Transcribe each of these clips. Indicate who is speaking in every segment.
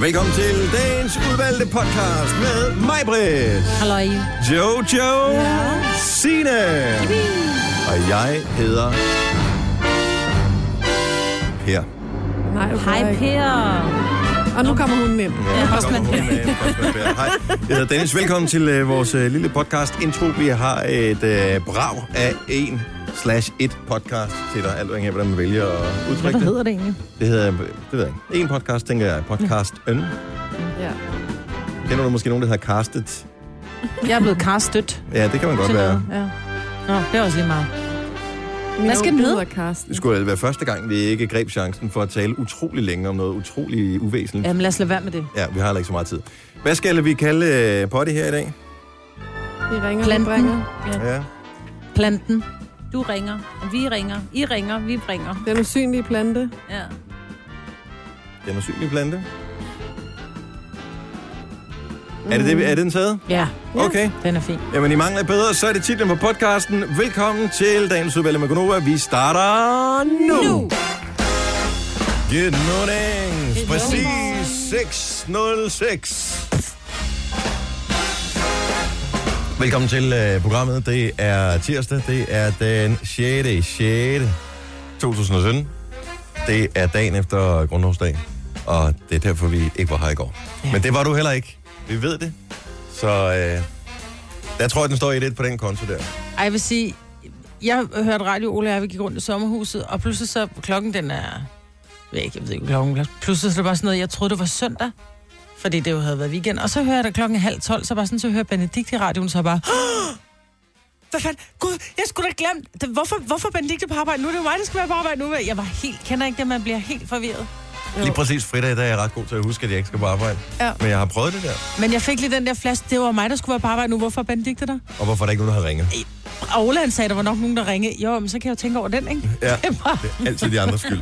Speaker 1: Velkommen til dagens udvalgte podcast med mig, Britt,
Speaker 2: Halløj.
Speaker 1: Jojo, ja. Sine og jeg hedder Per.
Speaker 3: Nej, okay.
Speaker 2: Hej, Per.
Speaker 3: Og nu kommer hun ind.
Speaker 1: Ja, Postman Per. Postmand Per. Hej, jeg hedder Dennis. Velkommen til øh, vores øh, lille podcast intro. Vi har et øh, brag af en slash et podcast til dig, alt afhængig af, hvordan man vælger at udtrykke
Speaker 2: Hvad
Speaker 1: det.
Speaker 2: hedder det egentlig?
Speaker 1: Det hedder, det ved jeg ikke. En podcast, tænker jeg, podcast Øn.
Speaker 3: Ja.
Speaker 1: Kender du måske nogen, der hedder Castet?
Speaker 2: Jeg er blevet karstødt.
Speaker 1: Ja, det kan man godt
Speaker 2: Sådan
Speaker 1: være.
Speaker 2: noget.
Speaker 3: ja.
Speaker 2: Nå, det er også lige meget.
Speaker 3: Min
Speaker 2: Hvad skal den
Speaker 3: onkel
Speaker 2: hedde?
Speaker 3: hedder Karsten.
Speaker 1: Det skulle være første gang, vi ikke greb chancen for at tale utrolig længe om noget utrolig uvæsentligt.
Speaker 2: Jamen, lad os lade være med det.
Speaker 1: Ja, vi har heller ikke så meget tid. Hvad skal vi kalde øh, potty her i dag?
Speaker 3: Vi ringer og
Speaker 2: Planten.
Speaker 3: bringer.
Speaker 1: Ja.
Speaker 2: Planten.
Speaker 4: Du ringer, vi ringer, I ringer, vi ringer.
Speaker 3: Den usynlige plante.
Speaker 4: Ja.
Speaker 1: Den usynlige plante. Er det, det, er det den taget?
Speaker 2: Ja,
Speaker 1: Okay.
Speaker 2: den er fin.
Speaker 1: Jamen, I mangler et bedre, så er det titlen på podcasten. Velkommen til dagens udvalg med Gunova. Vi starter nu. nu. Good morning. Præcis 6.06. Velkommen til uh, programmet. Det er tirsdag. Det er den 6. 6. 2017. Det er dagen efter grundlovsdag. Og det er derfor, vi ikke var her i går. Ja. Men det var du heller ikke. Vi ved det. Så øh, der tror jeg, den står i det på den konto der.
Speaker 2: Ej, jeg vil sige, jeg hørte radio, Ole og jeg, vi gik rundt i sommerhuset, og pludselig så, klokken den er, jeg ved ikke, jeg ved ikke, klokken, klokken- pludselig så er det bare sådan noget, jeg troede, det var søndag, fordi det jo havde været weekend, og så hører jeg da klokken er halv tolv, så bare sådan, så hører Benedikt i radioen, så er jeg bare, "Åh! hvad fanden, gud, jeg skulle da glemme, det, hvorfor, hvorfor er Benedikt på arbejde nu, det er jo mig, der skal være på arbejde nu, jeg var helt, kender ikke det, man bliver helt forvirret.
Speaker 1: Lige præcis fredag, der er jeg ret god til at huske, at jeg ikke skal på arbejde.
Speaker 2: Ja.
Speaker 1: Men jeg har prøvet det der.
Speaker 2: Men jeg fik lige den der flash, det var mig, der skulle være på arbejde nu, hvorfor er Benedikt der?
Speaker 1: Og hvorfor er der ikke nogen, der har ringet?
Speaker 2: Og Ole han sagde, der var nok nogen, der ringede, jo, men så kan jeg jo tænke over den, ikke?
Speaker 1: Ja, det er altid de andres skyld.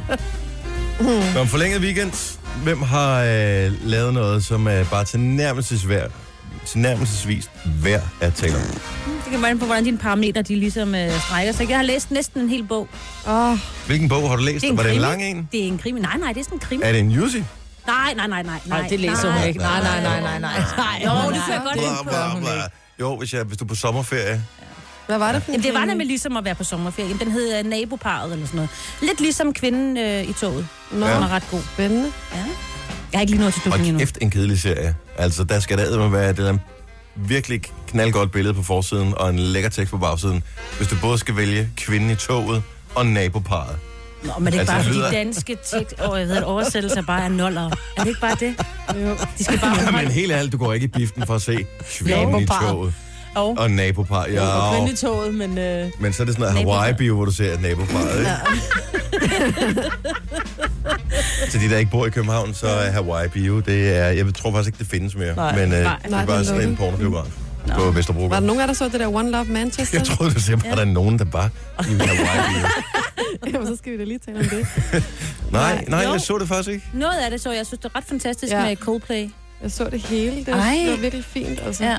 Speaker 1: Nå, en forlænget weekend. Hvem har øh, lavet noget, som er bare tilnærmelsesvær, tilnærmelsesvis værd at tale om?
Speaker 4: Mm, Det kan være an på, hvordan dine parametre de ligesom øh, strækker sig. Jeg har læst næsten en hel bog.
Speaker 2: Ah.
Speaker 3: Åh,
Speaker 1: Hvilken bog har du læst?
Speaker 4: Det er en
Speaker 1: var det en
Speaker 4: krimi.
Speaker 1: lang en?
Speaker 4: Det er en krimi. Nej, nej, det er sådan en krimi.
Speaker 1: Er det en Jussi?
Speaker 4: Nej, nej, nej, nej.
Speaker 2: Nej, det læser hun ikke. Nej, nej, nej, nej, nej. nej.
Speaker 4: Jo, det kunne jeg godt
Speaker 1: Bla,
Speaker 4: lide.
Speaker 1: bla, bla. Jo, hvis, jeg, hvis du er på sommerferie.
Speaker 3: hvad var det for en
Speaker 4: Jamen, det var
Speaker 3: plante?
Speaker 4: nemlig ligesom at være på sommerferie. Jamen, den hed øh, naboparet eller sådan noget. Lidt ligesom kvinden øh, i toget.
Speaker 3: Nå,
Speaker 4: Den
Speaker 3: ja.
Speaker 4: er ret god.
Speaker 3: spændende.
Speaker 4: Ja. Jeg har ikke lige nået til
Speaker 1: Og
Speaker 4: slutningen endnu.
Speaker 1: kæft en kedelig serie. Altså, der skal der være det der virkelig knaldgodt billede på forsiden og en lækker tekst på bagsiden, hvis du både skal vælge kvinden i toget og naboparet.
Speaker 4: Nå, men det er
Speaker 1: Altså,
Speaker 4: ikke bare,
Speaker 1: det
Speaker 4: fordi
Speaker 1: lyder-
Speaker 4: danske tekst, og jeg ved, at oversættelser bare er noller. Er det ikke bare det?
Speaker 3: Jo.
Speaker 4: De skal bare
Speaker 1: Men helt ærligt, du går ikke i biften for at se kvinden i
Speaker 2: Naboparret.
Speaker 1: toget
Speaker 2: Og,
Speaker 1: og naboparet. Ah, Ja,
Speaker 2: og toget, men... Øh,
Speaker 1: men så er det sådan noget
Speaker 4: Naboparet.
Speaker 1: Hawaii-bio, hvor du ser naboparet, ikke? Til de, der ikke bor i København, så er Hawaii-bio, det er... Jeg tror faktisk ikke, det findes mere.
Speaker 2: Nej.
Speaker 1: men øh, det
Speaker 3: Nej,
Speaker 1: er
Speaker 3: det er
Speaker 1: bare sådan en
Speaker 3: lukket.
Speaker 1: pornobiograf på Vesterbro.
Speaker 3: Var der nogen af jer, der så det der One Love Manchester?
Speaker 1: Jeg troede, du sagde, at der er nogen, der bare i en Hawaii-bio.
Speaker 3: Jamen, så skal vi da lige tale om det.
Speaker 1: Nej, nej,
Speaker 4: Jo.
Speaker 1: jeg så det faktisk ikke.
Speaker 4: Noget af det så, jeg synes, det er ret fantastisk
Speaker 3: Ja.
Speaker 4: ja. med Coldplay.
Speaker 3: Jeg så det hele. Det var,
Speaker 4: Ej.
Speaker 3: det var virkelig fint. Altså.
Speaker 4: Ja.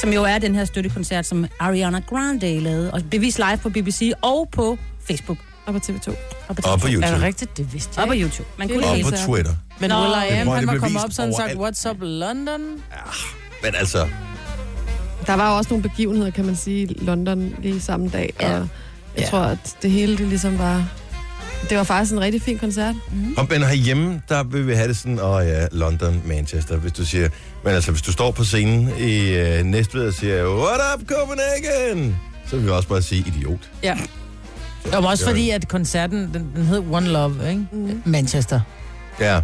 Speaker 4: Som jo er den her støttekoncert, som Ariana Grande lavede, og bevis live på BBC og på Facebook.
Speaker 3: Og på TV2.
Speaker 4: Og på,
Speaker 1: Og på
Speaker 4: TikTok.
Speaker 2: er det
Speaker 1: YouTube.
Speaker 2: rigtigt? Det vidste
Speaker 4: og
Speaker 2: jeg
Speaker 4: på
Speaker 2: ikke.
Speaker 4: YouTube. Man kunne
Speaker 3: Det er
Speaker 1: Og
Speaker 4: ikke
Speaker 1: på
Speaker 4: helt
Speaker 3: helt
Speaker 1: Twitter.
Speaker 2: Men
Speaker 4: Nå.
Speaker 2: Will
Speaker 4: Det
Speaker 2: I Am,
Speaker 1: tror jeg,
Speaker 2: han
Speaker 1: det
Speaker 2: var
Speaker 1: blev
Speaker 2: kommet
Speaker 1: vist
Speaker 2: op sådan og sagt,
Speaker 1: overalt.
Speaker 2: what's up London?
Speaker 1: Men altså,
Speaker 3: Der var jo også nogle begivenheder, kan man sige, i London lige samme dag. Ja.
Speaker 4: Ja.
Speaker 3: Og jeg
Speaker 2: Ja.
Speaker 3: tror, at det hele det ligesom var... Det var faktisk en rigtig fin koncert.
Speaker 1: om Ben herhjemme, der vil vi have det sådan, åh ja, London, Manchester, hvis du siger, men altså, hvis du står på scenen i øh, Næstved og siger, what up, Copenhagen? Så vil vi også bare sige, idiot.
Speaker 2: Ja. Det var også
Speaker 1: Ja.
Speaker 2: fordi, at koncerten, den, den hed One Love, ikke? Manchester.
Speaker 1: Ja,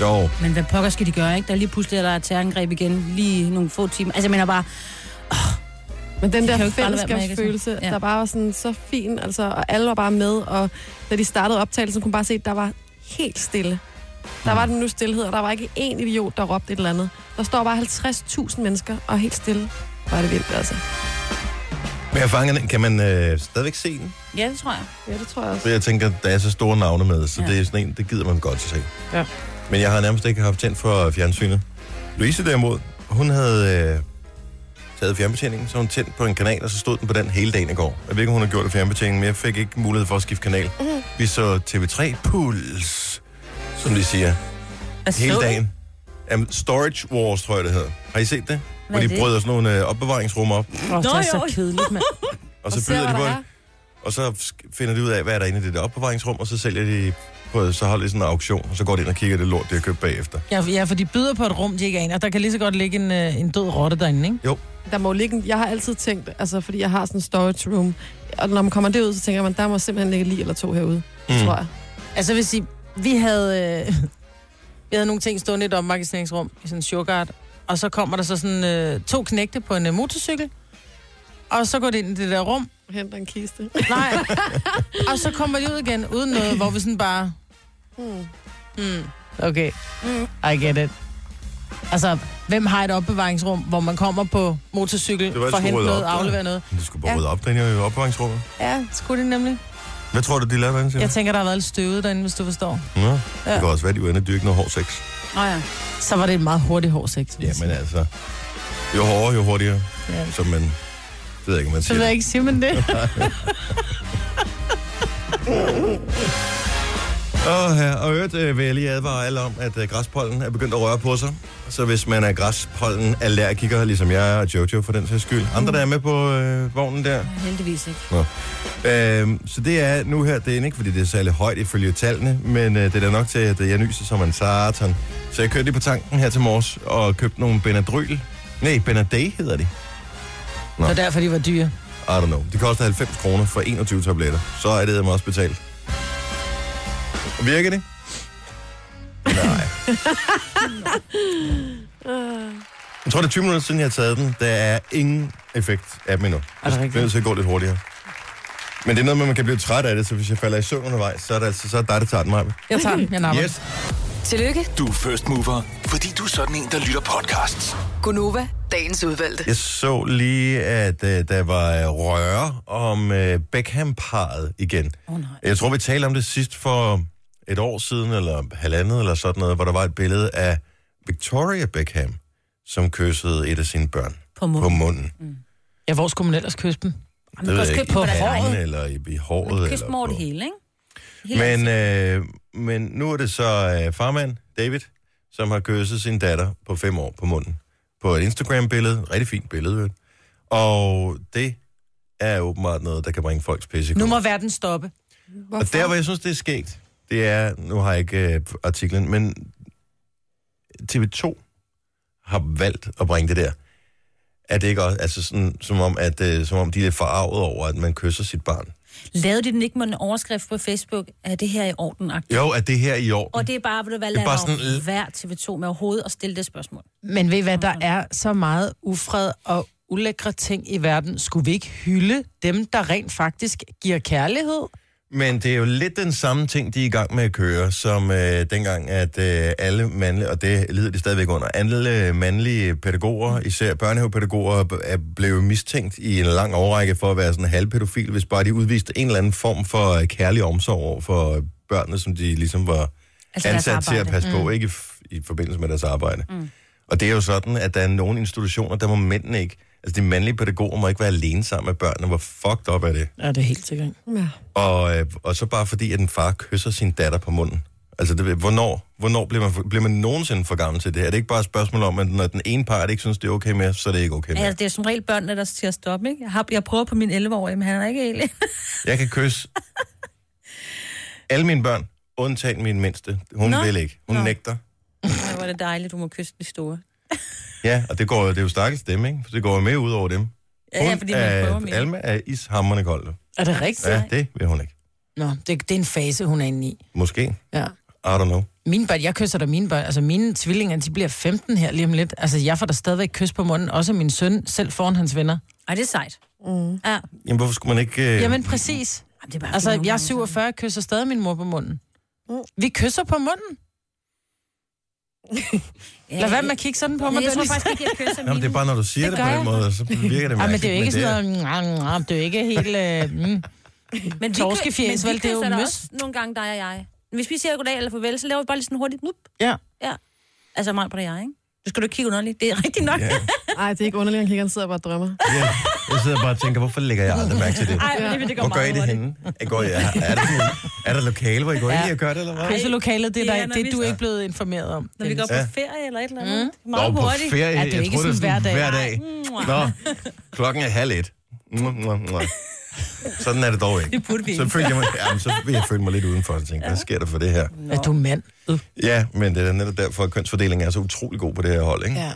Speaker 1: jo,
Speaker 4: Men hvad pokker skal de gøre, ikke? Der er lige pludselig, at der er et terrorangreb igen, lige nogle få timer. Altså, jeg mener bare,
Speaker 3: Men den
Speaker 4: Det kan jo
Speaker 3: der
Speaker 4: ikke bare lade være med, ikke?
Speaker 3: fællesskabsfølelse,
Speaker 4: Ja.
Speaker 3: der bare var sådan så fin, altså, og alle var bare med, og da de startede optagelsen, kunne man bare se, at der var helt stille. Der var den nu stillhed, og der var ikke én idiot, der råbte et eller andet. Der står bare 50.000 mennesker, og er helt stille. Var det vildt, altså.
Speaker 1: men jeg fanger den. Kan man øh, stadigvæk se den?
Speaker 4: ja, det tror jeg.
Speaker 3: Ja, det tror jeg også.
Speaker 1: For jeg tænker, der er så store navne med, så ja.
Speaker 4: Ja.
Speaker 1: det er sådan en, det gider man godt se.
Speaker 2: Ja.
Speaker 1: Men jeg har nærmest ikke haft tændt for fjernsynet. Louise derimod, hun havde øh, taget fjernbetjeningen, så hun tændt på en kanal, og så stod den på den hele dagen i går. Jeg ved ikke, om hun har gjort det fjernbetjeningen, men jeg fik ikke mulighed for at skifte kanal. Vi så TV3 Puls, som de siger,
Speaker 4: Hvad
Speaker 1: hele
Speaker 4: så du?
Speaker 1: dagen. um, Storage Wars, tror jeg, det hedder. Har I set det? Hvor
Speaker 4: er
Speaker 1: de
Speaker 4: det?
Speaker 1: bryder sådan nogle øh, opbevaringsrum op,
Speaker 2: Åh, det er
Speaker 4: Nå,
Speaker 2: så
Speaker 4: jo.
Speaker 2: kedeligt, mand.
Speaker 1: og så
Speaker 3: ser,
Speaker 1: byder de
Speaker 3: hvad
Speaker 1: på
Speaker 3: der
Speaker 1: det.
Speaker 3: er.
Speaker 1: Og så sk- finder de ud af, hvad er der inde i det der opbevaringsrum, og så sælger de på, så holder de sådan en auktion, og så går de ind og kigger det lort, de har købt bagefter.
Speaker 2: Ja, for- ja, for de byder på et rum, de ikke aner. Der kan lige så godt ligge en, øh, en død rotte derinde, ikke?
Speaker 3: Der må ligge, en- jeg har altid tænkt, altså fordi jeg har sådan en storage room, og når man kommer derud, så tænker man, der må simpelthen ligge lige eller to herude, mm. tror jeg.
Speaker 2: Altså, jeg vil sige, vi havde, øh, vi havde nogle ting stående i et opmagasineringsrum, i sådan en showguard, og så kommer der så sådan øh, to knægte på en øh, motorcykel, og så går de ind i det der rum,
Speaker 3: Henter en kiste.
Speaker 2: nej, og så kommer de ud igen uden noget, hvor vi sådan bare,
Speaker 4: Hmm.
Speaker 3: Mm.
Speaker 2: mm, okay, I get it. Altså, hvem har et opbevaringsrum, hvor man kommer på motorcykel
Speaker 1: Det var
Speaker 2: for at
Speaker 1: altid
Speaker 2: hente
Speaker 1: ryddet
Speaker 2: noget,
Speaker 1: op, der.
Speaker 2: aflevere noget?
Speaker 1: De skulle bare
Speaker 2: Ja.
Speaker 1: rydde op den her i opbevaringsrummet.
Speaker 2: Ja, skulle det nemlig.
Speaker 1: Hvad tror du, de lavede derinde, siger
Speaker 2: Jeg
Speaker 1: du?
Speaker 2: tænker, der har været lidt støvet derinde, hvis du forstår.
Speaker 1: Nå, det
Speaker 2: Ja.
Speaker 1: kan også være, de var inde og dyrke noget hård sex.
Speaker 4: Nå ja.
Speaker 2: Så var det et meget hurtigt hårdsigt.
Speaker 1: Jamen altså, jo hårdere, jo hurtigere.
Speaker 2: Ja.
Speaker 1: Så man, det ved jeg ikke, om man
Speaker 2: Så
Speaker 1: siger.
Speaker 2: ved jeg ikke, siger man det?
Speaker 1: Og, her, og i øvrigt øh, vil jeg lige advare alle om, at øh, græspollen er begyndt at røre på sig. Så hvis man er græspollen-allergiker, ligesom jeg er, og Jojo for den sags skyld,
Speaker 2: Mm.
Speaker 1: andre der er med på øh, vognen der,
Speaker 4: Heldigvis ikke.
Speaker 1: Øhm, så det er nu her, det er ikke, fordi det er særlig højt ifølge tallene, men øh, det er da nok til, at øh, jeg nyser som en satan. Så jeg kørte lige på tanken her til morges og købte nogle Benadryl. Nej, Benaday hedder de. Nå.
Speaker 2: Det var derfor, de var dyre.
Speaker 1: I don't know. De koster 90 kroner for 21 tabletter. Så er det mig også betalt. Virker det? Nej. Jeg tror, det er 20 minutter siden, jeg har taget den. Der er ingen effekt af dem endnu.
Speaker 2: Er det
Speaker 1: Jeg
Speaker 2: rigtigt?
Speaker 1: bliver nødt til at gå lidt hurtigere. Men det er noget med, at man kan blive træt af det, så hvis jeg falder i søvn undervejs, så er det altså så er det dig, der tager den, Maja.
Speaker 2: Jeg tager den. Jeg napper yes.
Speaker 1: Yes.
Speaker 5: Tillykke,
Speaker 6: Du er first mover, fordi du er sådan en, der lytter podcasts.
Speaker 5: Gunova, dagens udvalgte.
Speaker 1: Jeg så lige, at øh, der var øh, røre om øh, Beckham-paret igen.
Speaker 4: Åh oh, nej.
Speaker 1: Jeg tror, vi talte om det sidst for et år siden, eller halvandet, eller sådan noget, hvor der var et billede af Victoria Beckham, som kyssede et af sine børn
Speaker 4: På
Speaker 1: på
Speaker 4: munden.
Speaker 1: munden.
Speaker 2: Ja, hvor skulle man ellers købe dem?
Speaker 4: Man kan også købe
Speaker 1: på
Speaker 4: på det
Speaker 1: håret.
Speaker 4: håret.
Speaker 1: eller i, i
Speaker 4: Man
Speaker 1: håret.
Speaker 4: kan købe
Speaker 1: Eller
Speaker 4: dem over det
Speaker 1: på-
Speaker 4: hele, ikke? Helt
Speaker 1: Men, øh, men nu er det så øh, farmand, David, som har kysset sin datter på fem år på munden. På et Instagram-billede. Rigtig fint billede, ved. Og det er åbenbart noget, der kan bringe folks pisse i
Speaker 2: Nu
Speaker 1: kog.
Speaker 2: må verden stoppe.
Speaker 3: Hvorfor?
Speaker 1: Og der, hvor jeg synes, det er skægt, det er, nu har jeg ikke øh, artiklen, men TV2 har valgt at bringe det der. Er det ikke også, altså sådan, som om, at, øh, som om de er lidt forarvet over, at man kysser sit barn?
Speaker 4: Lavede de den ikke med en overskrift på Facebook? Er det her i orden? -agtigt?
Speaker 1: Jo, at det her er i orden.
Speaker 4: Og det er bare, vil du være
Speaker 1: er bare
Speaker 4: lavet
Speaker 1: sådan-
Speaker 4: sådan... hver TV2 med overhovedet at stille det spørgsmål.
Speaker 2: Men ved I hvad, der er så meget ufred og ulækre ting i verden. Skulle vi ikke hylde dem, der rent faktisk giver kærlighed?
Speaker 1: Men det er jo lidt den samme ting, de er i gang med at køre, som øh, dengang, at øh, alle mandlige, og det lider de stadigvæk under, alle øh, mandlige pædagoger, især børnehavepædagoger, b- er blev mistænkt i en lang årrække for at være sådan halvpædofil, hvis bare de udviste en eller anden form for øh, kærlig omsorg over for øh, børnene, som de ligesom var altså
Speaker 4: Altså deres
Speaker 1: ansat til at
Speaker 4: arbejde.
Speaker 1: passe på, mm. ikke i, f- i forbindelse med deres arbejde. Mm. Og det er jo sådan, at der er nogle institutioner, der må mændene ikke, altså de mandlige pædagoger må ikke være alene sammen med børnene. Hvor fucked op er det?
Speaker 2: Ja, det er helt sikkert.
Speaker 3: Ja.
Speaker 1: Og, øh, og så bare fordi, at en far kysser sin datter på munden. Altså, det, hvornår, hvornår bliver, man, for- bliver man nogensinde for gammel til det? Er det ikke bare et spørgsmål om, at når den ene part ikke synes, det er okay med, så er det ikke okay
Speaker 4: Ja,
Speaker 1: med?
Speaker 4: Altså, det er som regel børnene, der siger stop, ikke? Jeg, har, jeg prøver på min 11-årige, men han er ikke helt...
Speaker 1: Jeg kan kysse alle mine børn, undtagen min mindste. Hun Nå.
Speaker 4: Nå.
Speaker 1: vil ikke. Hun Nå.
Speaker 4: Nå.
Speaker 1: nægter.
Speaker 4: Ej, hvor er det dejligt, du må kysse de store.
Speaker 1: Ja, og det, går, det er jo stakkels dem, ikke? For det går jo mere ud over dem.
Speaker 4: Ja, ja, fordi man prøver
Speaker 1: er,
Speaker 4: mere.
Speaker 1: Alma er ishammerende kold. jo.
Speaker 2: Er det rigtigt?
Speaker 1: Ja, det vil hun ikke.
Speaker 2: Nå, det, det er en fase, hun er inde i.
Speaker 1: Måske.
Speaker 2: Ja.
Speaker 1: I don't know.
Speaker 2: Mine børn, jeg kysser da mine børn. Altså mine tvillinger, de bliver 15 her lige om lidt. Altså jeg får da stadigvæk kys på munden. Også min søn, selv foran hans venner.
Speaker 4: Ej, det er sejt. Mm. Ja.
Speaker 1: Jamen, hvorfor skulle man ikke... Øh...
Speaker 2: Jamen præcis.
Speaker 4: Jamen, det er bare,
Speaker 2: Altså
Speaker 4: fordi nogle gange,
Speaker 2: jeg er
Speaker 4: Mm. så-
Speaker 2: 47, kysser stadig min mor på munden. Vi kysser på munden.
Speaker 4: Ja,
Speaker 2: Lad være med at kigge sådan på
Speaker 4: Ja,
Speaker 2: mig.
Speaker 4: jeg tror
Speaker 2: Dennis.
Speaker 4: faktisk ikke, jeg kysser
Speaker 1: Jamen, det er bare, når du siger det, det
Speaker 2: Det
Speaker 1: på
Speaker 2: gør
Speaker 1: den
Speaker 2: jeg.
Speaker 1: måde, så virker det mærkeligt.
Speaker 2: Ej, men det er jo ikke
Speaker 1: men
Speaker 2: sådan noget, mm, mm, det er jo ikke helt... Øh, mm.
Speaker 4: men vi
Speaker 2: torskefjæs,
Speaker 4: men vi
Speaker 2: vel, det er jo
Speaker 4: kysser da
Speaker 2: møs.
Speaker 4: også Nogle gange dig og jeg. Hvis vi siger goddag eller farvel, så laver vi bare lige sådan hurtigt. Nup.
Speaker 2: Ja.
Speaker 4: Ja. Altså mig på det jeg, ikke? Du skal du ikke kigge underligt. Det er rigtigt nok.
Speaker 1: Ja.
Speaker 3: Nej, det er ikke underligt, at han kigger, han sidder bare og drømmer.
Speaker 1: Ja, jeg sidder bare og tænker, hvorfor lægger jeg aldrig mærke til det?
Speaker 4: Ej, men det, det går
Speaker 1: Hvor gør I
Speaker 4: meget
Speaker 1: det
Speaker 4: hurtigt.
Speaker 1: henne? Er, går I, er, er, der, sådan- er der lokale, hvor I går ind i og gør det, eller hvad?
Speaker 2: Pisselokalet, det er
Speaker 4: Ja,
Speaker 2: der,
Speaker 4: når
Speaker 2: det
Speaker 4: vi
Speaker 2: er du
Speaker 4: skal-
Speaker 2: ikke blevet informeret om.
Speaker 4: Når vi går
Speaker 2: Dennis.
Speaker 4: på
Speaker 1: Ja.
Speaker 4: ferie eller et eller andet. Mm. Meget
Speaker 1: Nå, på
Speaker 4: hurtigt. Mm.
Speaker 1: ferie.
Speaker 2: Ja, det er
Speaker 1: jeg
Speaker 2: ikke
Speaker 1: troede,
Speaker 2: sådan
Speaker 1: det
Speaker 2: hver
Speaker 1: var
Speaker 2: dag.
Speaker 1: sådan hver dag. Nå, klokken er halv et. Mwah, mwah, mwah. Sådan er det dog ikke.
Speaker 4: Det burde vi
Speaker 1: Så
Speaker 4: ikke.
Speaker 1: følte jeg mig, jamen, så vil jeg føle mig lidt udenfor, og tænke, hvad sker der for det her?
Speaker 2: Er du mand? Øh.
Speaker 1: Ja, men det er netop derfor, at kønsfordelingen er så utrolig god på det her hold, ikke?
Speaker 2: Ja.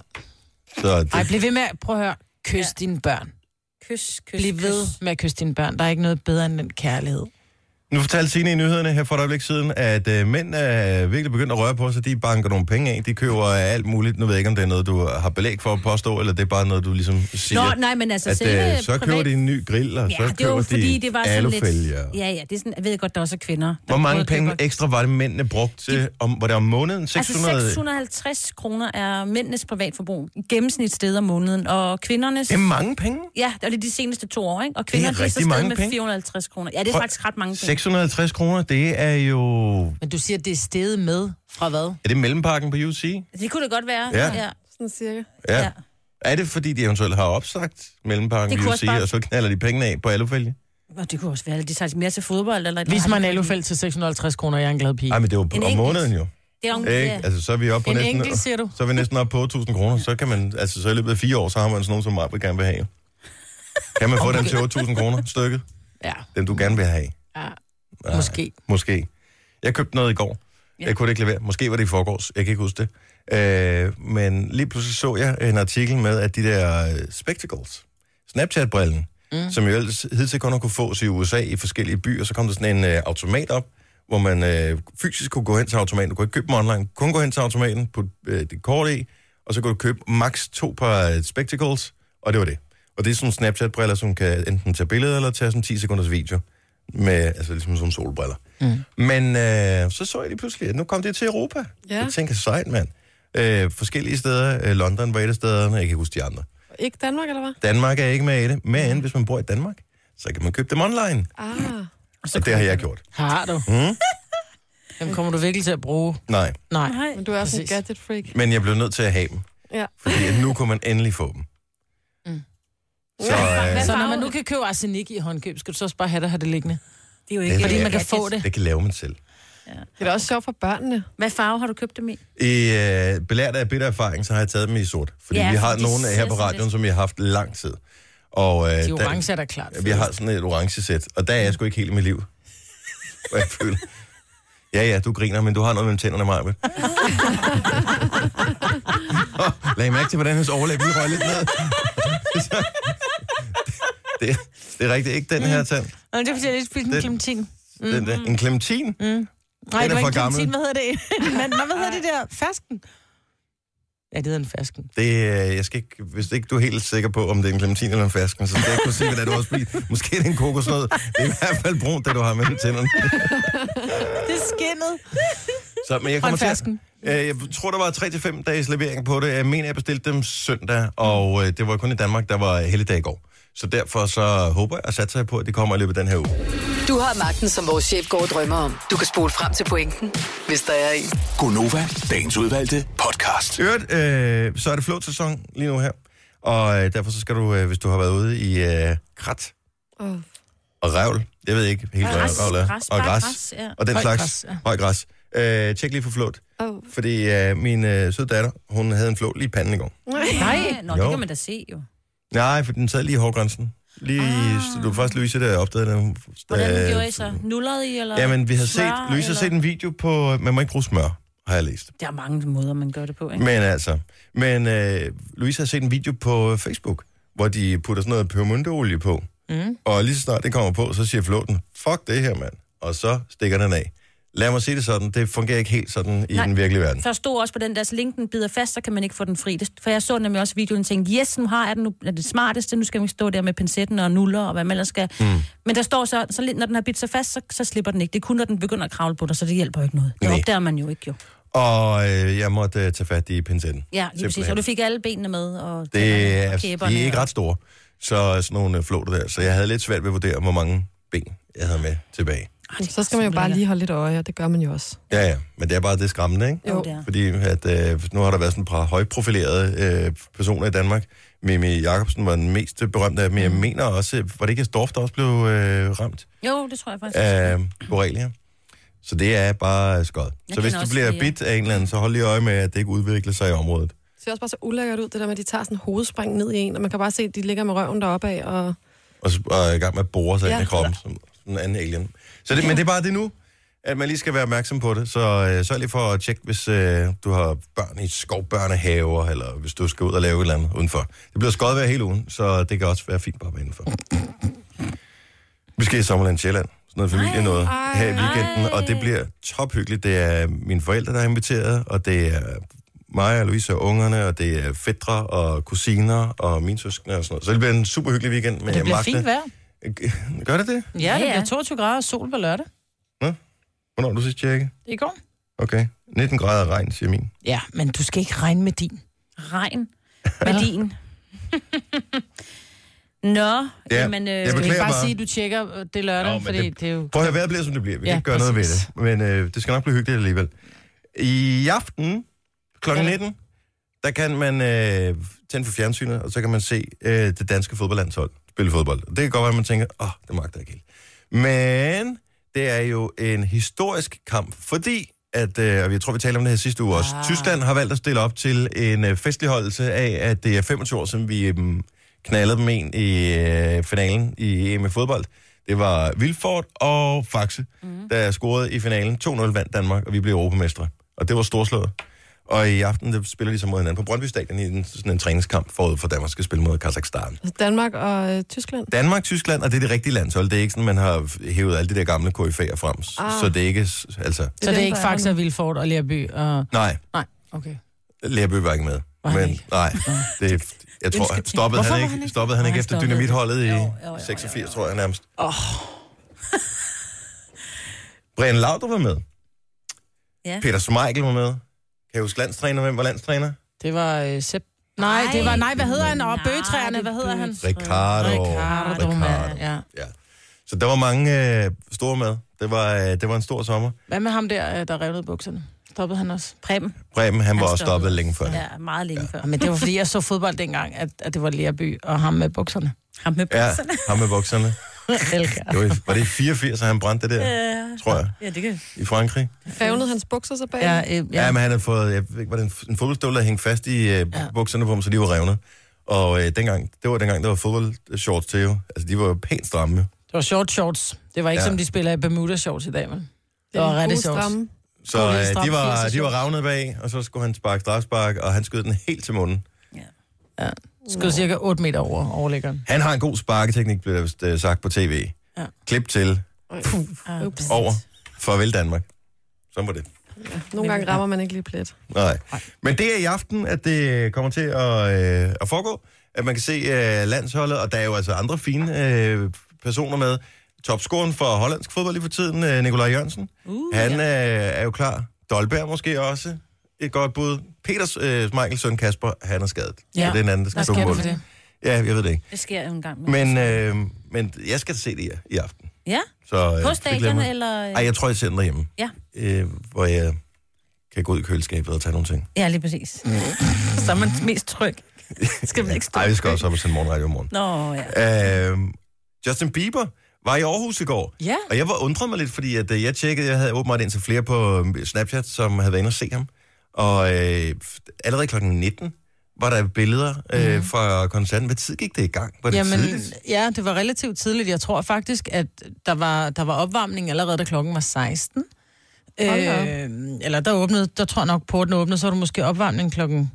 Speaker 1: Så det,
Speaker 2: Ej, bliv ved med, at- prøv at høre, kys
Speaker 4: Ja.
Speaker 2: dine børn.
Speaker 4: Kys, kys,
Speaker 2: Bliv ved
Speaker 4: kys.
Speaker 2: med at kysse dine børn. Der er ikke noget bedre end den kærlighed.
Speaker 1: nu fortalte Signe i nyhederne her for et øjeblik siden, at øh, mænd er virkelig begyndt at røre på sig. De banker nogle penge af, de køber alt muligt. Nu ved jeg ikke, om det er noget, du har belæg for at påstå, eller det er bare noget, du ligesom siger.
Speaker 4: Nå, nej, men altså
Speaker 1: at,
Speaker 4: selve
Speaker 1: øh, så køber
Speaker 4: privat-
Speaker 1: de en ny grill, og så
Speaker 4: Ja,
Speaker 1: køber
Speaker 4: det var
Speaker 1: de
Speaker 4: jo fordi, det var sådan lidt...
Speaker 1: alufælger.
Speaker 4: Ja, ja, det er sådan, jeg ved godt, der også er kvinder. der
Speaker 1: Hvor mange
Speaker 4: både
Speaker 1: penge
Speaker 4: køber-
Speaker 1: ekstra var det, mændene brugte? Om, var det om måneden? 600?
Speaker 4: Altså 650 kroner er mændenes privatforbrug i gennemsnit sted om måneden, og kvindernes...
Speaker 1: Det er mange penge.
Speaker 4: Ja, og det er de seneste to år, ikke? Og kvinder, det er,
Speaker 1: rigtig
Speaker 4: så steget
Speaker 1: mange
Speaker 4: med
Speaker 1: penge.
Speaker 4: 450 kroner. Ja, det er
Speaker 1: Prøv-
Speaker 4: faktisk ret mange penge.
Speaker 1: 650 kroner, det er jo...
Speaker 2: Men du siger, det er steget med fra hvad?
Speaker 1: Er det mellempakken på UC?
Speaker 4: Det kunne det godt være.
Speaker 1: Ja.
Speaker 4: ja.
Speaker 3: Sådan cirka.
Speaker 1: Ja.
Speaker 4: Ja.
Speaker 1: ja. Er det, fordi de eventuelt har opsagt mellempakken
Speaker 4: Det
Speaker 1: på
Speaker 4: kunne
Speaker 1: UC,
Speaker 4: også bare-
Speaker 1: og så knalder de pengene af på alufælge?
Speaker 4: Og det kunne også være, at de tager mere til fodbold. Eller et
Speaker 2: Vis
Speaker 4: eller
Speaker 2: mig en
Speaker 4: andet.
Speaker 2: alufælg til 650 kroner, jeg er en glad pige.
Speaker 1: Nej, men det var på,
Speaker 4: En
Speaker 1: om
Speaker 4: enkelt.
Speaker 1: måneden jo.
Speaker 4: Det er jo en,
Speaker 1: Ikke?
Speaker 4: ja.
Speaker 1: Altså, så er vi oppe på
Speaker 2: En
Speaker 1: næsten...
Speaker 2: enkelt, siger du?
Speaker 1: Så er vi næsten oppe på 1000 kroner. Så kan man... Altså, så i løbet af fire år, så har man sådan nogen som mig, vil gerne vil have. Kan man få den til 8000 kroner stykket?
Speaker 2: Ja,
Speaker 1: Den du gerne vil have.
Speaker 2: ja.
Speaker 1: Nej.
Speaker 2: måske.
Speaker 1: Måske. Jeg købte noget i går. Ja. Jeg kunne det ikke lade være. Måske var det i forgårs. Jeg kan ikke huske det. Øh, men lige pludselig så jeg en artikel med, at de der øh, spectacles, Snapchat-brillen, mm. som jo ellers hidtil kun har kunne fås i USA i forskellige byer, så kom der sådan en øh, automat op, hvor man øh, fysisk kunne gå hen til automaten. Du kunne ikke købe dem online. Du kunne kun gå hen til automaten, putte øh, dit kort i, og så kunne du købe maks to par øh, spectacles, og det var det. Og det er sådan Snapchat-briller, som kan enten tage billeder eller tage sådan 10 sekunders video med, altså ligesom som solbriller. Mm. Men øh, så så jeg lige pludselig, at nu kom det til Europa.
Speaker 3: Ja.
Speaker 1: Jeg tænker, sejt mand. Øh, forskellige steder, øh, London var et af stederne, jeg kan ikke huske de andre.
Speaker 3: Ikke Danmark, eller hvad?
Speaker 1: Danmark er ikke med i det, men hvis man bor i Danmark, så kan man købe dem online.
Speaker 3: Ah.
Speaker 1: Og det har jeg gjort. Hmm?
Speaker 2: Har du? Mm? Dem kommer du virkelig til at bruge?
Speaker 1: Nej,
Speaker 2: Nej.
Speaker 4: Nej.
Speaker 3: Men du er også en
Speaker 2: Præcis.
Speaker 3: gadget-freak.
Speaker 1: men jeg blev nødt til at have dem,
Speaker 3: Ja.
Speaker 1: fordi at nu kunne man endelig få dem. Mm. Så, øh,
Speaker 2: Så når man nu kan købe arsenik i håndkøb, skal du så også bare have det og have det liggende?
Speaker 4: Det er jo ikke...
Speaker 1: Det er
Speaker 2: Fordi
Speaker 1: Ja.
Speaker 2: man kan få det.
Speaker 1: det kan lave man selv.
Speaker 3: Det er da også sjovt for børnene.
Speaker 4: Hvad farve har du købt dem i?
Speaker 1: I øh, belært af bitter erfaring, så har jeg taget dem i sort. Fordi
Speaker 4: Ja,
Speaker 1: vi har
Speaker 4: fordi
Speaker 1: nogle
Speaker 4: de
Speaker 1: her
Speaker 4: ser
Speaker 1: på
Speaker 4: sådan
Speaker 1: radioen,
Speaker 4: lidt-
Speaker 1: som vi har haft lang tid. Og, øh,
Speaker 2: De
Speaker 1: der-
Speaker 2: orange er da klart.
Speaker 1: Vi har sådan et orange sæt, og der er jeg sgu ikke helt i mit liv. Hvad jeg føler. Ja, ja, du griner, men du har noget mellem tænderne, Maja. Lad I mærke til, hvordan hendes overlæb lige røg lidt ned. det, det er rigtigt ikke den her tand.
Speaker 2: Nå, det er fordi, jeg lige spiste en
Speaker 1: Det-
Speaker 2: clementin.
Speaker 1: Den der. En clementin.
Speaker 2: Mm. Nej,
Speaker 1: er
Speaker 2: det var
Speaker 1: for
Speaker 2: ikke clementin.
Speaker 1: gammel.
Speaker 2: Hvad hedder det? Men, hvad hedder det der? Fersken? Ja, det hedder en fersken.
Speaker 1: Det, øh, jeg skal ikke, hvis ikke du er helt sikker på, om det er en clementin eller en fersken, så skal jeg ikke kunne se, hvad det er, du har spist. Måske er det en kokosnød. Det er i hvert fald brunt, det du har mellem tænderne.
Speaker 2: Det er skinnet.
Speaker 1: Så, men jeg
Speaker 2: Og
Speaker 1: kommer
Speaker 2: en
Speaker 1: til at-
Speaker 2: fersken.
Speaker 1: Øh, Jeg tror, der var 3-5 dages levering på det. Jeg mener, jeg bestilte dem søndag, og øh, det var kun i Danmark, der var helligdag i går. Så derfor så håber jeg og satser jeg på, at det kommer i løbet af den her uge.
Speaker 5: Du har magten, som vores chef går og drømmer om. Du kan spole frem til pointen, hvis der er en.
Speaker 6: Gonova, dagens udvalgte podcast.
Speaker 1: I Øvrigt, øh, så er det flåtsæson lige nu her. Og øh, derfor så skal du, øh, hvis du har været ude i øh, krat
Speaker 3: Oh.
Speaker 1: og revl, jeg ved ikke helt, hvad
Speaker 4: Græs,
Speaker 1: revl er,
Speaker 4: græs,
Speaker 1: og
Speaker 4: bare
Speaker 1: græs,
Speaker 4: græs, ja.
Speaker 1: og den
Speaker 2: Højt
Speaker 1: slags,
Speaker 2: græs, ja.
Speaker 1: høj græs. Øh, tjek lige for flåt,
Speaker 3: Oh.
Speaker 1: fordi øh, min øh, søde datter, hun havde en flåt lige i panden i går.
Speaker 4: Nej, nå,
Speaker 1: Jo.
Speaker 4: det kan man da se jo.
Speaker 1: Nej, for den sad lige i hårgrænsen. Lige, ah. Du var først Louise, der opdagede den.
Speaker 4: Hvordan
Speaker 1: Øh,
Speaker 4: gjorde I så? Nullerede I, eller
Speaker 1: Jamen, vi har set,
Speaker 4: smør,
Speaker 1: Louise har set en video på, man må ikke bruge smør, har jeg læst.
Speaker 4: Der er mange måder, man gør det på, ikke?
Speaker 1: Men altså, men øh, Louise har set en video på øh, Facebook, hvor de putter sådan noget pørmunteolie på. Mm. Og lige så snart det kommer på, så siger flåten, fuck det her, mand. Og så stikker den af. Lad mig sige det sådan, det fungerer ikke helt sådan i
Speaker 4: Nej.
Speaker 1: den virkelige verden.
Speaker 4: Der stod også på den der, så længe den bider fast, så kan man ikke få den fri. Det- For jeg så nemlig også videoen og tænkte, yes, nu har jeg den, nu er det smarteste, nu skal man ikke stå der med pincetten og nuller og hvad man ellers skal. Mm. Men der står så, så lidt, når den har bidt sig fast, så, så slipper den ikke. Det er kun, når den begynder at kravle på dig, så det hjælper jo ikke noget. Det
Speaker 1: Nej.
Speaker 4: opdager man jo ikke jo.
Speaker 1: Og øh, jeg måtte øh, tage fat i pincetten.
Speaker 4: Ja, lige præcis.
Speaker 1: Simpelthen.
Speaker 4: Og du fik alle benene med. Og
Speaker 1: Det
Speaker 4: tænderne
Speaker 1: er, altså,
Speaker 4: og
Speaker 1: de
Speaker 4: kæberne
Speaker 1: er ikke
Speaker 4: og-
Speaker 1: ret store, så sådan nogle øh, flåter der. Så jeg havde lidt svært ved at vurdere, hvor mange ben jeg havde med tilbage.
Speaker 3: Så skal man jo bare lige holde lidt øje, og det gør man jo også.
Speaker 1: Ja, ja, men det er bare det er skræmmende, ikke?
Speaker 4: Jo, det er.
Speaker 1: Fordi at, øh, nu har der været sådan et par højprofilerede øh, personer i Danmark, Mimi Jacobsen var den mest berømte af dem.
Speaker 4: Mm.
Speaker 1: Jeg mener også, var det ikke Storff, der også blev øh, ramt
Speaker 4: Jo, det tror jeg faktisk.
Speaker 1: af Borrelia? Så det er bare skod. Så
Speaker 4: kender
Speaker 1: hvis du
Speaker 4: også
Speaker 1: bliver
Speaker 4: flere.
Speaker 1: bidt af en eller anden, så hold lige øje med, at det ikke udvikler sig i området.
Speaker 3: Det ser også bare så ulækkert ud, det der med, at de tager sådan en hovedspring ned i en, og man kan bare se, at de ligger med røven deroppe af, og
Speaker 1: og så og er i gang med at bore sig ja.
Speaker 3: Ja.
Speaker 1: ind i kroppen, som sådan en anden alien. Så det, men det er bare det nu, at man lige skal være opmærksom på det. Så øh, sørg lige for at tjekke, hvis øh, du har børn i skovbørnehaver, eller hvis du skal ud og lave et eller andet udenfor. Det bliver skåret hver hele ugen, så det kan også være fint bare at være indenfor. Vi skal i Sommerland Sjælland. Sådan noget familie noget
Speaker 3: ej,
Speaker 1: her i weekenden, og det bliver tophyggeligt. Det er mine forældre, der er inviteret, og det er mig og Louise og ungerne, og det er fædre og kusiner og mine søskende og sådan noget. Så det bliver en super hyggelig weekend. Men
Speaker 2: Det
Speaker 1: jeg
Speaker 2: bliver
Speaker 1: magter-
Speaker 2: fint vejr.
Speaker 1: Gør det det?
Speaker 2: Ja, det
Speaker 4: Ja, ja.
Speaker 2: bliver 22 grader og sol på lørdag.
Speaker 1: Hvornår har du sidst tjekke?
Speaker 2: I går.
Speaker 1: Okay. 19 grader og regn, siger min.
Speaker 2: Ja, men du skal ikke regne med din.
Speaker 4: Regn med din. Nå,
Speaker 1: Ja,
Speaker 4: jamen...
Speaker 1: jeg
Speaker 4: Øh,
Speaker 2: Du kan
Speaker 1: Beklager
Speaker 2: ikke bare
Speaker 1: bare.
Speaker 2: sige, at du tjekker øh, det lørdag,
Speaker 1: Nå,
Speaker 2: Nå,
Speaker 1: men
Speaker 2: fordi det... det er jo...
Speaker 1: Prøv at høre, vejret bliver, som det bliver. Vi kan
Speaker 2: Ja,
Speaker 1: ikke gøre noget ved
Speaker 2: præcis.
Speaker 1: det. Men øh, det skal nok blive hyggeligt alligevel. I aften kl. 19, der kan man øh, tænde for fjernsynet, og så kan man se øh, det danske fodboldlandshold spille fodbold. Det kan godt være, at man tænker, åh, oh, det magter jeg ikke helt. Men det er jo en historisk kamp, fordi at, øh, og jeg tror, vi talte om det her sidste uge
Speaker 2: Ah.
Speaker 1: også, Tyskland har valgt at stille op til en øh, festligholdelse af, at det er 25 år siden, vi øh, knaldede dem en i øh, finalen i EM i fodbold. Det var Vilfort og Faxe, mm. der scorede i finalen. 2-0 vandt Danmark, og vi blev europamestre. Og det var storslået. Og i aften der spiller de så mod hinanden på Brøndby Stadion i en, sådan en træningskamp forud for at Danmark skal spille mod Kazakhstan.
Speaker 3: altså Danmark og øh, Tyskland.
Speaker 1: Danmark, Tyskland, og det er det rigtige landshold. Det er ikke sådan, man har hævet alle de der gamle KF'er frem. Ah.
Speaker 3: Ah.
Speaker 1: Så det er ikke... s- Altså,
Speaker 2: Så det
Speaker 3: dem,
Speaker 2: er ikke
Speaker 3: der er
Speaker 2: Faxe og Vilfort og Lærby og...
Speaker 1: nej,
Speaker 2: Nej, okay.
Speaker 1: Lærbø var ikke med.
Speaker 2: Var han
Speaker 1: Men,
Speaker 2: ikke?
Speaker 1: nej, det, jeg tror, han, stoppede,
Speaker 2: Hvorfor
Speaker 1: han
Speaker 2: var
Speaker 1: ikke,
Speaker 2: han ikke?
Speaker 1: stoppede han
Speaker 4: Nej,
Speaker 1: ikke
Speaker 4: han
Speaker 1: efter
Speaker 4: stoppede.
Speaker 1: dynamitholdet
Speaker 4: Jo,
Speaker 1: i
Speaker 4: jo, jo, jo,
Speaker 1: 86, tror jeg nærmest. Oh. Brian Laudrup var med.
Speaker 4: ja.
Speaker 1: Peter Smeichel var med. Kan jeg huske landstræner? Hvem var landstræner?
Speaker 2: Det var øh, Sepp... Nej, det var... Nej, hvad hedder han? Og
Speaker 4: Nej,
Speaker 2: bøgetræerne,
Speaker 4: det
Speaker 2: hvad
Speaker 4: er
Speaker 2: hedder han?
Speaker 4: bøgetræ-
Speaker 1: Ricardo.
Speaker 2: Ricardo, mand.
Speaker 1: Ricardo.
Speaker 2: Ja.
Speaker 1: Ja. Så der var mange øh, store med. Det var, øh, det var en stor sommer.
Speaker 2: Hvad med ham der, øh, der revnede bukserne? Stoppede han også?
Speaker 4: Preben.
Speaker 1: Bremen, han var
Speaker 4: Han
Speaker 1: også stoppet
Speaker 4: stoppede.
Speaker 1: længe før. Ja.
Speaker 4: Ja, meget længe ja. før.
Speaker 2: Ja, Men det var, fordi jeg så fodbold dengang, at, at det var Lærby og ham med bukserne.
Speaker 4: Ham med
Speaker 1: ja,
Speaker 4: bukserne.
Speaker 1: ham med bukserne.
Speaker 2: Elsker.
Speaker 1: Det var, var det i 84, at han brændte det der,
Speaker 4: Ja.
Speaker 1: tror jeg,
Speaker 4: ja, det kan
Speaker 1: i Frankrig?
Speaker 3: Favnede hans bukser så bag.
Speaker 2: Ja,
Speaker 3: Ja.
Speaker 2: øh,
Speaker 1: Ja,
Speaker 2: ja.
Speaker 1: men han havde fået, jeg ved ikke, var det en, en fodboldstøvle, der hængte fast i øh, bukserne på ham, så de var revnet. Og øh, dengang, det var dengang, der var fodboldshorts til jo. Altså, de var jo pænt stramme.
Speaker 2: Det var short shorts. Det var ikke
Speaker 1: Ja.
Speaker 2: ja. som de spiller i Bermuda shorts i dag, men. Det var
Speaker 3: en
Speaker 2: rigtig
Speaker 3: god
Speaker 2: sjovt.
Speaker 3: stramme.
Speaker 1: Så
Speaker 2: Gode,
Speaker 1: øh, de
Speaker 2: stramme
Speaker 1: var,
Speaker 2: firser
Speaker 1: de var ravnet bag, og så skulle han sparke strafspark, og han skød den helt til munden.
Speaker 2: Ja. Skød cirka 8 meter over overlæggeren.
Speaker 1: Han har en god sparketeknik, blev der vist, øh, sagt på tv. Ja.
Speaker 2: Ja.
Speaker 1: Klip til,
Speaker 2: Ja.
Speaker 3: Ups.
Speaker 1: over, farvel Danmark. Sådan var det.
Speaker 3: Nogle gange rammer man ikke lige plet.
Speaker 1: Nej. Men det er i aften, at det kommer til at, øh, at foregå. At man kan se øh, landsholdet, og der er jo altså andre fine øh, personer med. Topscoren for hollandsk fodbold lige for tiden, øh, Nikolaj Jørgensen. Uh, han øh, er jo klar. Dolberg måske også. Et godt bud. Peters øh, Michaels søn Kasper, han er skadet.
Speaker 2: Ja.
Speaker 1: Så det er en anden, der skal
Speaker 2: Hvad
Speaker 1: stå på
Speaker 2: sker der
Speaker 1: mål.
Speaker 2: for det?
Speaker 1: Ja, jeg ved det ikke.
Speaker 4: Det sker jo en gang.
Speaker 1: Men, øh, men jeg skal se det her i aften.
Speaker 4: ja,
Speaker 1: Så, øh, det
Speaker 4: på
Speaker 1: glæder jeg
Speaker 4: stadion
Speaker 1: mig.
Speaker 4: eller...
Speaker 1: Ej, jeg tror, jeg ser den derhjemme.
Speaker 4: Ja.
Speaker 1: Øh, hvor jeg kan gå ud i køleskabet og tage nogle ting.
Speaker 4: Ja, lige præcis. Så er man mest tryg. Skal man ikke stå?
Speaker 1: Ej, vi skal også op og sende morgenradio i morgen.
Speaker 4: Nå, ja.
Speaker 1: Øh, Justin Bieber var i Aarhus i går.
Speaker 2: Ja.
Speaker 1: Og jeg var undret mig lidt, fordi at, øh, jeg tjekkede, jeg havde åbenbart ind til flere på øh, Snapchat, som havde været inde og se ham. Og øh, allerede kl. 19 var der billeder
Speaker 4: Mhm.
Speaker 1: øh, fra koncerten. Hvad tid gik det i gang? Var det Jamen, tidligt?
Speaker 2: ja, det var relativt tidligt. Jeg tror faktisk, at der var, der var opvarmning allerede, da klokken var 16.
Speaker 3: Hold da op.
Speaker 2: eller der åbnede, der tror jeg nok, porten åbnede, så var der måske opvarmning klokken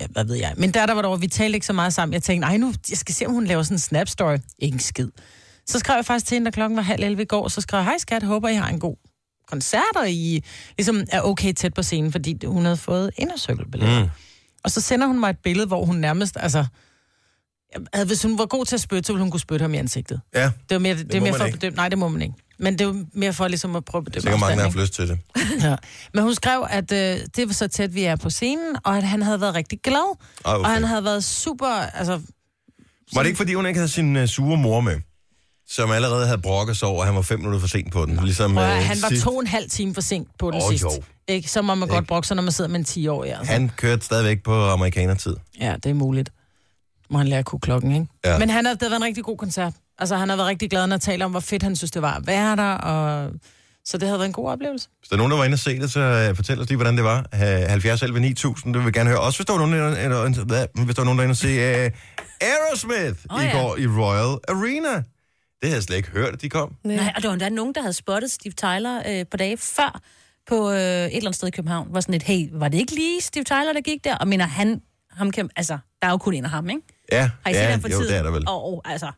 Speaker 2: ja, hvad ved jeg. Men der, der var derovre, vi talte ikke så meget sammen. Jeg tænkte, nej nu, jeg skal se, om hun laver sådan en snap story. Ikke en skid. Så skrev jeg faktisk til hende, da klokken var halv 11 i går, så skrev jeg, hej skat, håber I har en god koncert, og I ligesom er okay tæt på scenen, fordi hun havde fået indercirkelbilletter.
Speaker 1: Mm.
Speaker 2: Mm. Og så sender hun mig et billede, hvor hun nærmest, altså, ja, hvis hun var god til at spytte, så ville hun kunne spytte ham i ansigtet.
Speaker 1: Ja,
Speaker 2: Det var mere, det,
Speaker 1: må
Speaker 2: det var mere
Speaker 1: man
Speaker 2: for at
Speaker 1: ikke.
Speaker 2: bedømme, nej, det må man ikke. Men det var mere for ligesom at prøve at bedømme
Speaker 1: sikkert mange, der har
Speaker 2: afstanden,
Speaker 1: haft lyst til det.
Speaker 2: ikke? ja. Men hun skrev, at øh, det var så tæt, vi er på scenen, og at han havde været rigtig glad.
Speaker 1: Ej, hvor
Speaker 2: Og han
Speaker 1: fedt.
Speaker 2: havde været super, altså,
Speaker 1: Var det ikke, fordi hun ikke havde sin uh, sure mor med? Som allerede havde brokket sig over, at han var fem minutter for sent på den. Ligesom,
Speaker 2: prøv, at
Speaker 1: øh,
Speaker 2: høre, han var
Speaker 1: sidst.
Speaker 2: to og en halv time for sent på den
Speaker 1: Åh,
Speaker 2: sidste.
Speaker 1: jo.
Speaker 2: Ikke? Så må man godt brokke sig, når man sidder med en 10-årig. Altså.
Speaker 1: Han kørte stadigvæk på amerikanertid.
Speaker 2: Ja, det er muligt. må han lære at kunne klokken, ikke?
Speaker 1: Ja.
Speaker 2: Ja. Men han har, det har været en rigtig god koncert. Altså, han har været rigtig glad, når han taler om, hvor fedt han synes, det var at være der, og... Så det havde været en god oplevelse.
Speaker 1: Hvis der er nogen, der var inde og se det, så uh, fortæl os lige, hvordan det var. Uh, 70 11 9000, det vil vi gerne høre. Også hvis der var nogen, der, eller, eller, hvis der var nogen, der var inde og se uh, Aerosmith oh,
Speaker 4: Åh,
Speaker 1: i
Speaker 4: ja.
Speaker 1: går i Royal Arena. Det havde jeg slet ikke hørt, at de kom.
Speaker 4: Nej, og der var endda nogen, der havde spottet Steve Tyler øh, på dage før på øh, et eller andet sted i København. Var sådan et, hey, var det ikke lige Steve Tyler, der gik der? Og mener han, ham kan, altså, der er jo kun en af ham, ikke?
Speaker 1: Ja,
Speaker 4: Har I set
Speaker 1: ja
Speaker 4: ham for
Speaker 1: jo,
Speaker 4: tiden?
Speaker 1: det er der vel.
Speaker 4: Og, og altså,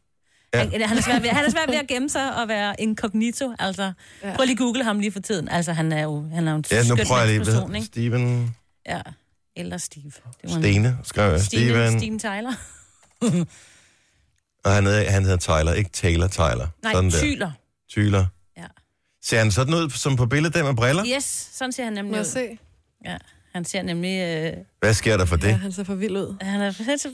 Speaker 1: Ja.
Speaker 4: ja. han, han, er svær ved, han er svær ved at gemme sig og være incognito, altså. Ja. Prøv lige at google ham lige for tiden. Altså, han er jo, han er jo en
Speaker 1: Ja, nu
Speaker 4: skøn
Speaker 1: prøver jeg lige.
Speaker 4: person,
Speaker 1: Hvad-
Speaker 4: ikke?
Speaker 1: Steven
Speaker 4: Ja. Eller Steve. Det var en-
Speaker 1: Stene, skrev jeg.
Speaker 4: Stine,
Speaker 1: Steven,
Speaker 4: Stine Tyler.
Speaker 1: og han hedder, han hedder Tyler, ikke Taylor Tyler.
Speaker 4: Nej,
Speaker 1: sådan der.
Speaker 4: Tyler.
Speaker 1: Tyler.
Speaker 4: Ja.
Speaker 1: Ser han sådan ud som på billedet der med briller?
Speaker 4: Yes, sådan ser han
Speaker 3: Må
Speaker 4: nemlig
Speaker 3: jeg
Speaker 4: ud.
Speaker 3: se?
Speaker 4: Ja, han ser nemlig... Øh,
Speaker 1: Hvad sker der for
Speaker 3: Ja,
Speaker 1: det?
Speaker 3: han ser for vild ud.
Speaker 4: han er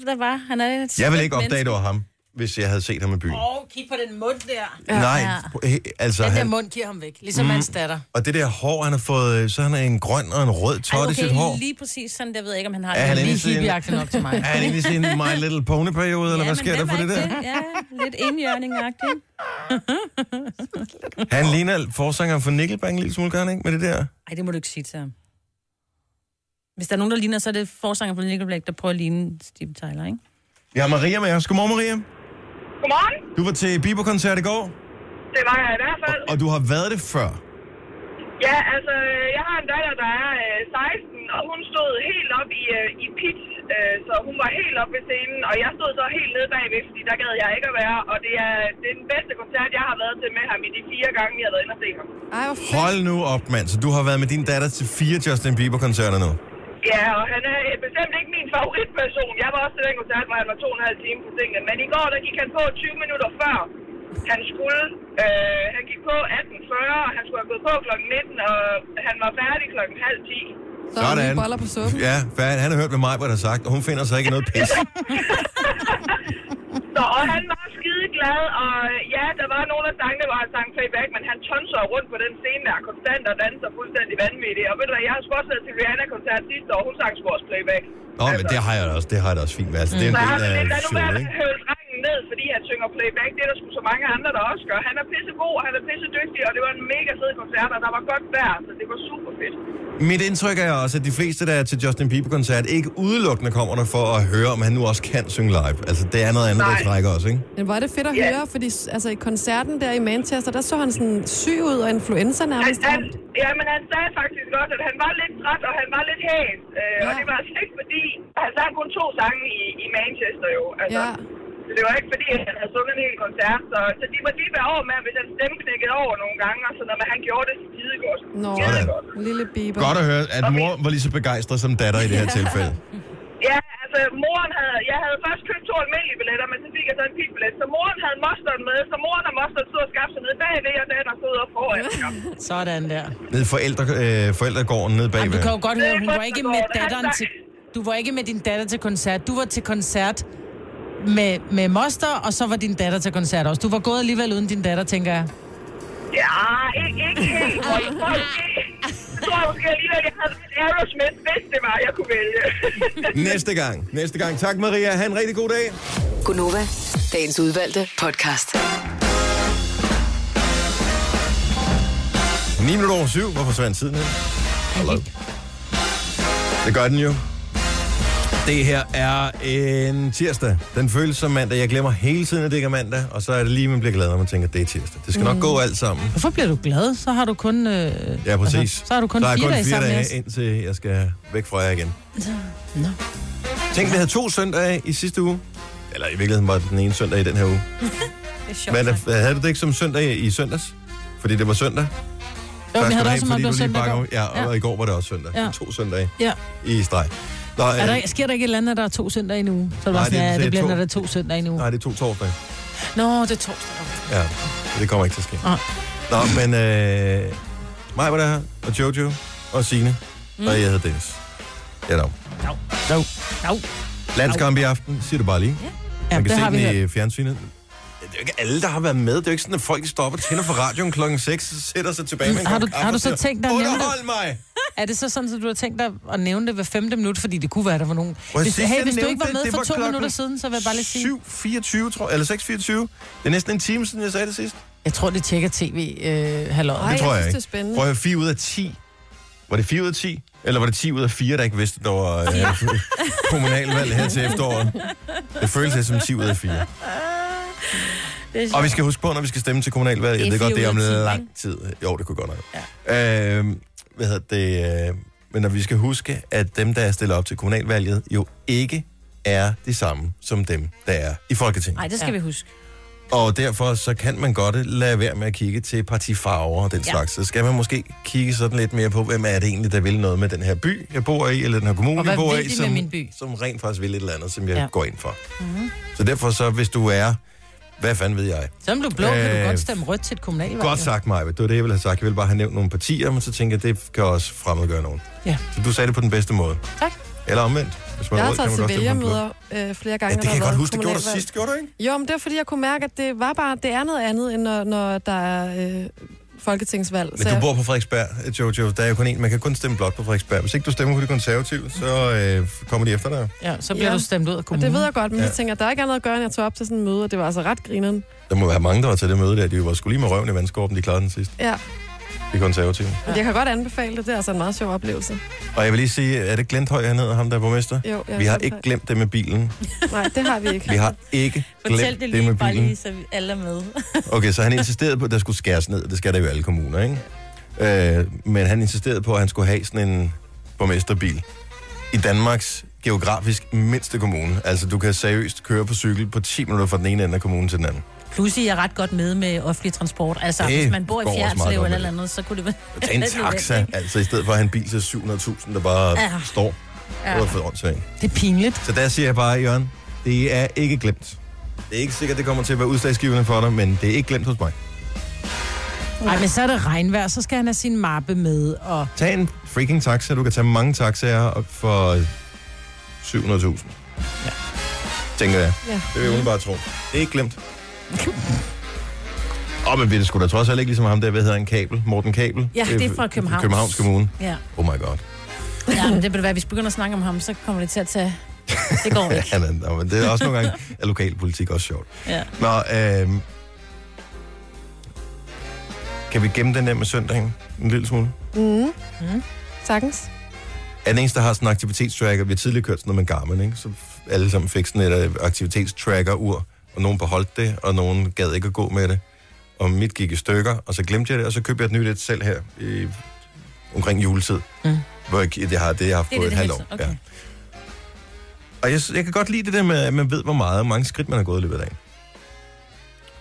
Speaker 4: der var. Han er et
Speaker 1: Jeg vil
Speaker 4: skønt
Speaker 1: ikke opdage,
Speaker 4: menneske.
Speaker 1: det var ham, hvis jeg havde set ham i byen.
Speaker 2: Åh, oh, kig på den mund der.
Speaker 1: Ja. Nej,
Speaker 4: Ja.
Speaker 1: he- altså
Speaker 2: Den der
Speaker 1: han,
Speaker 2: mund giver ham væk, ligesom mm. hans datter.
Speaker 1: og det der hår, han har fået, øh, så han er en grøn og en rød tot
Speaker 4: Ej,
Speaker 1: i sit hår.
Speaker 4: lige præcis sådan, der ved jeg ikke, om han har
Speaker 1: Er han
Speaker 4: det.
Speaker 1: inde i
Speaker 2: Lige
Speaker 1: sin-
Speaker 2: hippieagtig nok til mig.
Speaker 1: Er han egentlig i sin My Little Pony-periode, ja, eller hvad
Speaker 4: men
Speaker 1: sker der
Speaker 4: hvem
Speaker 1: for
Speaker 4: er
Speaker 1: det der?
Speaker 4: ikke Ja, lidt indjørning-agtigt.
Speaker 1: Han ligner forsangeren for Nickelback en lille smule, gør han ikke, med det der?
Speaker 4: Ej, det må du ikke sige til ham. Hvis der er nogen, der ligner, så er det forsanger på Nickelback, der prøver at ligne Steve Tyler, ikke?
Speaker 1: Jeg har Maria med os. Godmorgen, Maria.
Speaker 7: Godmorgen.
Speaker 1: Du var til Bieber-koncert i går,
Speaker 7: Det var jeg i hvert fald.
Speaker 1: og du har været det før.
Speaker 7: Ja, altså, øh, jeg har en datter, der er øh, 16, og hun stod helt op i, øh, i pit, øh, så hun var helt op ved scenen, og jeg stod så helt nede bagved, fordi der gad jeg ikke at være, og det er, det er den bedste koncert, jeg har været til med ham i de fire gange, jeg har været inde og se ham.
Speaker 3: Ej, hvor fedt.
Speaker 1: Hold nu op, mand. Så du har været med din datter til fire Justin Bieber-koncerter nu.
Speaker 7: Ja, og han er øh, bestemt ikke min favoritperson. Jeg var også til den koncert, hvor han var to og en halv time på sengen, men i går, der gik han på 20 minutter før han skulle. Øh, han gik på 18.40, og han skulle have gået på kl. 19, og han var færdig kl. halv 10.
Speaker 3: Så er der nye boller på suppen.
Speaker 1: Ja, færdig. han har hørt, hvad Majbert har sagt, og hun finder sig ikke i noget pis.
Speaker 7: Så, og han var skide glad, og øh, ja, der var nogle af sangene, hvor han sang playback, men han tonser rundt på den scene der konstant og danser fuldstændig vanvittigt. Og ved du hvad, jeg har sgu også været til Rihanna-koncert sidste år, hun sang sgu også playback.
Speaker 1: Nå, men det har jeg da også, det har jeg da også fint med. Altså, det er
Speaker 7: Så har
Speaker 1: en
Speaker 7: man lidt,
Speaker 1: del af
Speaker 7: Mm. lad nu være
Speaker 1: showet,
Speaker 7: med
Speaker 1: ikke?
Speaker 7: at høvle drengen ned, fordi han synger playback. Det er der sgu så mange andre, der også gør. Han er pissegod, og han er pissedygtig, og det var en mega fed koncert, og der var godt vejr, så det var super fedt.
Speaker 1: Mit indtryk er også, at de fleste, der er til Justin Bieber-koncert, ikke udelukkende kommer der for at høre, om han nu også kan synge live. Altså, det er noget andet,
Speaker 7: Nej.
Speaker 1: der trækker også, ikke?
Speaker 3: Men hvor er det fedt at
Speaker 7: Ja.
Speaker 3: høre, fordi s- altså, i koncerten der i Manchester, der så han sådan syg ud og influenza
Speaker 7: Han,
Speaker 3: nærmest.
Speaker 7: han, ja, men han sagde faktisk godt, at han var lidt træt, og han var lidt hæs. Øh, ja. Og
Speaker 3: Ja.
Speaker 7: det var altså ikke fordi... Han sang kun to sange i, i Manchester jo. Altså,
Speaker 3: Ja.
Speaker 7: ja. Det var ikke fordi, han havde sunget en hel koncert. Så, så de må lige være over med, hvis han stemme knækkede over nogle gange, og sådan noget, men han gjorde det skide godt.
Speaker 3: Nå,
Speaker 7: Skidegodt.
Speaker 3: lille Bieber.
Speaker 1: Godt at høre, at mor var lige så begejstret som datter i det her tilfælde.
Speaker 7: Ja, altså, moren havde... Jeg havde først købt to almindelige billetter, men så fik jeg så en pigbillet. Så moren havde mosteren med, så moren og mosteren stod og skabte sig ned bagved, og datter stod op foran.
Speaker 2: Sådan der.
Speaker 1: Nede i forældre, øh, forældregården nede
Speaker 2: Jamen,
Speaker 1: bagved.
Speaker 2: du kan jo godt høre, hun var ikke med
Speaker 7: Det er
Speaker 2: datteren
Speaker 7: godt,
Speaker 2: til... Du var ikke med din datter til koncert. Du var til koncert med, med moster, og så var din datter til koncert også. Du var gået alligevel uden din datter, tænker jeg.
Speaker 7: Ja, ikke, ikke helt. Og jeg tror måske- jeg tror måske alligevel, jeg havde valgt Aerosmith, hvis det var, jeg kunne vælge.
Speaker 1: Næste gang. Næste gang. Tak, Maria. Ha' en rigtig god dag.
Speaker 5: Gunova, dagens udvalgte podcast.
Speaker 1: 9 minutter over 7. Hvorfor forsvandt tiden her? Hello. Det gør den jo. Det her er en tirsdag. Den føles som mandag. Jeg glemmer hele tiden, at det ikke er mandag. Og så er det lige, man bliver glad, når man tænker, at det er tirsdag. Det skal
Speaker 2: Mm.
Speaker 1: nok gå alt sammen.
Speaker 2: Hvorfor bliver du glad? Så har du kun... Øh,
Speaker 1: Ja, præcis.
Speaker 2: så har du kun
Speaker 1: der er
Speaker 2: fire
Speaker 1: kun
Speaker 2: dage
Speaker 1: fire
Speaker 2: sammen med
Speaker 1: dage,
Speaker 2: os. Altså,
Speaker 1: indtil jeg skal væk fra jer igen. Tænk, vi havde to søndage i sidste uge. Eller i virkeligheden var det den ene søndag i den her uge.
Speaker 4: Det er sjovt.
Speaker 1: Men øh, havde du det ikke som søndag i søndags? Fordi det var søndag.
Speaker 2: Jo, vi
Speaker 1: Først
Speaker 2: havde
Speaker 1: var
Speaker 2: det
Speaker 1: det
Speaker 2: også,
Speaker 1: en,
Speaker 2: som om
Speaker 1: fordi
Speaker 2: det
Speaker 1: du
Speaker 2: var
Speaker 1: lige
Speaker 2: søndag. i
Speaker 1: bakker
Speaker 2: går.
Speaker 1: ud. Ja, og i går var det også søndag.
Speaker 2: Ja.
Speaker 1: Ja. To søndage
Speaker 2: Ja.
Speaker 1: i streg. Nå, øh,
Speaker 2: Er der, sker der ikke et eller andet, der er to søndage endnu? Så er det
Speaker 1: Nej,
Speaker 2: bare sådan,
Speaker 1: det er-
Speaker 2: ja,
Speaker 1: det er
Speaker 2: det bliver,
Speaker 1: to.
Speaker 2: når der er to søndage endnu.
Speaker 1: Nej, det er to torsdage.
Speaker 2: Nå, det er torsdag.
Speaker 1: Ja, så det kommer ikke til at ske.
Speaker 2: Nej.
Speaker 1: Nå, men øh, mig var der her, og Jojo, og Signe, mm. og jeg hedder Dennis. Ja, dog.
Speaker 2: Jo. Jo.
Speaker 1: Landskamp i aften, siger du bare lige. Ja.
Speaker 2: Ja,
Speaker 1: Man
Speaker 2: det
Speaker 1: kan
Speaker 2: har
Speaker 1: se
Speaker 2: vi
Speaker 1: den
Speaker 2: hørt.
Speaker 1: i fjernsynet. Det er jo ikke alle, der har været med. Det er jo ikke sådan, at folk stopper og tænder for radioen klokken 6, og sætter sig tilbage med en
Speaker 2: Har
Speaker 1: kop
Speaker 2: du-
Speaker 1: kaffe
Speaker 2: har du
Speaker 1: og
Speaker 2: så
Speaker 1: siger,
Speaker 2: tænkt dig at nævne det?
Speaker 1: Underhold mig!
Speaker 2: Er det så sådan, at du har tænkt dig at nævne det hver femte minut, fordi det kunne være, der var nogen... Hvis,
Speaker 1: sidst,
Speaker 2: hey,
Speaker 1: jeg
Speaker 2: hvis du
Speaker 1: nævnte
Speaker 2: ikke var
Speaker 1: det,
Speaker 2: med
Speaker 1: det
Speaker 2: for
Speaker 1: var
Speaker 2: to
Speaker 1: klokken
Speaker 2: minutter siden, så vil jeg bare lige sige...
Speaker 1: 7.24, tror eller 6.24. Det er næsten en time siden, jeg sagde det sidst.
Speaker 2: Jeg tror, de tjekker tv øh, halvåret.
Speaker 3: Ej,
Speaker 1: det tror jeg,
Speaker 3: synes,
Speaker 1: ikke.
Speaker 3: det er spændende.
Speaker 1: Prøv at høre, 4 ud af 10. Var det 4 ud af 10? Eller var det 10 ud af 4, der ikke vidste, der var øh, kommunalvalg her til efteråret? Det føles lidt som 10 ud af 4. Og vi skal huske på, når vi skal stemme til kommunalvalget. Jeg
Speaker 4: Det er
Speaker 1: ved godt, det er om
Speaker 4: 4 ud af 10,
Speaker 1: lang tid. Jo, det kunne godt nok. Ja. Øh, hvad hedder det? Øh, men når vi skal huske, at dem, der er stillet op til kommunalvalget, jo ikke er de samme som dem, der er i Folketinget.
Speaker 4: Nej, det skal ja. vi huske.
Speaker 1: Og derfor så kan man godt øh, lade være med at kigge til partifarver og den ja.
Speaker 4: Ja.
Speaker 1: slags. Så skal man måske kigge sådan lidt mere på, hvem er det egentlig, der vil noget med den her by, jeg bor i, eller den her kommune,
Speaker 2: Og hvad
Speaker 1: jeg bor
Speaker 2: vil
Speaker 1: i,
Speaker 2: de med
Speaker 1: som,
Speaker 2: min by?
Speaker 1: som rent faktisk vil et eller andet, som jeg ja.
Speaker 2: Ja.
Speaker 1: går ind for. Mm-hmm.
Speaker 2: Mhm.
Speaker 1: Så derfor så, hvis du er, hvad fanden ved jeg,
Speaker 2: Selvom du er blå, kan
Speaker 1: Øh,
Speaker 2: du godt stemme rødt til et kommunalvalg.
Speaker 1: Godt sagt, Maja. Det var det, jeg ville have sagt. Jeg ville bare have nævnt nogle partier, men så tænker jeg, det kan også fremmedgøre nogen.
Speaker 2: Ja.
Speaker 1: Så du sagde det på den bedste måde.
Speaker 2: Tak.
Speaker 1: Eller omvendt. Hvis man
Speaker 3: Jeg
Speaker 1: er
Speaker 3: har
Speaker 1: rød, kan
Speaker 3: taget
Speaker 1: man
Speaker 3: til
Speaker 1: godt stemme på en blå.
Speaker 3: vælgermøder øh, flere gange.
Speaker 1: Ja,
Speaker 3: når
Speaker 1: det
Speaker 3: der
Speaker 1: kan jeg godt
Speaker 3: har været
Speaker 1: huske, det gjorde du
Speaker 3: kommunalvalg.
Speaker 1: sidst, gjorde du ikke?
Speaker 3: Jo, men det var, fordi jeg kunne mærke, at det var bare, det er noget andet, end når, når der er øh, folketingsvalg.
Speaker 1: Men du bor på Frederiksberg, Jojo. Der er jo kun en. Man kan kun stemme blot på Frederiksberg. Hvis ikke du stemmer på de konservative, så øh, kommer de efter dig.
Speaker 2: Ja, så bliver
Speaker 3: Ja.
Speaker 2: ja. du stemt ud af
Speaker 3: og
Speaker 2: kommunen.
Speaker 3: det ved jeg godt, men
Speaker 1: Ja.
Speaker 3: ja. jeg tænker, der er ikke andet at gøre, end jeg tog op til sådan en møde, og det var altså ret grineren.
Speaker 1: Der må være mange, der var til det møde der. De var sgu lige med røven i vandskorpen, de klarede den sidst.
Speaker 3: Ja,
Speaker 1: De konservative.
Speaker 3: men jeg kan godt anbefale det. Det er altså en meget sjov oplevelse.
Speaker 1: Og jeg vil lige sige, er det Glenthøj hernede, ham der er borgmester?
Speaker 3: Jo, jeg
Speaker 1: Vi har
Speaker 3: synes,
Speaker 1: ikke
Speaker 3: at-
Speaker 1: glemt det med bilen.
Speaker 3: Nej, det har vi ikke.
Speaker 1: Vi har ikke
Speaker 4: Fortæl
Speaker 1: glemt det
Speaker 4: det
Speaker 1: med
Speaker 4: lige, bare
Speaker 1: bilen.
Speaker 4: lige, så vi alle er med.
Speaker 1: Okay, så han insisterede på, at der skulle skæres ned. Det skal der jo i alle kommuner, ikke? Øh, men han insisterede på, at han skulle have sådan en borgmesterbil. I Danmarks geografisk mindste kommune. Altså, du kan seriøst køre på cykel på 10 minutter fra den ene ende af kommunen til den anden.
Speaker 4: Plus, I er ret godt med med offentlig transport. Altså,
Speaker 1: Det
Speaker 4: det hvis man bor i
Speaker 1: går også meget
Speaker 4: Fjernslev
Speaker 1: godt
Speaker 4: eller
Speaker 1: med
Speaker 4: noget andet, så kunne det være...
Speaker 1: Tag en taxa, altså i stedet for at have en bil til 700.000, der bare ja.
Speaker 4: Ja.
Speaker 1: står. Det var for åndssvagt.
Speaker 2: Det er pinligt.
Speaker 1: Så der siger jeg bare, Jørgen, det er ikke glemt. Det er ikke sikkert, det kommer til at være udslagsgivende for dig, men det er ikke glemt hos mig.
Speaker 2: Ej, men så er det regnvejr, så skal han have sin mappe med, og
Speaker 1: Tag en freaking taxa. Du kan tage mange taxaer op for 700.000. Ja. Tænker jeg.
Speaker 3: Ja.
Speaker 1: Det vil jeg bare tro. Det er ikke glemt. Åh, oh, men vi er det sgu da trods alt ikke ligesom ham der, hvad hedder han, Kabel? Morten Kabel?
Speaker 4: Ja, det er fra
Speaker 1: Øh,
Speaker 4: Københavns.
Speaker 1: Københavns Kommune.
Speaker 4: Ja.
Speaker 1: Oh my god.
Speaker 4: ja, men det vil være, hvis vi begynder at snakke om ham, så kommer det til at tage... Det går ikke.
Speaker 1: Ja, men, nå, men det er også nogle gange, er lokalpolitik også sjovt.
Speaker 4: Ja.
Speaker 1: Nå, øhm, kan vi gemme den der med søndagen en lille smule?
Speaker 3: Mm. Sagtens.
Speaker 1: er den eneste, der har sådan en aktivitetstracker. Vi har tidligere kørt sådan noget med Garmin, ikke? Så alle sammen fik sådan et øh, aktivitetstracker-ur, og nogen beholdt det, og nogen gad ikke at gå med det. Og mit gik i stykker, og så glemte jeg det, og så købte jeg et nyt et selv her i, omkring juletid. Mm.
Speaker 2: Mm.
Speaker 1: Hvor jeg, det har det, har jeg haft
Speaker 4: Det er
Speaker 1: på
Speaker 4: det,
Speaker 1: et
Speaker 4: det
Speaker 1: halvt
Speaker 4: hele
Speaker 1: år.
Speaker 4: tiden. Okay.
Speaker 1: Og jeg, jeg kan godt lide det der med, at man ved, hvor meget og mange skridt, man har gået i løbet af dagen.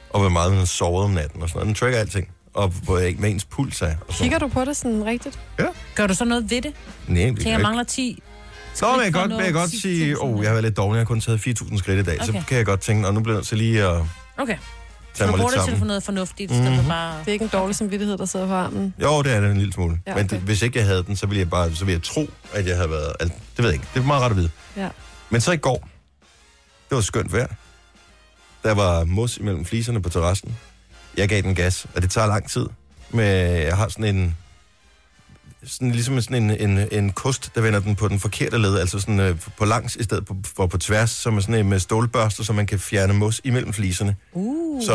Speaker 1: Og hvor meget man har sovet om natten og sådan noget. Den tracker alting. Og hvor jeg ikke med ens puls er. og sådan
Speaker 3: Kigger du på det sådan rigtigt?
Speaker 4: Gør du så noget ved det?
Speaker 1: noget. Nej, det
Speaker 4: Tænker,
Speaker 1: gør
Speaker 4: jeg
Speaker 1: jeg
Speaker 4: mangler 10.
Speaker 1: Nå, men
Speaker 4: vi
Speaker 1: jeg
Speaker 4: få
Speaker 1: godt, vil
Speaker 4: noget
Speaker 1: jeg godt
Speaker 4: 10.000
Speaker 1: sige, åh, oh, jeg har været lidt dårlig, jeg har kun taget 4.000 skridt i dag, okay. så
Speaker 4: Okay.
Speaker 1: kan jeg godt tænke, og nu bliver jeg nødt til lige at
Speaker 4: Okay. Så
Speaker 1: tage
Speaker 4: du
Speaker 1: mig
Speaker 4: bruger
Speaker 1: lidt
Speaker 4: det til at
Speaker 1: sammen.
Speaker 4: få
Speaker 1: Mhm.
Speaker 4: noget fornuftigt, i stedet for bare...
Speaker 3: Det er ikke en dårlig samvittighed, der sidder på armen.
Speaker 1: Jo, det er det en lille smule. Ja,
Speaker 3: Ja,
Speaker 1: okay. Men
Speaker 3: okay.
Speaker 1: det, hvis ikke jeg havde den, så ville jeg bare, så ville jeg tro, at jeg havde været... Alt. Det ved jeg ikke. Det er meget ret at vide.
Speaker 3: Ja.
Speaker 1: Men så i går, det var skønt vejr. Der var mos imellem fliserne på terrassen. Jeg gav den gas, og det tager lang tid. Men jeg har sådan en... Sådan, ligesom sådan en, en, en kost, der vender den på den forkerte led, altså sådan øh, på langs i stedet for- for på tværs, som er sådan en med stålbørster, så man kan fjerne mos imellem fliserne. Uh. Så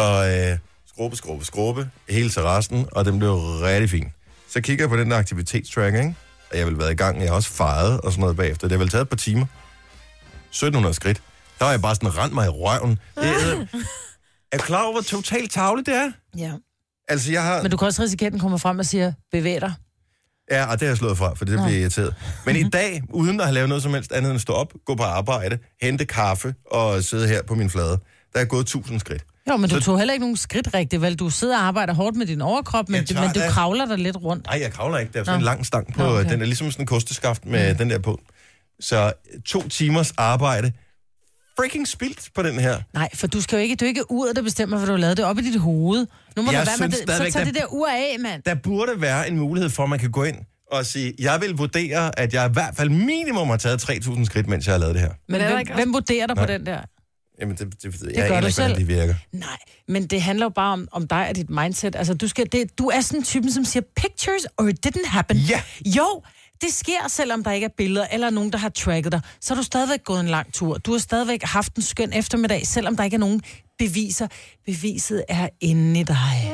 Speaker 1: øh, skrube, skrube, skrube, hele terrassen, og den blev rigtig fin. Så kigger jeg på den der aktivitetstracker, ikke? og jeg har vel været i gang, jeg har også fejret og sådan noget bagefter. Det har vel taget et par timer. 1700 skridt. Der var jeg bare sådan, rent mig i røven. Det er,
Speaker 2: Ah.
Speaker 1: er du klar over, hvor totalt tavle det er?
Speaker 2: ja.
Speaker 1: Altså, jeg har...
Speaker 2: Men du kan også risikere, at den kommer frem og siger, bevæg dig.
Speaker 1: Ja, og det har jeg slået fra, for det bliver jeg irriteret. Men i dag, uden at have lavet noget som helst andet end at stå op, gå på arbejde, hente kaffe og sidde her på min flade, der er gået 1000 skridt.
Speaker 2: Jo, men du
Speaker 1: Så-
Speaker 2: tog heller ikke nogen skridt rigtigt, vel? Du sidder og arbejder hårdt med din overkrop, men,
Speaker 1: Jeg tager
Speaker 2: men du
Speaker 1: det.
Speaker 2: kravler dig lidt rundt.
Speaker 1: Nej, jeg kravler ikke. Der er sådan Nå.
Speaker 2: Nå.
Speaker 1: en lang stang på. Nå,
Speaker 2: Nå,
Speaker 1: okay.
Speaker 2: okay.
Speaker 1: Den er ligesom sådan en kosteskaft med mm. den der på. Så to timers arbejde. Freaking spildt på den her.
Speaker 2: Nej, for du skal jo ikke, du er ikke uret, der bestemmer, hvad du har lavet det er op i dit hoved. Nu må
Speaker 1: Jeg
Speaker 2: du være med
Speaker 1: synes
Speaker 2: det.
Speaker 1: stadigvæk,
Speaker 2: Så tag
Speaker 1: der-
Speaker 2: det der ur af, mand.
Speaker 1: Der burde være en mulighed for, at man kan gå ind og sige, jeg vil vurdere, at jeg i hvert fald minimum har taget 3.000 skridt, mens jeg har lavet det her.
Speaker 2: Men
Speaker 3: er der
Speaker 2: hvem,
Speaker 3: ikke også-
Speaker 2: hvem vurderer dig
Speaker 1: Nej.
Speaker 2: på den der?
Speaker 1: Jamen, det, det, det jeg
Speaker 2: gør
Speaker 1: aner
Speaker 2: du
Speaker 1: ikke, hvordan
Speaker 2: selv.
Speaker 1: det virker.
Speaker 2: Nej, men det handler jo bare om, om dig og dit mindset. Altså, du, skal, det, du er sådan typen, som siger, pictures or it didn't happen.
Speaker 1: Ja.
Speaker 2: Jo, det sker, selvom der ikke er billeder eller nogen, der har tracket dig. Så har du stadigvæk gået en lang tur. Du har stadigvæk haft en skøn eftermiddag, selvom der ikke er nogen beviser. Beviset er inde i dig.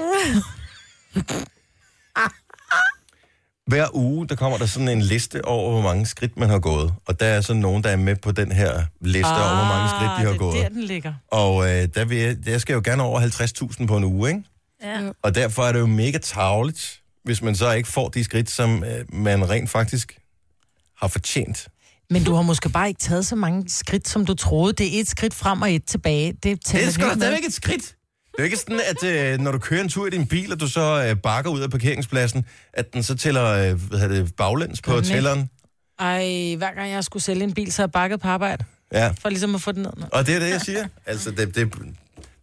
Speaker 1: Hver uge, der kommer der sådan en liste over, hvor mange skridt man har gået. Og der er sådan nogen, der er med på den her liste ah, over, hvor mange skridt de har
Speaker 2: det er
Speaker 1: gået.
Speaker 2: der, den ligger.
Speaker 1: Og øh, der, vil jeg, jeg skal jo gerne over 50.000 på en uge, ikke?
Speaker 4: Ja.
Speaker 1: Og derfor er det jo mega tavligt, hvis man så ikke får de skridt, som øh, man rent faktisk har fortjent.
Speaker 2: Men du har måske bare ikke taget så mange skridt, som du troede. Det er et skridt frem og et tilbage. Det,
Speaker 1: Det
Speaker 2: tæller
Speaker 1: er sgu da
Speaker 2: ikke med.
Speaker 1: stadigvæk et skridt. Det er jo ikke sådan, at øh, når du kører en tur i din bil, og du så øh, bakker ud af parkeringspladsen, at den så tæller øh, hvad hedder det, baglæns på
Speaker 4: Gør den ikke?
Speaker 1: tælleren.
Speaker 2: Ej, hver gang jeg skulle sælge en bil, så har jeg bakket på arbejde,
Speaker 1: Ja,
Speaker 2: for ligesom at få den ned. Nå.
Speaker 1: og det er det, jeg siger. Altså, det, det,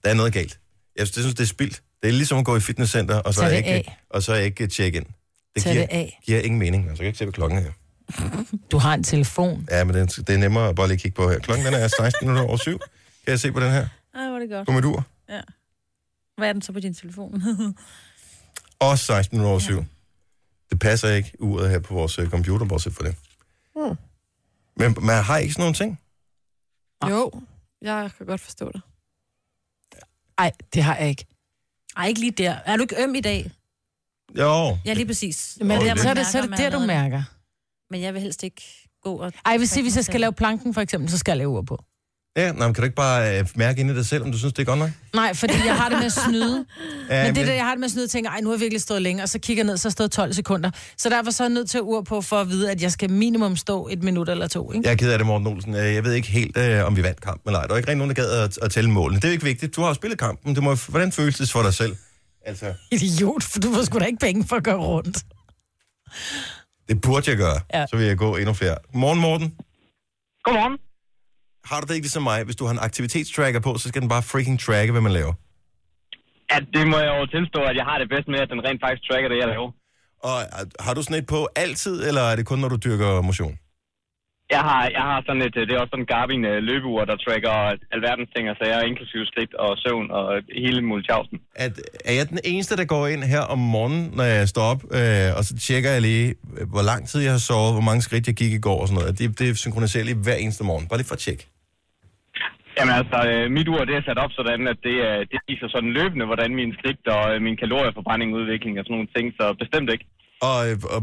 Speaker 1: der er noget galt. Jeg synes, det, synes, det er spildt. Det er ligesom at gå i fitnesscenter, og så
Speaker 2: Tag
Speaker 1: er
Speaker 2: det
Speaker 1: ikke,
Speaker 2: af.
Speaker 1: og så er ikke tjekke ind. Det
Speaker 2: Tag det
Speaker 1: giver,
Speaker 2: af.
Speaker 1: giver ingen mening. Altså, jeg kan ikke se, hvad klokken er.
Speaker 2: Du har en telefon.
Speaker 1: Ja, men den, det er nemmere at bare lige kigge på her. Klokken den er 16 minutter over syv. Kan jeg se på den her?
Speaker 4: Ej, hvor er det godt.
Speaker 1: På mit ur.
Speaker 4: Hvad er den så på din telefon?
Speaker 1: Og 16 minutter over syv. Det passer ikke uret her på vores øh, computer, bortset for det. Men man har ikke sådan nogle ting. Ah.
Speaker 3: Jo, jeg kan godt forstå det.
Speaker 2: Nej, det har jeg ikke.
Speaker 4: Ej, ikke lige der. Er du ikke øm i dag?
Speaker 1: Jo.
Speaker 4: Ja, lige præcis.
Speaker 2: Men
Speaker 1: Nå,
Speaker 2: det,
Speaker 1: det-
Speaker 2: så er det, så er det der, du mærker.
Speaker 4: Men jeg vil helst ikke gå og...
Speaker 2: Ej, hvis, hvis jeg skal lave planken, for eksempel, så skal jeg lave ur på.
Speaker 1: Ja, nej, men kan du ikke bare øh, mærke ind i dig selv, om du synes, det er godt nok?
Speaker 2: Nej, fordi jeg har det med at snyde.
Speaker 1: Ja,
Speaker 2: Men det der, jeg har det med at snyde, tænker, ej, nu har jeg virkelig stået længe, og så kigger jeg ned, så har jeg stået 12 sekunder. Så derfor så er jeg nødt til at ur på, for at vide, at jeg skal minimum stå et minut eller to, ikke?
Speaker 1: Jeg er ked af det, Morten Olsen. Øh, Jeg ved ikke helt, øh, om vi vandt kampen eller ej. Der var ikke rigtig nogen, der gad at, at tælle målene. Det er jo ikke vigtigt. Du har jo spillet kampen. Du må, hvordan føles det for dig selv? Altså,
Speaker 2: Idiot, for du får sgu da ikke penge for at gøre rundt.
Speaker 1: det burde jeg gøre. Ja.
Speaker 2: Ja.
Speaker 1: Så vil jeg gå endnu flere. Morgen, Morten.
Speaker 7: Godmorgen.
Speaker 1: Har du det ikke ligesom mig? Hvis du har en aktivitetstracker på, så skal den bare freaking tracke, hvad man laver.
Speaker 8: At det må jeg jo tilstå, at jeg har det bedst med, at den rent faktisk tracker det, jeg laver.
Speaker 1: Og øh, har du sådan et på altid, eller er det kun, når du dyrker motion?
Speaker 8: Jeg har, jeg har sådan et, øh, det er også sådan en garbin øh, løbeur, der tracker alverdens ting og sager, inklusive skridt og søvn og hele multiausen.
Speaker 1: At, er jeg den eneste, der går ind her om morgenen, når jeg står op, øh, og så tjekker jeg lige, øh, hvor lang tid jeg har sovet, hvor mange skridt jeg gik i går og sådan noget. Det, det synkroniserer lige hver eneste morgen. Bare lige for at tjekke.
Speaker 8: Jamen altså, øh, mit ur det er sat op sådan, at det, øh, det viser sådan løbende, hvordan min skridt og øh, min kalorieforbrænding, udvikling og sådan nogle ting, så bestemt ikke.
Speaker 1: Og, øh, og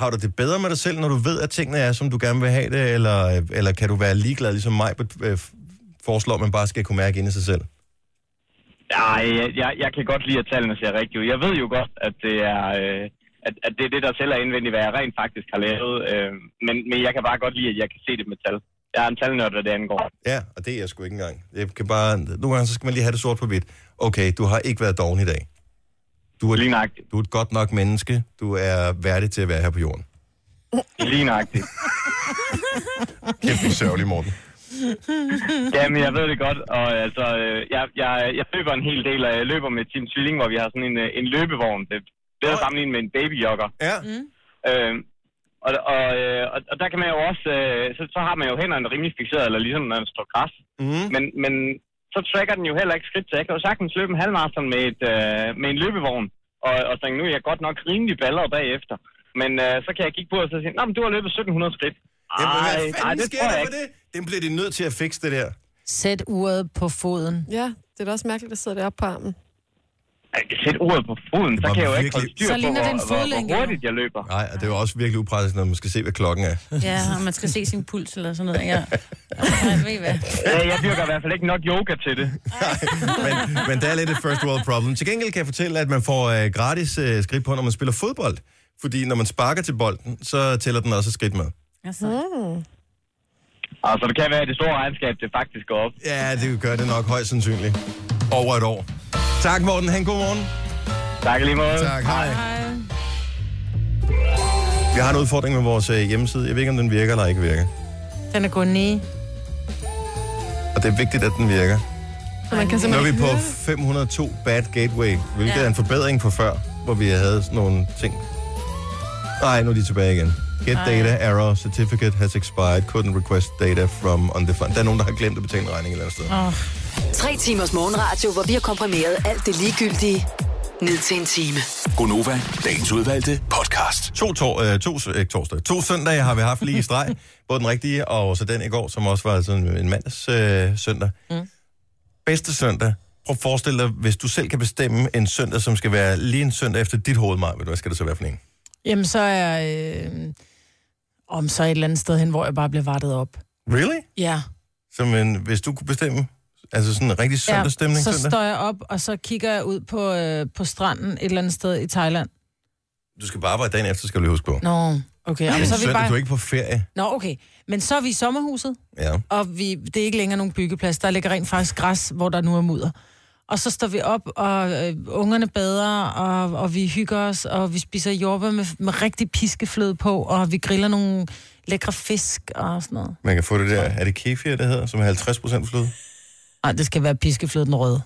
Speaker 1: har du det bedre med dig selv, når du ved, at tingene er, som du gerne vil have det, eller, øh, eller kan du være ligeglad, ligesom mig øh, f- foreslår, at man bare skal kunne mærke ind i sig selv?
Speaker 8: Ja, jeg, jeg, jeg kan godt lide, at tallene ser rigtige ud. Jeg ved jo godt, at det er, øh, at, at det, er det, der tæller indvendigt, hvad jeg rent faktisk har lavet. Øh, men, men jeg kan bare godt lide, at jeg kan se det med tal. Jeg er en talnørd, hvad det angår.
Speaker 1: Ja, og det er jeg sgu ikke engang. Jeg kan bare, nogle gange så skal man lige have det sort på hvidt. Okay, du har ikke været doven i dag. Du er,
Speaker 8: Lige nøjagtigt.
Speaker 1: du er et godt nok menneske. Du er værdig til at være her på jorden.
Speaker 8: Lige nøjagtigt.
Speaker 1: Kæft, du er sørgelig, Morten.
Speaker 8: Jamen, jeg ved det godt, og altså, øh, jeg, jeg, jeg løber en hel del, og jeg løber med Team Tvilling, hvor vi har sådan en, øh, en løbevogn. Det er bedre sammenlignet med en babyjogger.
Speaker 1: Ja,
Speaker 8: Øh, og, og, øh, og, og der kan man jo også, øh, så, så har man jo hænderne rimelig fixeret, eller ligesom når man står græs.
Speaker 1: Mhm.
Speaker 8: Men, men så tracker den jo heller ikke skridt, så jeg kan jo sagtens løbe en halvmarathon med, et, øh, med en løbevogn, og, og tænke, nu er jeg godt nok rimelig balleret bagefter. Men øh, så kan jeg kigge på og så sige, nå, men du har løbet 1700 skridt.
Speaker 1: Jamen, hvad
Speaker 8: Ej,
Speaker 1: fanden
Speaker 8: ej, det
Speaker 1: sker
Speaker 8: tror
Speaker 1: der
Speaker 8: jeg
Speaker 1: med det? Den bliver de nødt til at fikse det der.
Speaker 2: Sæt uret på foden.
Speaker 3: Ja, det er da også mærkeligt, at sidde deroppe på armen.
Speaker 8: Jeg kan sætte ordet på foden, så
Speaker 1: var
Speaker 8: kan jeg jo ikke holde
Speaker 1: virkelig-
Speaker 8: styr
Speaker 2: Så
Speaker 8: på,
Speaker 2: ligner
Speaker 8: hvor,
Speaker 2: det en
Speaker 8: hvor,
Speaker 2: fodlænke,
Speaker 8: hvor hurtigt jeg løber.
Speaker 1: Nej, og det er jo også virkelig upræsset, når man skal se, hvad klokken er.
Speaker 4: Ja, og man skal se sin puls eller sådan noget. Ja. Ej, ved I hvad?
Speaker 8: Ja, jeg dyrker i hvert fald ikke nok yoga til det.
Speaker 1: men, men det er lidt et first world problem. Til gengæld kan jeg fortælle, at man får øh, gratis øh, skridt på, når man spiller fodbold. Fordi når man sparker til bolden, så tæller den også et skridt med.
Speaker 4: Altså,
Speaker 3: Mm.
Speaker 8: Altså, det kan være, at det store regnskab, det faktisk går op.
Speaker 1: Ja, det gør det nok højst sandsynligt. Over et år. Tak, Morten. Han god morgen.
Speaker 8: Tak i lige måde.
Speaker 1: Hej. Vi har en udfordring med vores øh, hjemmeside. Jeg ved ikke, om den virker eller ikke virker.
Speaker 2: Den er gået ned.
Speaker 1: Og det er vigtigt, at den virker.
Speaker 3: Så man kan
Speaker 1: Nu er
Speaker 3: simpelthen
Speaker 1: vi
Speaker 3: ikke
Speaker 1: på
Speaker 3: høre.
Speaker 1: 502 Bad Gateway, hvilket ja.
Speaker 4: Ja.
Speaker 1: er en forbedring fra før, hvor vi havde sådan nogle ting. Nej, nu er de tilbage igen. Get data, error, certificate has expired, couldn't request data from undefined. Der er nogen, der har glemt at betale en regning et eller andet sted.
Speaker 5: Tre timers morgenradio, hvor vi har komprimeret alt det ligegyldige ned til en time.
Speaker 6: Gonova, dagens udvalgte podcast.
Speaker 1: To, tor, øh, to, s- ikke torsdag, to søndage har vi haft lige i streg. både den rigtige og så den i går, som også var sådan en mandags øh, søndag. Mm. Bedste søndag. Prøv at forestille dig, hvis du selv kan bestemme en søndag, som skal være lige en søndag efter dit hovedmar, hvad skal det så være for en?
Speaker 2: Jamen, så er... Øh, om så et eller andet sted hen, hvor jeg bare bliver vartet op.
Speaker 1: Really?
Speaker 2: Ja.
Speaker 1: Som en, hvis du kunne bestemme, altså sådan en rigtig søndagsstemning
Speaker 2: så
Speaker 1: søndag.
Speaker 2: står jeg op, og så kigger jeg ud på, øh, på stranden et eller andet sted i Thailand.
Speaker 1: Du skal bare arbejde dagen efter, skal du lige huske på.
Speaker 2: Nå, okay.
Speaker 1: Det er
Speaker 2: Jamen,
Speaker 1: en
Speaker 2: så er vi
Speaker 1: søndag, du er
Speaker 2: bare...
Speaker 1: ikke på ferie.
Speaker 2: Nå, okay. Men så er vi i sommerhuset,
Speaker 1: Ja.
Speaker 2: og vi, det er ikke længere nogen byggeplads. Der ligger rent faktisk græs, hvor der nu er mudder. Og så står vi op, og øh, ungerne bader, og, og vi hygger os, og vi spiser jordbær med, med rigtig piskefløde på, og vi griller nogle lækre fisk og sådan noget.
Speaker 1: Man kan få det der, er det kefir, det hedder, som er 50% fløde?
Speaker 2: Nej, det skal være piskefløde den røde.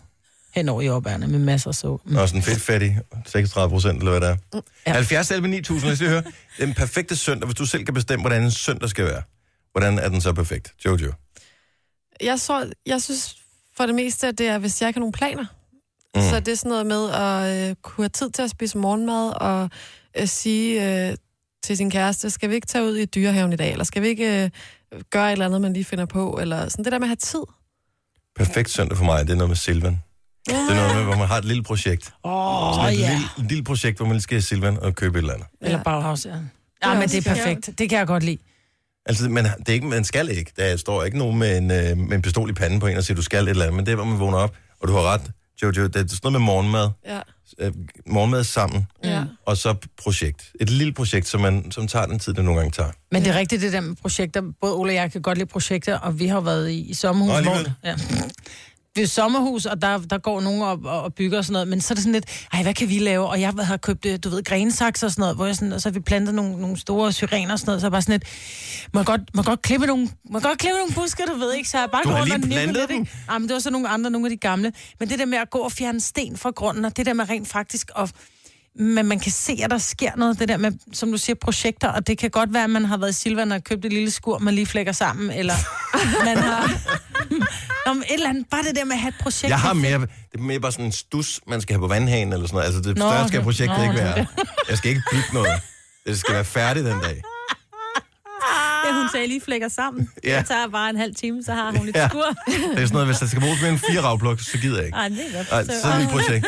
Speaker 2: Hen over jordbærne med masser af sukker. Mm.
Speaker 1: Og sådan fedt fattig, 36 procent, eller hvad det er. Ja. 70 11 9000, hvis vi hører. Den perfekte søndag, hvis du selv kan bestemme, hvordan en søndag skal være. Hvordan er den så perfekt? Jojo.
Speaker 3: jeg, så, jeg synes for det meste, at det er, hvis jeg ikke har nogen planer. Mm. Så det er sådan noget med at øh, kunne have tid til at spise morgenmad og øh, sige øh, til sin kæreste, skal vi ikke tage ud i dyrehaven i dag, eller skal vi ikke øh, gøre et eller andet, man lige finder på, eller sådan det der med at have tid.
Speaker 1: Perfekt søndag for mig, det er noget med Silvan. Det er noget med, hvor man har et lille projekt.
Speaker 2: Åh,
Speaker 1: Sådan
Speaker 2: oh,
Speaker 1: et
Speaker 2: ja.
Speaker 1: lille, et lille projekt, hvor man lige skal i Silvan og købe et eller andet.
Speaker 2: Eller Bauhaus, ja. Ja, men det er perfekt. Det kan jeg godt lide.
Speaker 1: Altså, man, det er ikke, man skal ikke. Der står ikke nogen med en, øh, med en pistol i panden på en og siger, du skal et eller andet. Men det er, hvor man vågner op, og du har ret. Jojo, det er sådan noget med morgenmad.
Speaker 3: Ja.
Speaker 1: øh, morgenmad sammen,
Speaker 2: Mm.
Speaker 3: Ja.
Speaker 1: og så projekt. Et lille projekt, som, man, som tager den tid, det nogle gange tager.
Speaker 2: Men det er rigtigt, det der med projekter. Både Ole og jeg kan godt lide projekter, og vi har jo været i, i sommerhus.
Speaker 1: Nå,
Speaker 2: hvor,
Speaker 1: alligevel.
Speaker 2: ja. Vi er i sommerhus, og der, der går nogen op og, og bygger og sådan noget, men så er det sådan lidt, ej, hvad kan vi lave? Og jeg har købt, øh, du ved, grensaks og sådan noget, hvor jeg sådan, og så har vi plantet nogle, nogle store syrener og sådan noget, så er jeg bare sådan lidt, må jeg godt, må jeg godt klippe nogle, må jeg godt klippe nogle busker, du ved ikke, så jeg bare
Speaker 1: Du
Speaker 2: går
Speaker 1: har
Speaker 2: rundt
Speaker 1: lige
Speaker 2: og nipper
Speaker 1: plantet
Speaker 2: lidt,
Speaker 1: dem.
Speaker 2: ikke? Ja, men det var så nogle andre, nogle af de gamle. Men det der med at gå og fjerne sten fra grunden, og det der med rent faktisk at men man kan se, at der sker noget, det der med, som du siger, projekter, og det kan godt være, at man har været i Silvan og købt et lille skur, man lige flækker sammen, eller man har... Nå, men et eller andet, bare det der med at have et projekt.
Speaker 1: Jeg har mere, det er mere bare sådan en stus, man skal have på vandhanen eller sådan noget. Altså, det
Speaker 2: Nå,
Speaker 1: større skal
Speaker 2: okay.
Speaker 1: projektet
Speaker 2: Nå,
Speaker 1: ikke være.
Speaker 2: okay.
Speaker 1: Jeg skal ikke bygge noget. Det skal være færdigt den dag.
Speaker 4: Ja, hun sagde lige flækker sammen.
Speaker 1: Ja.
Speaker 4: ja. Jeg tager bare en halv time, så har hun lidt
Speaker 1: Ja.
Speaker 4: skur.
Speaker 1: Det er sådan noget, hvis der skal bruges mere end fire ravblok, så gider jeg ikke.
Speaker 4: Ej, det er godt.
Speaker 1: Ej, så er det mit projekt.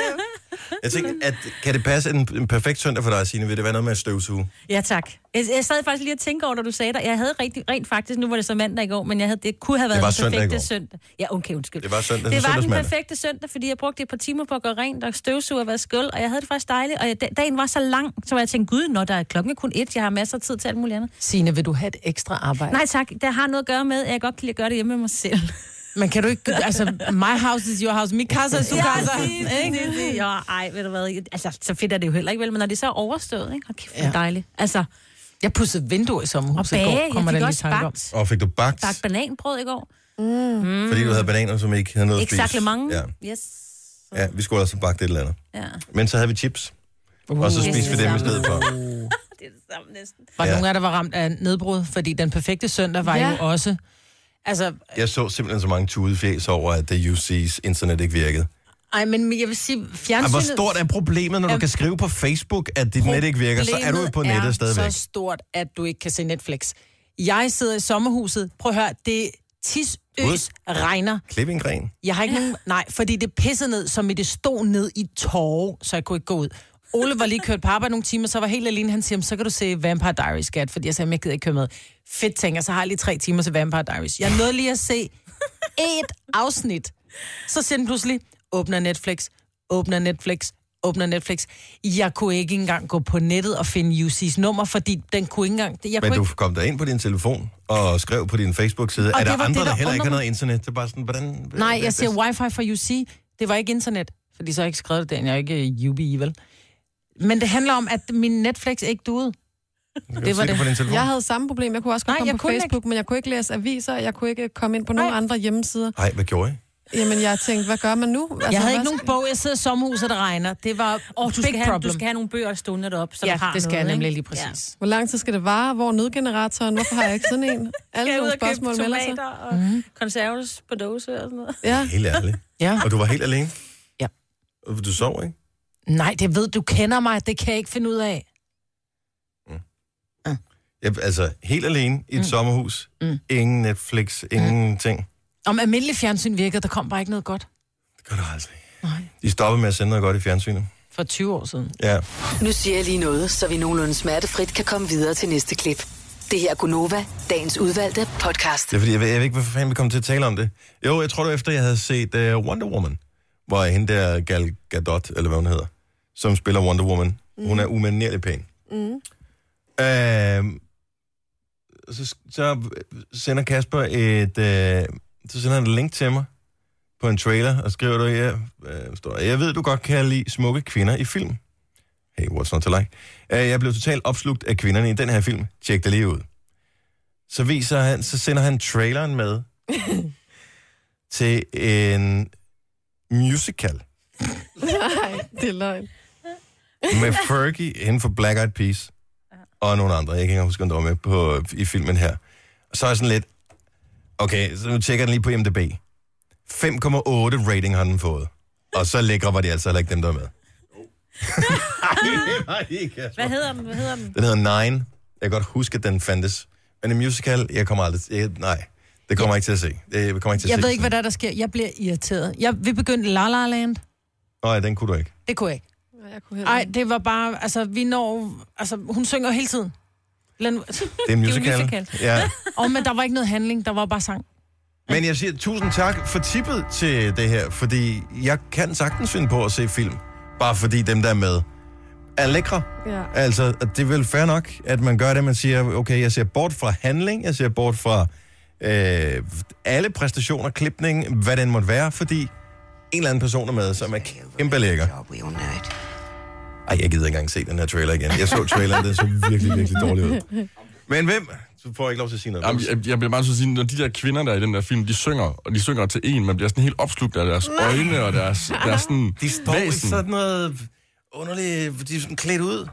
Speaker 1: Jeg tænker, at, kan det passe en, en perfekt søndag for dig, Signe? Vil det være noget med at støvsuge?
Speaker 4: Ja, tak. Jeg, jeg sad faktisk lige og tænkte over, da du sagde det. Jeg havde rigtig, rent faktisk, nu var det så mandag i går, men jeg havde, det kunne have været
Speaker 1: var
Speaker 4: den
Speaker 1: søndag i
Speaker 4: perfekte
Speaker 1: går.
Speaker 4: søndag. Ja, okay, undskyld.
Speaker 1: Det var søndag,
Speaker 4: Det var den
Speaker 1: søndagsmandag.
Speaker 4: perfekte søndag, fordi jeg brugte et par timer på at gøre rent og støvsuge og vaske gulv, og jeg havde det faktisk dejligt. Og jeg, da- dagen var så lang, så jeg tænkte, gud, når der er klokken er kun et, jeg har masser af tid til alt muligt andet.
Speaker 2: Signe, vil du have et ekstra arbejde? Nej.
Speaker 4: Nej tak, det har noget at gøre med, at jeg godt kan lide at gøre det hjemme med mig selv.
Speaker 2: Men kan du ikke... Altså, my house is your house, mi casa is your casa. altså, ikke?
Speaker 4: ikke? Ja, ej, ved du hvad, altså, så fedt er det jo heller ikke, vel, men når det så er overstået, ikke? Hold kæft, det
Speaker 2: Ja.
Speaker 4: er dejligt. Altså,
Speaker 2: Jeg pudsede vinduer i
Speaker 4: og
Speaker 2: sommerhuset i
Speaker 4: bage,
Speaker 2: går,
Speaker 4: jeg
Speaker 2: kommer
Speaker 4: fik
Speaker 2: der lige
Speaker 4: også
Speaker 2: tanke om.
Speaker 4: bagt,
Speaker 1: Og fik du bagt,
Speaker 4: bagt bananbrød i går. Mm.
Speaker 1: fordi du havde bananer, som ikke havde noget at spise?
Speaker 4: Exakt mange.
Speaker 1: Ja.
Speaker 4: Yes.
Speaker 1: ja, vi skulle også have bagt et eller andet.
Speaker 4: Ja.
Speaker 1: Men så havde vi chips, og så
Speaker 4: Uh.
Speaker 1: spiste vi dem i stedet for.
Speaker 4: Det er det samme næsten.
Speaker 2: Var
Speaker 1: Ja.
Speaker 2: ja. nogen af jer, der var ramt af nedbrud, fordi den perfekte søndag var ja.
Speaker 3: Ja.
Speaker 2: jo også... Altså,
Speaker 1: Jeg så simpelthen så mange tudefjæs over, at det UC's internet ikke virkede.
Speaker 2: ej, men jeg vil sige,
Speaker 1: Ej,
Speaker 2: fjernsynet...
Speaker 1: hvor stort er problemet, når du
Speaker 2: Jamen,
Speaker 1: kan skrive på Facebook, at dit net ikke virker, så er du jo på nettet
Speaker 2: er
Speaker 1: stadigvæk.
Speaker 2: så stort, at du ikke kan se Netflix. Jeg sidder i sommerhuset. Prøv at høre, det tisøs regner.
Speaker 1: Klippinggren.
Speaker 2: Jeg har ikke nogen... Nej, fordi det pissede ned, som i det stod ned i tårer, så jeg kunne ikke gå ud. Ole var lige kørt på arbejde nogle timer, så var helt alene. Han siger, "Men så kan du se Vampire Diaries, skat, fordi jeg sagde, "Men jeg gider ikke køre med. Fedt, tænker jeg, så har jeg lige tre timer til Vampire Diaries. Jeg nåede lige at se et afsnit. Så siger den pludselig, åbner Netflix, åbner Netflix, åbner Netflix. Jeg kunne ikke engang gå på nettet og finde UC's nummer, fordi den kunne ikke engang... Jeg
Speaker 1: Men
Speaker 2: kunne
Speaker 1: du
Speaker 2: ikke,
Speaker 1: kom der ind på din telefon og skrev på din Facebook-side,
Speaker 2: Og
Speaker 1: at der
Speaker 2: det var
Speaker 1: andre,
Speaker 2: det,
Speaker 1: der,
Speaker 2: der
Speaker 1: heller ikke har
Speaker 2: undrer
Speaker 1: noget internet. Det er bare sådan, hvordan...
Speaker 2: nej, jeg siger wifi fra UC. Det var ikke internet, fordi så har jeg ikke skrevet det, jeg er ikke øh, UBI, E, vel? Men det handler om, at min Netflix ikke duede.
Speaker 1: det
Speaker 2: det var
Speaker 1: var det. På din telefon.
Speaker 3: Jeg havde samme problem. Jeg kunne også godt
Speaker 2: Nej,
Speaker 3: Nej, komme
Speaker 2: jeg kunne
Speaker 3: på Facebook, ikke. men jeg kunne ikke læse aviser, jeg kunne ikke øh, komme ind på nogen
Speaker 2: Nej.
Speaker 3: andre hjemmesider.
Speaker 1: Ej, hvad gjorde jeg?
Speaker 3: Jamen, jeg tænkte, hvad gør man nu? Altså,
Speaker 2: Jeg havde ikke
Speaker 3: hvad-
Speaker 2: nogen bog, jeg sidder i sommerhuset, der regner. Det var oh,
Speaker 4: Du skal, have, du skal have nogle bøger stående deroppe, så
Speaker 2: ja,
Speaker 4: du har
Speaker 2: det skal
Speaker 4: noget,
Speaker 2: jeg nemlig
Speaker 4: ikke?
Speaker 2: lige præcis.
Speaker 3: Hvor lang tid skal det vare? Hvor er nødgeneratoren? Hvorfor har jeg ikke sådan en?
Speaker 4: Ja.
Speaker 3: Alle
Speaker 4: Jeg er
Speaker 3: nogle
Speaker 4: ude og købe
Speaker 3: spørgsmål melder sig.
Speaker 4: tomater og mm. konserves på dåse og sådan noget.
Speaker 3: Ja,
Speaker 1: Helt ærligt.
Speaker 2: Ja. ja.
Speaker 1: Og du var helt alene?
Speaker 2: Ja.
Speaker 1: Og Du sov, ikke?
Speaker 2: Nej, det ved du kender mig. Det kan jeg ikke finde ud af.
Speaker 1: Ja, altså, helt alene i et mm. sommerhus. Mm. Ingen Netflix, ingenting.
Speaker 2: Om almindelig fjernsyn virkede, der kom bare ikke noget godt.
Speaker 1: Det gør der aldrig.
Speaker 2: Nej.
Speaker 1: De stopper med at sende noget godt i fjernsynet.
Speaker 2: For 20 år siden.
Speaker 1: Ja.
Speaker 5: Nu siger jeg lige noget, så vi nogenlunde smertefrit kan komme videre til næste klip. Det her er Gunova, dagens udvalgte podcast.
Speaker 1: Det er fordi, jeg ved, jeg ved ikke, hvorfor fanden vi kom til at tale om det. Jo, jeg tror det var efter, jeg havde set uh, Wonder Woman, hvor hende der Gal Gadot, eller hvad hun hedder, som spiller Wonder Woman, mm. hun er umanerlig pæn. Mm. Uh, så, så sender Kasper et, øh, så sender han et link til mig på en trailer, og skriver du, jeg, øh, står, jeg ved, du godt kan lide smukke kvinder i film. Hey, what's not to like? Øh, jeg blev totalt opslugt af kvinderne i den her film. Tjek det lige ud. Så, viser han, så sender han traileren med til en musical
Speaker 3: Nej, det er løgn.
Speaker 1: med Fergie inden for Black Eyed Peas og nogle andre. Jeg kan ikke engang huske, om der var med på, i filmen her. Og så er jeg sådan lidt, okay, så nu tjekker jeg den lige på IMDb. 5,8 rating har den fået. Og så lækre var de altså heller ikke dem, der var med.
Speaker 4: Hvad hedder den? Hvad hedder den?
Speaker 1: Den hedder Nine. Jeg kan godt huske, at den fandtes. Men en musical, jeg kommer aldrig til... Jeg, nej, det kommer jeg ikke til at se. Det jeg kommer ikke til at
Speaker 2: Jeg
Speaker 1: se.
Speaker 2: ved ikke, hvad der, er, der sker. Jeg bliver irriteret. Jeg, vi begyndte La La Land.
Speaker 1: Nej, den kunne du ikke.
Speaker 2: Det kunne jeg ikke.
Speaker 3: Nå, Jeg kunne heller
Speaker 2: Nej,
Speaker 3: ikke.
Speaker 2: det var bare... Altså, vi når... Altså, hun synger hele tiden. Lad nu-
Speaker 1: Det er en
Speaker 4: Det er
Speaker 1: musical.
Speaker 4: en
Speaker 1: Ja.
Speaker 2: Åh, oh, men der var ikke noget handling. Der var bare sang.
Speaker 1: Men jeg siger tusind tak for tippet til det her, fordi jeg kan sagtens finde på at se film, bare fordi dem, der er med, er lækre.
Speaker 3: Ja.
Speaker 1: Altså, det er vel fair nok, at man gør det, man siger, okay, jeg ser bort fra handling, jeg ser bort fra øh, alle præstationer, klipning, hvad den måtte være, fordi en eller anden person er med, som er kæmpe lækker. Ej, jeg gider ikke engang se den her trailer igen. Jeg så traileren, den så virkelig, virkelig dårlig ud. Men hvem? Du får ikke lov til at sige noget.
Speaker 9: Jamen, jeg, jeg bliver bare så sige, når de der kvinder, der er i den der film, de synger, og de synger til en, man bliver sådan helt opslugt af deres øjne og deres, deres sådan
Speaker 1: De står i
Speaker 9: væsen.
Speaker 1: sådan noget underligt, de er sådan klædt ud.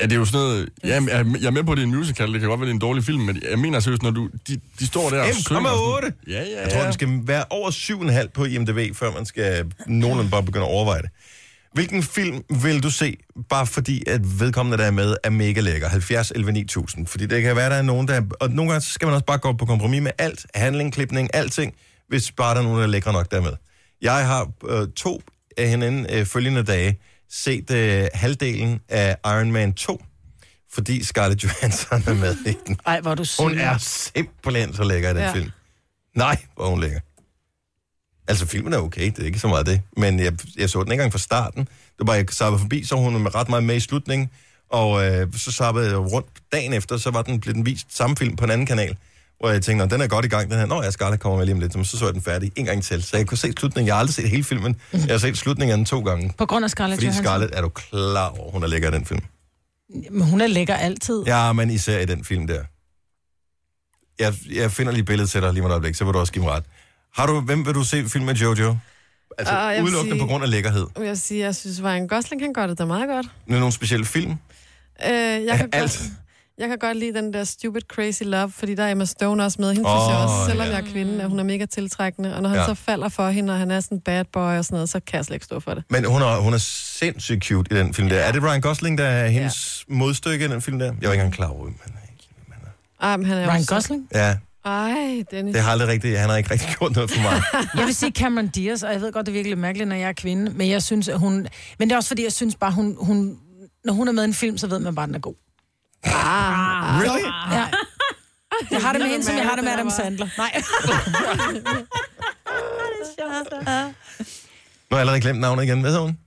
Speaker 9: Ja, det er jo sådan noget... Ja, jeg, jeg er med på, at det er en musical, det kan godt være, det er en dårlig film, men jeg mener seriøst, når du, de, de står der og synger... sådan-
Speaker 1: 5,8!
Speaker 9: Ja, ja, ja.
Speaker 1: Jeg tror, den skal være over 7,5 på IMDb, før man skal nogenlunde bare begynde at overveje det. Hvilken film vil du se, bare fordi at vedkommende, der er med, er mega lækker? 70, 11, 9000. Fordi det kan være, der er nogen, der... Og nogle gange så skal man også bare gå på kompromis med alt. Handling, klipning, alting. Hvis bare der er nogen, der er lækre nok, der er med. Jeg har øh, to af hinanden øh, følgende dage set øh, halvdelen af Iron Man 2, fordi Scarlett Johansson er med i den.
Speaker 2: Ej, hvor er du syg.
Speaker 1: Hun er simpelthen så lækker i den ja.
Speaker 3: Ja.
Speaker 1: film. Nej, hvor er hun lækker. Altså, filmen er okay, det er ikke så meget det. Men jeg, jeg så den ikke engang fra starten. Det var bare, jeg sappede forbi, så hun med ret meget med i slutningen. Og øh, så sappede jeg rundt dagen efter, så var den, blev den vist samme film på en anden kanal. Hvor jeg tænkte, "Nå, den er godt i gang, den her. Nå, jeg Scarlett kommer med lige om lidt. Men Så så jeg den færdig en gang til. Så jeg kunne se slutningen. Jeg har aldrig set hele filmen. Jeg har set slutningen af den to gange.
Speaker 2: Mhm. På grund af Scarlett
Speaker 1: Fordi
Speaker 2: Johansson.
Speaker 1: Scarlett, er du klar over, hun er lækker i den film?
Speaker 2: Men hun er lækker altid. Ja.
Speaker 1: Ja, men især i den film der. Jeg, jeg finder lige billedet til dig lige om et øjeblik, så vil du også give mig ret. Har du, hvem vil du se film med Jojo? Altså,
Speaker 3: Ah, jeg
Speaker 1: uh,
Speaker 3: vil
Speaker 1: udelukkende sige...
Speaker 3: sige-
Speaker 1: på grund af lækkerhed.
Speaker 3: Jeg vil sige, jeg synes, Ryan Gosling kan gøre det da meget godt.
Speaker 1: Er der nogle specielle film?
Speaker 3: Øh, jeg, kan
Speaker 1: Alt.
Speaker 3: godt, jeg kan godt lide den der Stupid Crazy Love, fordi der er Emma Stone også med. Hende oh, synes
Speaker 1: Åh,
Speaker 3: jeg også, selvom
Speaker 1: ja.
Speaker 3: ja. jeg er kvinde, at hun er mega tiltrækkende. Og når han
Speaker 1: Ja.
Speaker 3: ja. så falder for hende, og han er sådan en bad boy og sådan noget, så kan jeg slet ikke stå for det.
Speaker 1: Men hun er, hun er sindssygt cute i den film der. Er det Ryan Gosling, der er hendes ja. modstykke i den film der? Jeg var ikke engang klar over, hvem han er.
Speaker 3: Ej, men han er
Speaker 2: Ryan
Speaker 3: også-
Speaker 2: Gosling?
Speaker 1: Ja,
Speaker 3: Ej, Dennis.
Speaker 1: det har aldrig rigtigt, han har ikke rigtig gjort noget for mig.
Speaker 2: Jeg vil sige Cameron Diaz, og jeg ved godt, det er virkelig mærkeligt, når jeg er kvinde, men jeg synes, at hun... Men det er også fordi, jeg synes bare, hun, hun... Når hun er med i en film, så ved man bare, at den er god.
Speaker 4: Ah.
Speaker 1: really?
Speaker 2: Ah. Ja. Jeg har det med hende, som jeg har det med Adam Sandler. Nej.
Speaker 1: Nu har jeg allerede glemt navnet igen. Hvad hedder hun?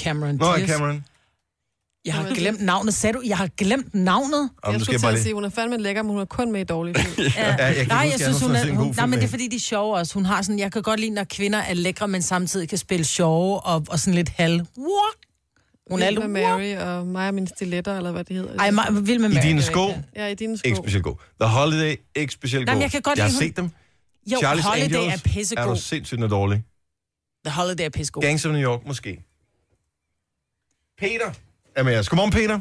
Speaker 2: Cameron
Speaker 1: Nå,
Speaker 2: Diaz.
Speaker 1: Cameron.
Speaker 2: Jeg har glemt navnet. Sagde du, jeg har glemt navnet?
Speaker 1: Om,
Speaker 3: jeg
Speaker 1: du
Speaker 3: skulle
Speaker 1: skal
Speaker 3: til
Speaker 1: bare
Speaker 3: at
Speaker 1: lige...
Speaker 3: sige, hun er fandme lækker, men hun er kun med i dårlige film.
Speaker 1: Ja, jeg kan huske,
Speaker 2: Nej, jeg
Speaker 1: at
Speaker 2: synes,
Speaker 1: har
Speaker 2: hun
Speaker 1: set
Speaker 2: er...
Speaker 1: en god
Speaker 2: Hun, nej,
Speaker 1: film
Speaker 2: men
Speaker 1: med
Speaker 2: det
Speaker 1: hende.
Speaker 2: er fordi, de er sjove også. Hun har sådan... Jeg kan godt lide, når kvinder er lækre, men samtidig kan spille sjove og, og sådan lidt halv. What? Hun er
Speaker 3: Vild
Speaker 2: lidt...
Speaker 3: med
Speaker 2: Mary.
Speaker 3: Mary og mig og mine stiletter, eller hvad det hedder.
Speaker 2: Ej, ma- vild med Mary.
Speaker 1: I dine
Speaker 2: det er
Speaker 1: sko?
Speaker 2: rigtigt.
Speaker 3: ja, i dine sko.
Speaker 1: Ikke specielt god. The Holiday, ikke specielt
Speaker 2: Nej,
Speaker 1: god.
Speaker 2: men jeg kan godt
Speaker 1: jeg har
Speaker 2: lide, hun-
Speaker 1: set dem.
Speaker 2: Jo,
Speaker 1: Charlie's
Speaker 2: Holiday
Speaker 1: Angels
Speaker 2: er pissegod.
Speaker 1: Er du sindssygt noget dårlig?
Speaker 2: The Holiday er pissegod.
Speaker 1: Gangs of New York måske. Peter er med os. Godmorgen, Peter.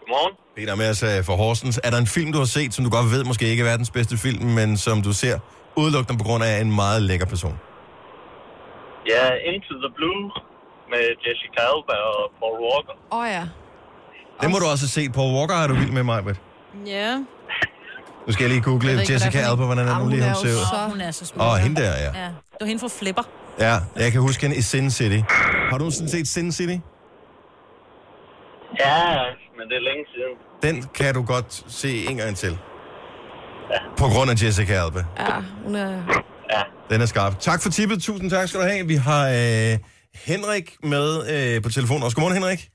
Speaker 8: Godmorgen.
Speaker 1: Peter er med os øh, fra Horsens. Er der en film, du har set, som du godt ved måske ikke er verdens bedste film, men som du ser udelukkende på grund af en meget lækker person?
Speaker 8: Ja, Into the Blue
Speaker 10: med Jessica Alba og Paul Walker.
Speaker 3: Åh oh, ja.
Speaker 1: Den må du også se. Paul Walker er du vild med mig,
Speaker 2: Ja.
Speaker 1: Nu skal jeg lige google
Speaker 4: Jeg ved
Speaker 1: jeg
Speaker 4: ikke,
Speaker 1: Jessica
Speaker 4: hvordan hun-
Speaker 1: Alba, hvordan er
Speaker 4: Ah,
Speaker 1: nu lige, hun ser ud.
Speaker 4: Åh, hun er så smuk.
Speaker 1: Åh, hende der, ja.
Speaker 4: ja. Det var hende fra Flipper.
Speaker 1: Ja, jeg kan huske hende i Sin City. Har du nogensinde set Sin City?
Speaker 10: Ja, men det er længe siden.
Speaker 1: Den kan du godt se en gang til. På grund af Jessica Alba.
Speaker 3: Ja, hun er...
Speaker 1: Den er skarp. Tak for tippet. Tusind tak skal du have. Vi har øh, Henrik med øh, på telefon også. Godmorgen, Henrik.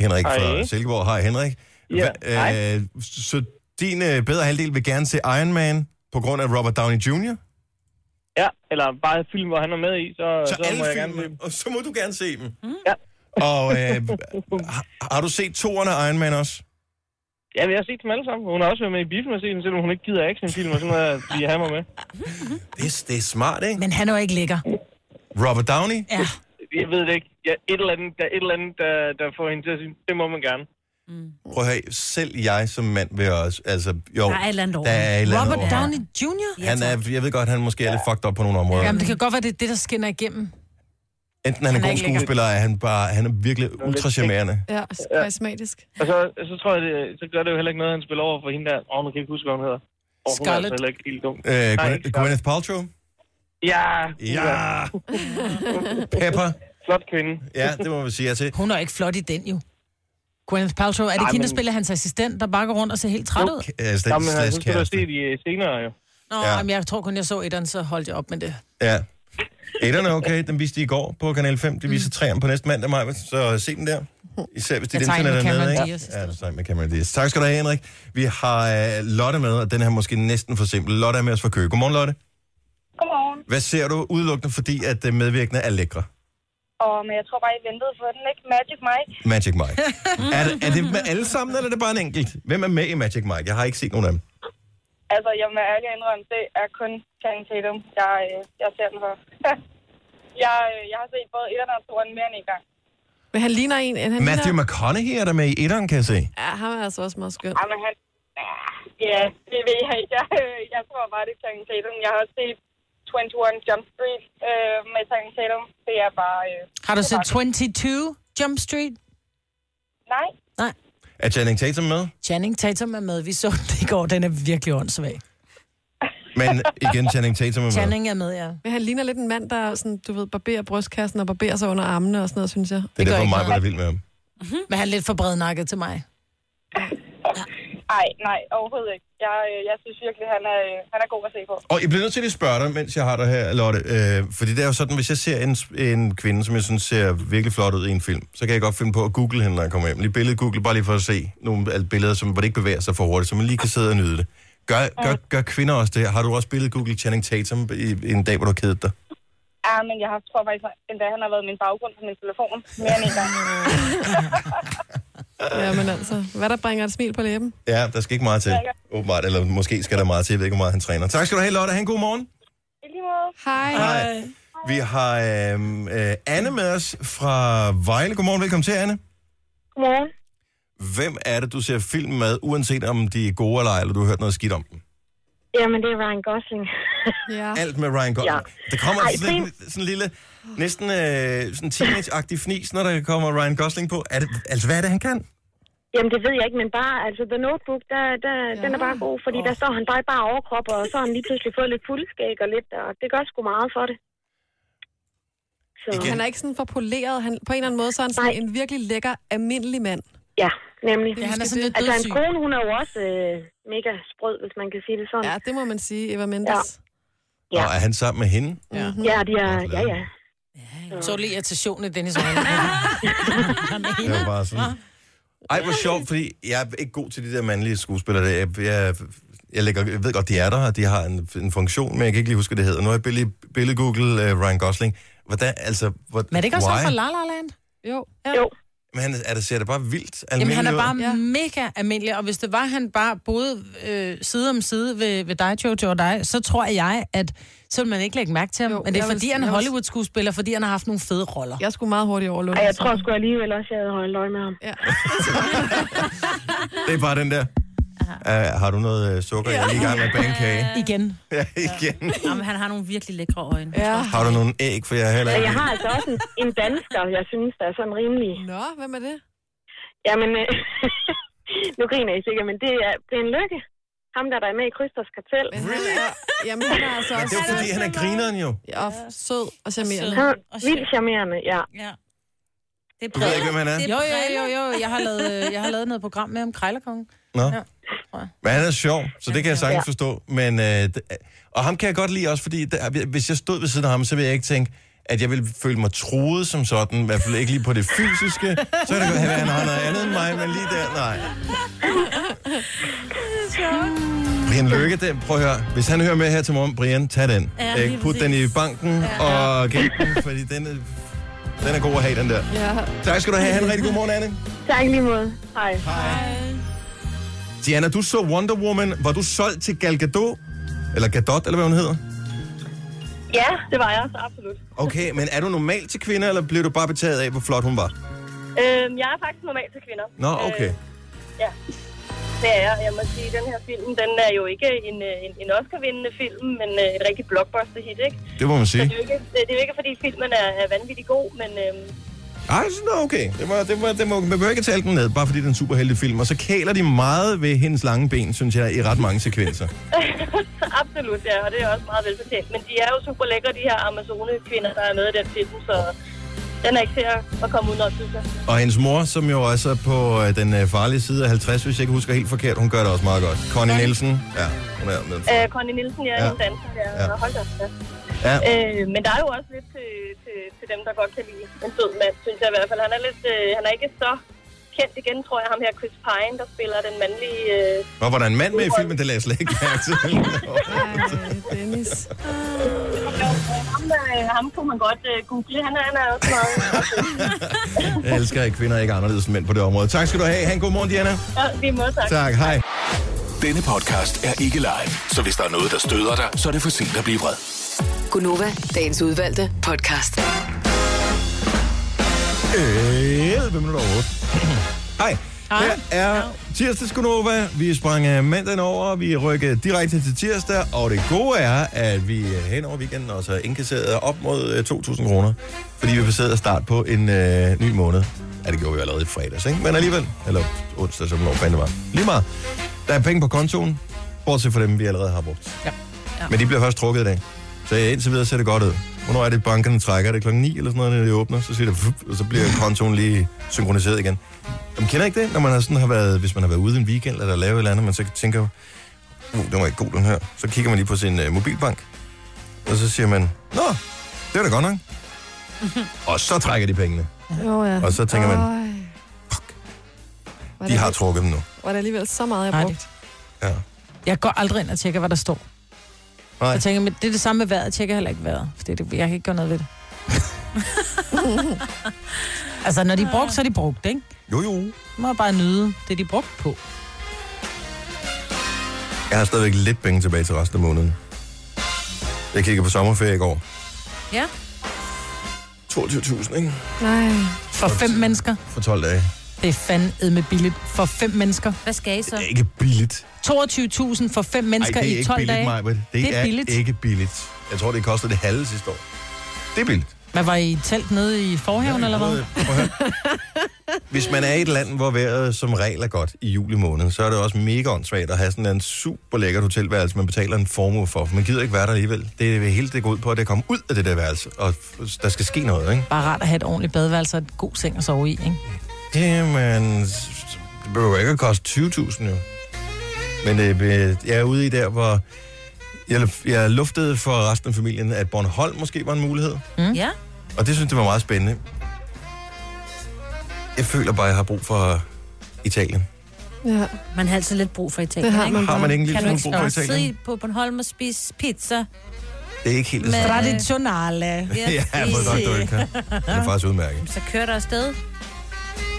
Speaker 1: Henrik Hej.
Speaker 8: Hej.
Speaker 1: fra Silkeborg. Hej, Henrik.
Speaker 8: Ja, hej.
Speaker 1: øh, så din øh, bedre halvdel vil gerne se Iron Man på grund af Robert Downey Jr.?
Speaker 8: Ja, eller bare film, hvor han er med i, så,
Speaker 1: Så alle
Speaker 8: må jeg
Speaker 1: filmene,
Speaker 8: gerne...
Speaker 1: Og så må du gerne se dem?
Speaker 8: Mm. Ja.
Speaker 1: Og øh, har, har du set toerne af Iron Man også?
Speaker 8: ja, jeg har set dem alle sammen. Hun har også været med i biffen og set dem, selvom hun ikke gider actionfilm og sådan noget, at de har mig med.
Speaker 1: Det, det er smart, ikke?
Speaker 2: Men han er jo ikke lækker.
Speaker 1: Robert Downey?
Speaker 2: Ja.
Speaker 8: Jeg ved det ikke. Ja, et eller andet, der, er et eller andet der, der får hende til at sige, det må man gerne.
Speaker 1: Prøv at høre, selv jeg som mand vil også... Altså, jo,
Speaker 2: Der er et eller andet over
Speaker 1: der er et eller andet
Speaker 2: Robert
Speaker 1: over.
Speaker 2: Downey Jr.?
Speaker 1: Han er, jeg ved godt, han måske er lidt fucked up på nogle områder.
Speaker 2: Jamen, det kan godt være, det er det, der skinner igennem.
Speaker 1: Enten han er
Speaker 2: han er
Speaker 1: en god
Speaker 2: ikke lækker.
Speaker 1: skuespiller, eller han bare, han er virkelig ultra charmerende.
Speaker 3: Ja, karismatisk.
Speaker 8: Og så, så tror jeg, det, så gør det jo heller ikke noget, at han spiller over for hende der. Åh, oh, man kan ikke huske, hvad hun hedder. Oh, hun er
Speaker 1: Scarlett.
Speaker 8: altså heller ikke helt dum.
Speaker 1: Øh, Gwyneth, Gwyneth Paltrow?
Speaker 8: Ja,
Speaker 1: Ja. Pepper?
Speaker 8: Flot kvinde.
Speaker 1: Ja, det må vi sige ja til.
Speaker 2: Hun er ikke flot i den, jo. Gwyneth Paltrow, er det
Speaker 8: Nej,
Speaker 2: ikke hende, der
Speaker 8: men-
Speaker 2: spiller hans assistent, der bakker rundt og ser helt træt ud?
Speaker 1: Øh, slash,
Speaker 8: Jamen, altså, hun
Speaker 1: slash
Speaker 8: skulle have
Speaker 1: kæreste.
Speaker 8: set de øh, senere, jo.
Speaker 2: Nå,
Speaker 1: Ja.
Speaker 2: ja. jamen, jeg tror kun, jeg så etteren, så holdt jeg op med det.
Speaker 1: Ja. Etterne er okay, den viste de i går på Kanal 5. De viser træerne på næste mandag, Maja, så se den der. Især hvis dit
Speaker 2: Mm. Jeg tegner
Speaker 1: internet er
Speaker 2: med Cameron
Speaker 1: nede, ikke?
Speaker 2: Diaz i
Speaker 1: Ja, du tegner med Cameron Diaz. Tak skal du have, Henrik. Vi har øh, Lotte med, og den her er måske næsten for simpel. Lotte er med os fra Køge. Godmorgen, Lotte.
Speaker 11: Godmorgen.
Speaker 1: Hvad ser du udelukkende, fordi at øh, medvirkende er lækre?
Speaker 11: Og men jeg tror bare, I ventede på den, ikke? Magic Mike.
Speaker 1: Magic Mike. er, det, er det med alle sammen, eller er det bare en enkelt? Hvem er med i Magic Mike? Jeg har ikke set nogen af dem.
Speaker 11: Altså, jeg må ærligt indrømme, det er kun Channing Tatum, jeg, øh, jeg ser den for. jeg, øh, jeg har set både 1 og 2 mere end en gang.
Speaker 3: Men han ligner en... Han
Speaker 1: Matthew
Speaker 3: ligner,
Speaker 1: McConaughey er der med i etteren, kan jeg se.
Speaker 3: ja, ham er altså også meget skøn.
Speaker 11: Ej, men han... Ah, Ja, det ved jeg ikke. Jeg, øh, jeg tror bare, det er Channing Tatum. Jeg har også set 21 Jump Street øh, med Channing Tatum. Det er bare... Øh,
Speaker 2: Har du
Speaker 11: det er
Speaker 2: set
Speaker 11: bare-
Speaker 2: 22 Jump Street?
Speaker 11: Nej.
Speaker 2: Nej.
Speaker 1: Er Channing Tatum med?
Speaker 2: Channing Tatum er med. Vi så den i går. Den er virkelig åndssvag.
Speaker 1: Men igen, Channing Tatum er med.
Speaker 2: Channing er med, ja.
Speaker 3: Men han ligner lidt en mand, der sådan, du ved, barberer brystkassen og barberer sig under armene og sådan noget, synes jeg.
Speaker 1: Det er
Speaker 2: gør
Speaker 1: derfor
Speaker 2: ikke
Speaker 1: mig, der er
Speaker 2: noget.
Speaker 1: vild med ham.
Speaker 2: Men han er lidt for brednakket til mig.
Speaker 11: Ej, nej, overhovedet ikke. Jeg, øh, jeg synes virkelig, han er, øh, han er god at se på.
Speaker 1: Og jeg bliver nødt til at lige spørge dig, mens jeg har dig her, Lotte. Øh, fordi det er jo sådan, hvis jeg ser en, en kvinde, som jeg synes ser virkelig flot ud i en film, så kan jeg godt finde på at google hende, når jeg kommer hjem. Lige billedet google, bare lige for at se nogle af billeder, som, hvor det ikke bevæger sig for hurtigt, så man lige kan sidde og nyde det. Gør, gør, gør kvinder også det? Har du også billedet google Channing Tatum i, i en dag, hvor du har kedet dig?
Speaker 11: Ja, men jeg har, tror faktisk, endda han har været min baggrund på min telefon mere end en gang.
Speaker 3: Ja, men altså, hvad der bringer et smil på læben?
Speaker 1: Ja, der skal ikke meget til, åbenbart. Eller måske skal der meget til. Jeg ved ikke, hvor meget han træner. Tak skal du have, Lotte. Ha' en god morgen.
Speaker 11: I lige måde.
Speaker 3: Hej.
Speaker 1: Hej. Vi har øhm, øh, Anne med os fra Vejle. Godmorgen, velkommen til, Anne.
Speaker 11: Godmorgen.
Speaker 1: Hvem er det, du ser film med, uanset om de er gode eller ej, eller du har hørt noget skidt om dem?
Speaker 12: Jamen, det er Ryan Gosling.
Speaker 3: ja.
Speaker 1: Alt med Ryan Gosling. Ja. Der kommer
Speaker 12: Ej,
Speaker 1: sådan,
Speaker 12: prim-
Speaker 1: en, sådan en lille, næsten øh, sådan teenage-agtig fnis, når der kommer Ryan Gosling på. Er det, altså, hvad er det, han kan?
Speaker 12: Jamen, det ved jeg ikke, men bare, altså, The Notebook, der, der, ja. den er bare god, fordi oh. der står han bare i bare overkrop, og så har han lige pludselig fået lidt fuldskæg og lidt, og det gør sgu meget for det. Så.
Speaker 3: Igen. Han er ikke sådan for poleret. Han, på en eller anden måde, så er han sådan en virkelig lækker, almindelig mand.
Speaker 12: Ja, nemlig.
Speaker 3: Det er han er sådan lidt
Speaker 12: altså, hans
Speaker 3: dødssyg.
Speaker 12: kone, hun er jo også øh, mega sprød, hvis man kan sige det sådan.
Speaker 3: Ja, det må man sige, Eva Mendes. Mhm.
Speaker 1: Ja. Og er han sammen med hende?
Speaker 3: Ja,
Speaker 12: ja, de er, ja, ja.
Speaker 2: Så lige irritationen i Dennis øjne. Han er
Speaker 1: Det var bare sådan... Ej, hvor sjovt, fordi jeg er ikke god til de der mandlige skuespillere. der. Jeg, jeg, jeg, lægger, jeg ved godt, de er der, og de har en, en funktion, men jeg kan ikke lige huske, hvad det hedder. Nu har jeg billed, billedgooglet uh, Ryan Gosling. Hvordan, altså, hvor,
Speaker 2: Men er det ikke også
Speaker 1: why?
Speaker 2: ham fra La La Land?
Speaker 3: Jo.
Speaker 2: Ja.
Speaker 12: jo.
Speaker 1: Men han er det, ser det bare vildt
Speaker 2: Jamen,
Speaker 1: almindeligt
Speaker 2: han er
Speaker 1: ud?
Speaker 2: bare ja. mega almindelig, og hvis det var, han bare boede øh, side om side ved, ved dig, Jojo, og dig, så tror jeg, at så vil man ikke lægge mærke til ham. Jo, Men det er,
Speaker 3: jeg vil-
Speaker 2: fordi han er
Speaker 3: jeg vil-
Speaker 2: Hollywood-skuespiller, fordi han har haft nogle fede roller.
Speaker 3: Jeg skulle meget hurtigt overlåne.
Speaker 12: Ej, jeg tror sgu alligevel også, jeg havde holdt øje med ham.
Speaker 3: Ja.
Speaker 1: Det er bare den der. Uh, har du noget øh, sukker? Ja. Jeg er lige i gang med at bage en kage.
Speaker 2: Igen.
Speaker 1: Ja, igen.
Speaker 4: Jamen, han har nogle virkelig lækre øjne.
Speaker 3: Ja.
Speaker 1: Har du nogle æg, for jeg er heller
Speaker 12: Men
Speaker 1: ikke...
Speaker 12: jeg har altså også en, en dansker, jeg synes, der er sådan rimelig...
Speaker 3: Nå, hvem er det?
Speaker 12: Jamen, øh, nu griner I sikkert, men det er Brian Lykke. Ham, der, der er med i Krysters Kartel.
Speaker 3: Jamen, han er altså
Speaker 1: Men
Speaker 3: også...
Speaker 1: det er jo fordi, han er grineren jo.
Speaker 3: Og f- sød og charmerende.
Speaker 12: Han er vildt charmerende, ja.
Speaker 4: ja. Det
Speaker 1: Du ved ikke, hvem han er?
Speaker 2: Jo, jo, jo, jo. Jeg har lavet, øh, jeg har lavet noget program med om Krejlerkongen.
Speaker 1: Nå.
Speaker 2: Ja.
Speaker 1: Men han er sjov, så det kan jeg sagtens
Speaker 2: Ja.
Speaker 1: forstå. Men, øh, d- og ham kan jeg godt lide også, fordi der, hvis jeg stod ved siden af ham, så ville jeg ikke tænke, at jeg ville føle mig troet som sådan. I hvert fald ikke lige på det fysiske. Så er det godt, at han har noget andet end mig, men lige der, nej. Brian Lykke, den, prøv at høre. Hvis han hører med her til morgen, Brian, tag den.
Speaker 3: Ja,
Speaker 1: Øh,
Speaker 3: lige
Speaker 1: Put den i
Speaker 3: præcis.
Speaker 1: banken og gem den, fordi den er, den er god at have, den der.
Speaker 3: Ja.
Speaker 1: Tak skal du have. Ha' en rigtig god morgen, Anne.
Speaker 12: Tak i lige måde. Hej.
Speaker 1: Hej. Diana, du så Wonder Woman. Var du solgt til Gal Gadot? Eller Gadot, eller hvad hun hedder?
Speaker 13: Ja, det var jeg så absolut.
Speaker 1: Okay, men er du normal til kvinder, eller blev du bare betaget af, hvor flot hun var?
Speaker 13: Øhm, jeg er faktisk normal til kvinder.
Speaker 1: Nå, okay.
Speaker 13: Ja, det er jeg. Jeg må sige, den her film, den er jo ikke en, øh, en, en Oscar-vindende film, men øh, et rigtig blockbuster-hit, ikke?
Speaker 1: Det må man
Speaker 13: Så
Speaker 1: sige.
Speaker 13: det er jo ikke, øh, det, det er jo ikke fordi filmen er, er vanvittig god, men øhm,
Speaker 1: Ej, så nå, okay. Det var, det var, det var, man behøver ikke tale den ned, bare fordi det er en superheldig film. Og så kæler de meget ved hendes lange ben, synes jeg, i ret mange sekvenser.
Speaker 13: absolut, ja, og det er også meget velfortjent. Men de er jo super lækre, de her Amazone-kvinder, der er med i den film, så den er ikke til at at komme udenom, synes jeg.
Speaker 1: Og hendes mor, som jo også er på øh, den øh, farlige side af 50, hvis jeg ikke husker helt forkert, hun gør det også meget godt. Connie Nielsen, ja, hun er med.
Speaker 13: Øh, Connie Nielsen, ja,
Speaker 1: Ja.
Speaker 13: ja. en danser, ja.
Speaker 1: Ja.
Speaker 13: ja. Hold da, op, ja.
Speaker 1: Ja.
Speaker 13: Øh, men der er jo også lidt til, til, til dem, der godt kan lide en sød mand, synes jeg i hvert fald. Han er, lidt, øh, han er ikke så kendt igen, tror jeg, ham her Chris Pine, der spiller den mandlige... Øh,
Speaker 1: Og var der en mand med i filmen, det lagde jeg slet ikke mærke til.
Speaker 3: Dennis.
Speaker 13: jo, øh, ham, øh, ham kunne man godt øh, google. Han er, han er også meget...
Speaker 1: Jeg elsker, at kvinder ikke er anderledes end mænd på det område. Tak skal du have. Ha' en god morgen, Diana.
Speaker 13: ja, vi må tak.
Speaker 1: Tak, hej.
Speaker 6: Denne podcast er ikke live, så hvis der er noget, der støder dig, så er det for sent at blive vred.
Speaker 5: Gunova, dagens udvalgte podcast.
Speaker 1: 11 Øh, minutter over otte. Hej. Her er tirsdags Gunova. Vi sprang øh, mandagen over, vi rykkede direkte til tirsdag, og det gode er, at vi øh, hen over weekenden også har indkasseret op mod øh, 2.000 kroner, fordi vi passerede start på en øh, ny måned. Ja, det gjorde vi jo allerede i fredags, ikke? Men alligevel, eller onsdag, som fanden det var. Lige meget. Der er penge på kontoen, bortset fra dem, vi allerede har brugt. Ja. ja. Men de bliver først trukket i dag. Så indtil videre ser det godt ud. Hvornår er det, bankerne trækker? Er det klokken 9 eller sådan noget, når de åbner? Så siger det, fup, og så bliver kontoen lige synkroniseret igen. Jamen, kender I ikke det, når man har sådan har været, hvis man har været ude en weekend eller lavet et eller andet, man så tænker, uh, den var ikke god, den her. Så kigger man lige på sin uh, mobilbank, og så siger man, nå, det var da godt nok. og så trækker de pengene.
Speaker 3: Jo, ja.
Speaker 1: Og så tænker man,
Speaker 3: Øj,
Speaker 1: De har trukket dem nu.
Speaker 3: Var det alligevel så meget, jeg brugte?
Speaker 1: Ja.
Speaker 2: Jeg går aldrig ind og tjekker, hvad der står.
Speaker 1: Nej.
Speaker 2: Jeg tænker, men det er det samme med vejret. Jeg tjekker heller ikke vejret, for det, jeg kan ikke gøre noget ved det. altså, når de er brugt, så er de brugt, ikke?
Speaker 1: Jo, jo.
Speaker 2: Må jeg bare nyde det, de er brugt på.
Speaker 1: Jeg har stadigvæk lidt penge tilbage til resten af måneden. Jeg kiggede på sommerferie i går.
Speaker 4: Ja.
Speaker 1: 22.000, ikke?
Speaker 2: Nej. For fem mennesker.
Speaker 1: For 12 dage.
Speaker 2: Det er fandme billigt. For fem mennesker.
Speaker 4: Hvad skal I så?
Speaker 1: Ikke billigt.
Speaker 2: 22.000 for fem mennesker
Speaker 1: Ej, det er
Speaker 2: i
Speaker 1: ikke
Speaker 2: 12
Speaker 1: billigt,
Speaker 2: dage.
Speaker 1: Majbrit. Det, det er, billigt. ikke billigt. Jeg tror, det kostede det halve sidste år. Det er billigt.
Speaker 2: Hvad var I i telt nede i forhaven, eller hvad?
Speaker 1: Hvis man er i et land, hvor vejret som regel er godt i juli måned, så er det også mega åndssvagt at have sådan en super lækkert hotelværelse, man betaler en formue for, for man gider ikke være der alligevel. Det er hele det går ud på, at det er kommet ud af det der værelse, og f- der skal ske noget, ikke?
Speaker 2: Bare rart at have et ordentligt badeværelse og et god seng at sove i, ikke?
Speaker 1: Jamen, s- s- det behøver ikke at koste 20.000 jo. Men øh, jeg er ude i der, hvor jeg, jeg luftede for resten af familien, at Bornholm måske var en mulighed.
Speaker 4: Mm. Ja.
Speaker 1: Og det synes jeg var meget spændende. Jeg føler bare, at jeg har brug for Italien.
Speaker 3: Ja.
Speaker 4: Man har altid lidt brug for Italien,
Speaker 1: Det har
Speaker 4: ikke?
Speaker 1: man Har man bare. ikke en lille
Speaker 4: Kan du
Speaker 1: smule brug for
Speaker 4: ikke sidde
Speaker 1: Italien?
Speaker 4: i- på Bornholm og spise pizza?
Speaker 1: Det er ikke helt det
Speaker 4: Med-
Speaker 1: samme.
Speaker 2: Traditionale.
Speaker 1: Ja, jeg ved godt, du ikke kan. Det er faktisk udmærket.
Speaker 4: Så kører der afsted.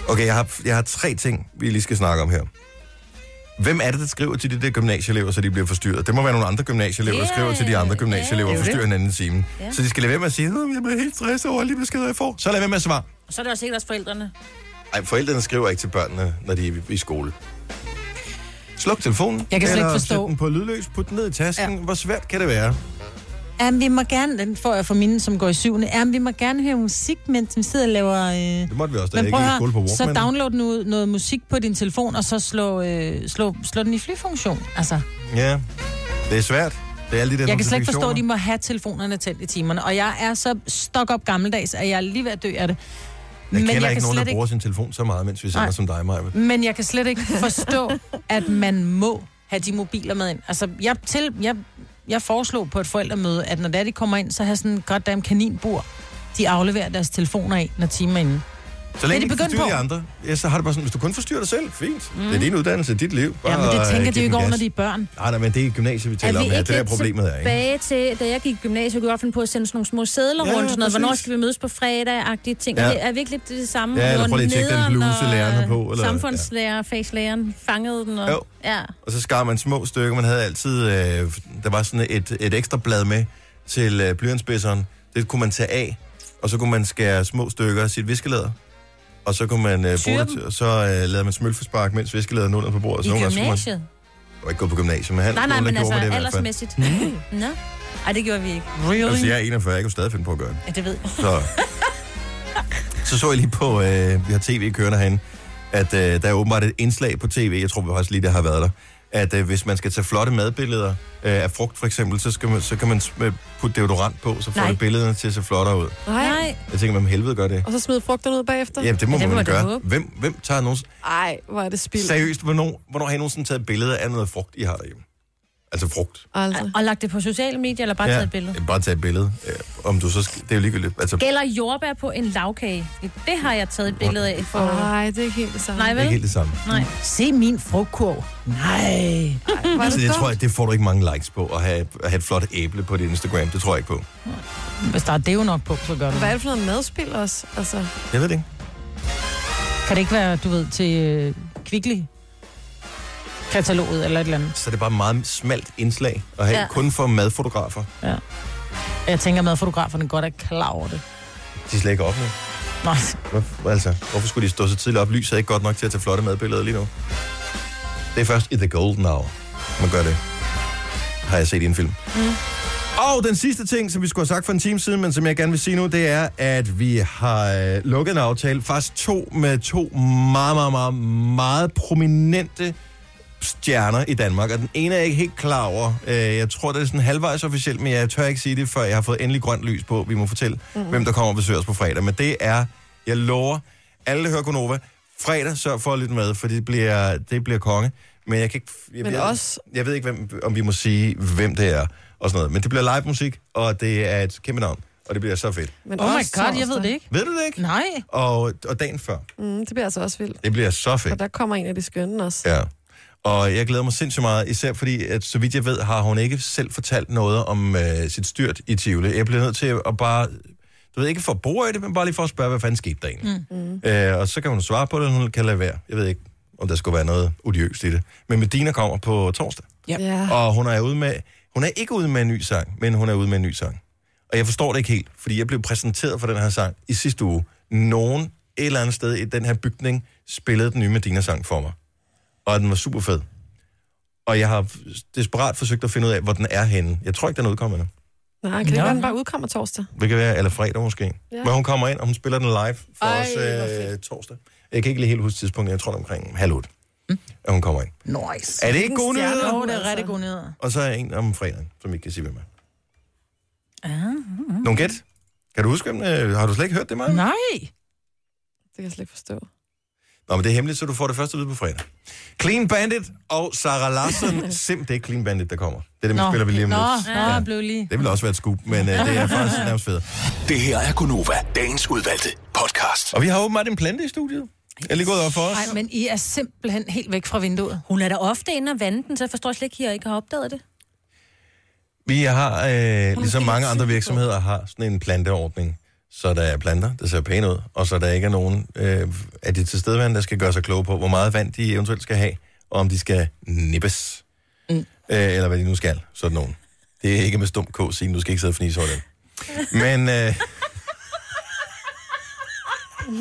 Speaker 1: Okay, jeg har, jeg har tre ting, vi lige skal snakke om her. Hvem er det, der skriver til de der gymnasieelever, så de bliver forstyrret? Det må være nogle andre gymnasieelever, der skriver til de andre gymnasieelever og
Speaker 4: Det er jo
Speaker 1: forstyrrer
Speaker 4: det.
Speaker 1: hinanden i timen.
Speaker 4: Ja.
Speaker 1: Så de skal lade være med at sige, "Åh, jeg bliver helt stresset over alle de beskeder, jeg får. Så lad være med at svare.
Speaker 4: Og så er det også sikkert også forældrene.
Speaker 1: Nej, forældrene skriver ikke til børnene, når de er i- i skole. Sluk telefonen.
Speaker 2: Jeg kan slet ikke
Speaker 1: eller
Speaker 2: forstå.
Speaker 1: sæt den på lydløs, put den ned i tasken. Ja. Hvor svært kan det være?
Speaker 2: Jamen, vi må gerne, den får jeg fra mine, som går i syvende. Jamen, vi må gerne høre musik, mens vi sidder og laver... Øh...
Speaker 1: Det måtte vi også, da
Speaker 2: Men
Speaker 1: jeg
Speaker 2: prøv
Speaker 1: gik i
Speaker 2: at høre,
Speaker 1: skole på
Speaker 2: så
Speaker 1: Walkman.
Speaker 2: download nu noget musik på din telefon, og så slå, øh, slå, slå den i flyfunktion. Altså,
Speaker 1: Ja, det er svært. Det er alle de der
Speaker 2: jeg kan slet ikke forstå, at de
Speaker 1: notifikationer.
Speaker 2: må have telefonerne tændt i timerne. Og jeg er så stok op gammeldags, at jeg er lige ved at dø af det.
Speaker 1: Jeg kender
Speaker 2: jeg
Speaker 1: ikke
Speaker 2: kan
Speaker 1: nogen, der
Speaker 2: slet
Speaker 1: bruger sin telefon så meget, mens vi sender
Speaker 2: Nej. Mm.
Speaker 1: som dig, Maja.
Speaker 2: Men jeg kan slet ikke forstå, at man må have de mobiler med ind. Altså, jeg, til, jeg, jeg foreslog på et forældremøde, at når det er, de kommer ind, så har sådan et goddamn kaninbur, de afleverer deres telefoner af, når timen er inde.
Speaker 1: Så
Speaker 2: Det er
Speaker 1: længe
Speaker 2: de
Speaker 1: du ikke
Speaker 2: begyndt
Speaker 1: forstyrrer de
Speaker 2: på.
Speaker 1: andre, ja, så har det bare sådan, hvis du kun forstyrrer dig selv, fint. Mm. Det er
Speaker 2: Mm.
Speaker 1: din uddannelse, dit liv. Bare
Speaker 2: Jamen, det tænker
Speaker 1: øh,
Speaker 2: de
Speaker 1: giv den
Speaker 2: jo ikke over,
Speaker 1: gas.
Speaker 2: når de er børn.
Speaker 1: Nej, nej, men det er gymnasiet, vi taler
Speaker 4: Er
Speaker 1: om
Speaker 4: vi
Speaker 1: her. Det
Speaker 4: ikke
Speaker 1: der er
Speaker 4: lidt
Speaker 1: problemet er, ikke?
Speaker 4: tilbage til, da jeg gik i gymnasiet, kunne jeg godt finde på at sende sådan nogle små sædler
Speaker 1: Ja,
Speaker 4: rundt, og sådan noget. hvornår
Speaker 1: præcis.
Speaker 4: skal vi mødes på fredag-agtige ting.
Speaker 1: Ja.
Speaker 4: Ja. Det er virkelig det, det samme.
Speaker 1: Ja, eller
Speaker 4: Hvor
Speaker 1: prøv lige at tjekke den
Speaker 4: nederen
Speaker 1: bluse,
Speaker 4: og
Speaker 1: læreren har på, eller-
Speaker 4: Samfundslærer, ja. faglæreren fangede den. Og,
Speaker 1: Jo.
Speaker 4: Ja.
Speaker 1: Og så skar man små stykker. Man havde altid, øh, der var sådan et, et ekstra blad med til øh, blyantspidseren. Det kunne man tage af, og så kunne man skære små stykker af sit viskelæder. Og så kunne man øh, bruge
Speaker 4: Syre
Speaker 1: det, til- og så øh, lavede man smølfespark, mens viskelæderen under på bordet.
Speaker 4: I
Speaker 1: Så nogle gange skulle man,
Speaker 4: gymnasiet?
Speaker 1: jeg var ikke gået på gymnasiet, men han
Speaker 4: Nej, nej, men altså
Speaker 1: det i hvert fald. Mm.
Speaker 4: aldersmæssigt. Nå, ej, det gjorde vi ikke.
Speaker 1: Altså, jeg er 41, jeg kunne stadig finde på at gøre det.
Speaker 4: Ja, det ved jeg.
Speaker 1: Så så, så jeg lige på, øh, vi har tv kørende herinde, at øh, der er åbenbart et indslag på tv, jeg tror faktisk lige, det har været der, at øh, hvis man skal tage flotte madbilleder øh, af frugt for eksempel, så, skal man, så kan man sm- øh, putte deodorant på, så får
Speaker 3: Nej.
Speaker 1: det billederne til at se flottere ud.
Speaker 3: Nej.
Speaker 1: Jeg tænker, hvem helvede gør det?
Speaker 3: Og så smide frugterne ud bagefter?
Speaker 1: Ja, det må man gøre. Hvem, hvem tager nogen...
Speaker 3: Nej, hvor er det spild.
Speaker 1: Seriøst, hvornår, hvornår har I nogensinde taget billeder af noget frugt, I har derhjemme? Altså frugt.
Speaker 3: Altså.
Speaker 4: Og lagt det på sociale medier, eller bare ja. taget et billede?
Speaker 1: Ja, bare tage et billede. Ja, om du så skal, det er jo ligegyldigt. Altså,
Speaker 4: Gælder jordbær på en lavkage? Det har jeg taget et billede af. For...
Speaker 3: Nej, det er ikke helt det samme.
Speaker 4: Nej,
Speaker 1: det er ikke
Speaker 4: vel?
Speaker 1: helt det samme.
Speaker 4: Nej.
Speaker 2: Se min frugtkurv. Nej.
Speaker 1: Så Altså, jeg tror, at det får du ikke mange likes på, at have, at have et flot æble på dit Instagram. Det tror jeg ikke på.
Speaker 2: Hvis der er det jo nok på, så gør du
Speaker 3: Hvad er det for noget madspil også? Altså,
Speaker 1: Jeg ved det ikke.
Speaker 2: Kan det ikke være, du ved, til øh, Kvickly? Kataloget eller et eller andet.
Speaker 1: Så det er bare meget smalt indslag at have, ja.
Speaker 2: Ja.
Speaker 1: kun for madfotografer.
Speaker 2: Ja. Og Jeg tænker, at fotograferne godt er klar over det.
Speaker 1: De er slet ikke offentlige.
Speaker 2: Nej.
Speaker 1: Hvor, altså, hvorfor skulle de stå så tidligt op? Lyset er ikke godt nok til at tage flotte madbilleder lige nu. Det er først i The Golden Hour, man gør det. Har jeg set i en film.
Speaker 6: Mm.
Speaker 1: Og den sidste ting, som vi skulle have sagt for en time siden, men som jeg gerne vil sige nu, det er, at vi har øh, lukket en aftale, faktisk to med to meget, meget, meget, meget prominente stjerner i Danmark. Og den ene er jeg ikke helt klar over. Øh, jeg tror, det er sådan halvvejs officielt, men jeg tør ikke sige det, før jeg har fået endelig grønt lys på. Vi må fortælle,
Speaker 3: Mhm.
Speaker 1: mm. hvem der kommer og besøger os på fredag. Men det er, jeg lover, alle der hører Gunova, fredag sørg for at lytte med, for det bliver, det bliver konge. Men jeg kan ikke... Jeg,
Speaker 3: Men
Speaker 1: jeg,
Speaker 3: også-
Speaker 1: jeg ved ikke, hvem, om vi må sige, hvem det er og sådan noget. Men det bliver live musik, og det er et kæmpe navn, og det bliver så fedt.
Speaker 3: men
Speaker 2: Oh my
Speaker 3: også
Speaker 2: God, jeg ved
Speaker 3: torsdag.
Speaker 2: det ikke.
Speaker 1: Ved du det ikke?
Speaker 2: Nej.
Speaker 1: Og, og dagen før,
Speaker 3: Mm, det bliver altså også vildt.
Speaker 1: det bliver så fedt.
Speaker 3: Og der kommer en af de skønne også.
Speaker 1: Ja. Og jeg glæder mig sindssygt meget, især fordi, at så vidt jeg ved, har hun ikke selv fortalt noget om øh, sit styrt i Tivoli. Jeg bliver nødt til at bare, du ved ikke for at bruge i det, men bare lige for at spørge, hvad fanden skete der egentlig. Mm. Øh, og så kan hun svare på det, eller hun kan lade være. Jeg ved ikke, om der skulle være noget odiøst i det. Men Medina kommer på torsdag,
Speaker 3: Ja. ja.
Speaker 1: Ah. og hun er, ude med, hun er ikke ude med en ny sang, men hun er ude med en ny sang. Og jeg forstår det ikke helt, fordi jeg blev præsenteret for den her sang i sidste uge. Nogen et eller andet sted i den her bygning spillede den nye Medina-sang for mig og den var super fed. Og jeg har desperat forsøgt at finde ud af, hvor den er henne. Jeg tror ikke, den er udkommet endnu.
Speaker 3: Nej, kan det
Speaker 1: Nå.
Speaker 3: ikke være, den bare udkommer torsdag?
Speaker 1: Det kan være, eller fredag måske.
Speaker 3: Ja.
Speaker 1: Ja. Men hun kommer ind, og hun spiller den live for
Speaker 3: Ej,
Speaker 1: Ej, os
Speaker 3: hvor
Speaker 1: øh, torsdag. Jeg kan ikke lige helt huske tidspunktet. Jeg tror, det er omkring halv otte, mm. at hun kommer ind.
Speaker 2: Nice.
Speaker 1: Er det ikke gode nyheder?
Speaker 2: Jo, det er rigtig gode nyheder.
Speaker 1: Og så er en om fredagen, som I ikke kan sige, hvem er. Nogle gæt? Kan du huske, hvem, øh, har du slet ikke hørt det, meget?
Speaker 2: Nej.
Speaker 3: Det kan jeg slet ikke forstå.
Speaker 1: Nå, men det er hemmeligt, så du får det første at vide på fredag. Clean Bandit og Sarah Larsen. Sim, det er Clean Bandit, der kommer. Det er dem, vi
Speaker 2: Nå.
Speaker 1: spiller ved lige om
Speaker 2: Nå,
Speaker 1: lidt.
Speaker 2: nå, jeg blev lige.
Speaker 1: Det vil også være et scoop, men øh, det er faktisk nærmest fedt.
Speaker 6: Det her er Gunova, dagens udvalgte podcast.
Speaker 1: Og vi har åbenbart en plante i studiet. Er lige gået op for os?
Speaker 2: Nej, men I er simpelthen helt væk fra vinduet.
Speaker 4: Hun er da ofte inde og vande den, så jeg forstår slet ikke, at I ikke har opdaget det.
Speaker 1: Vi har, øh, ligesom mange andre virksomheder, har sådan en planteordning. Så der er planter, der ser pæne ud, og så der ikke er nogen øh, af de tilstedeværende, der skal gøre sig kloge på, hvor meget vand de eventuelt skal have, og om de skal nippes.
Speaker 2: Mm.
Speaker 1: Øh, eller hvad de nu skal, sådan nogen. Det er ikke med stum K, siden du skal ikke sidde og fnise over det. Men, øh,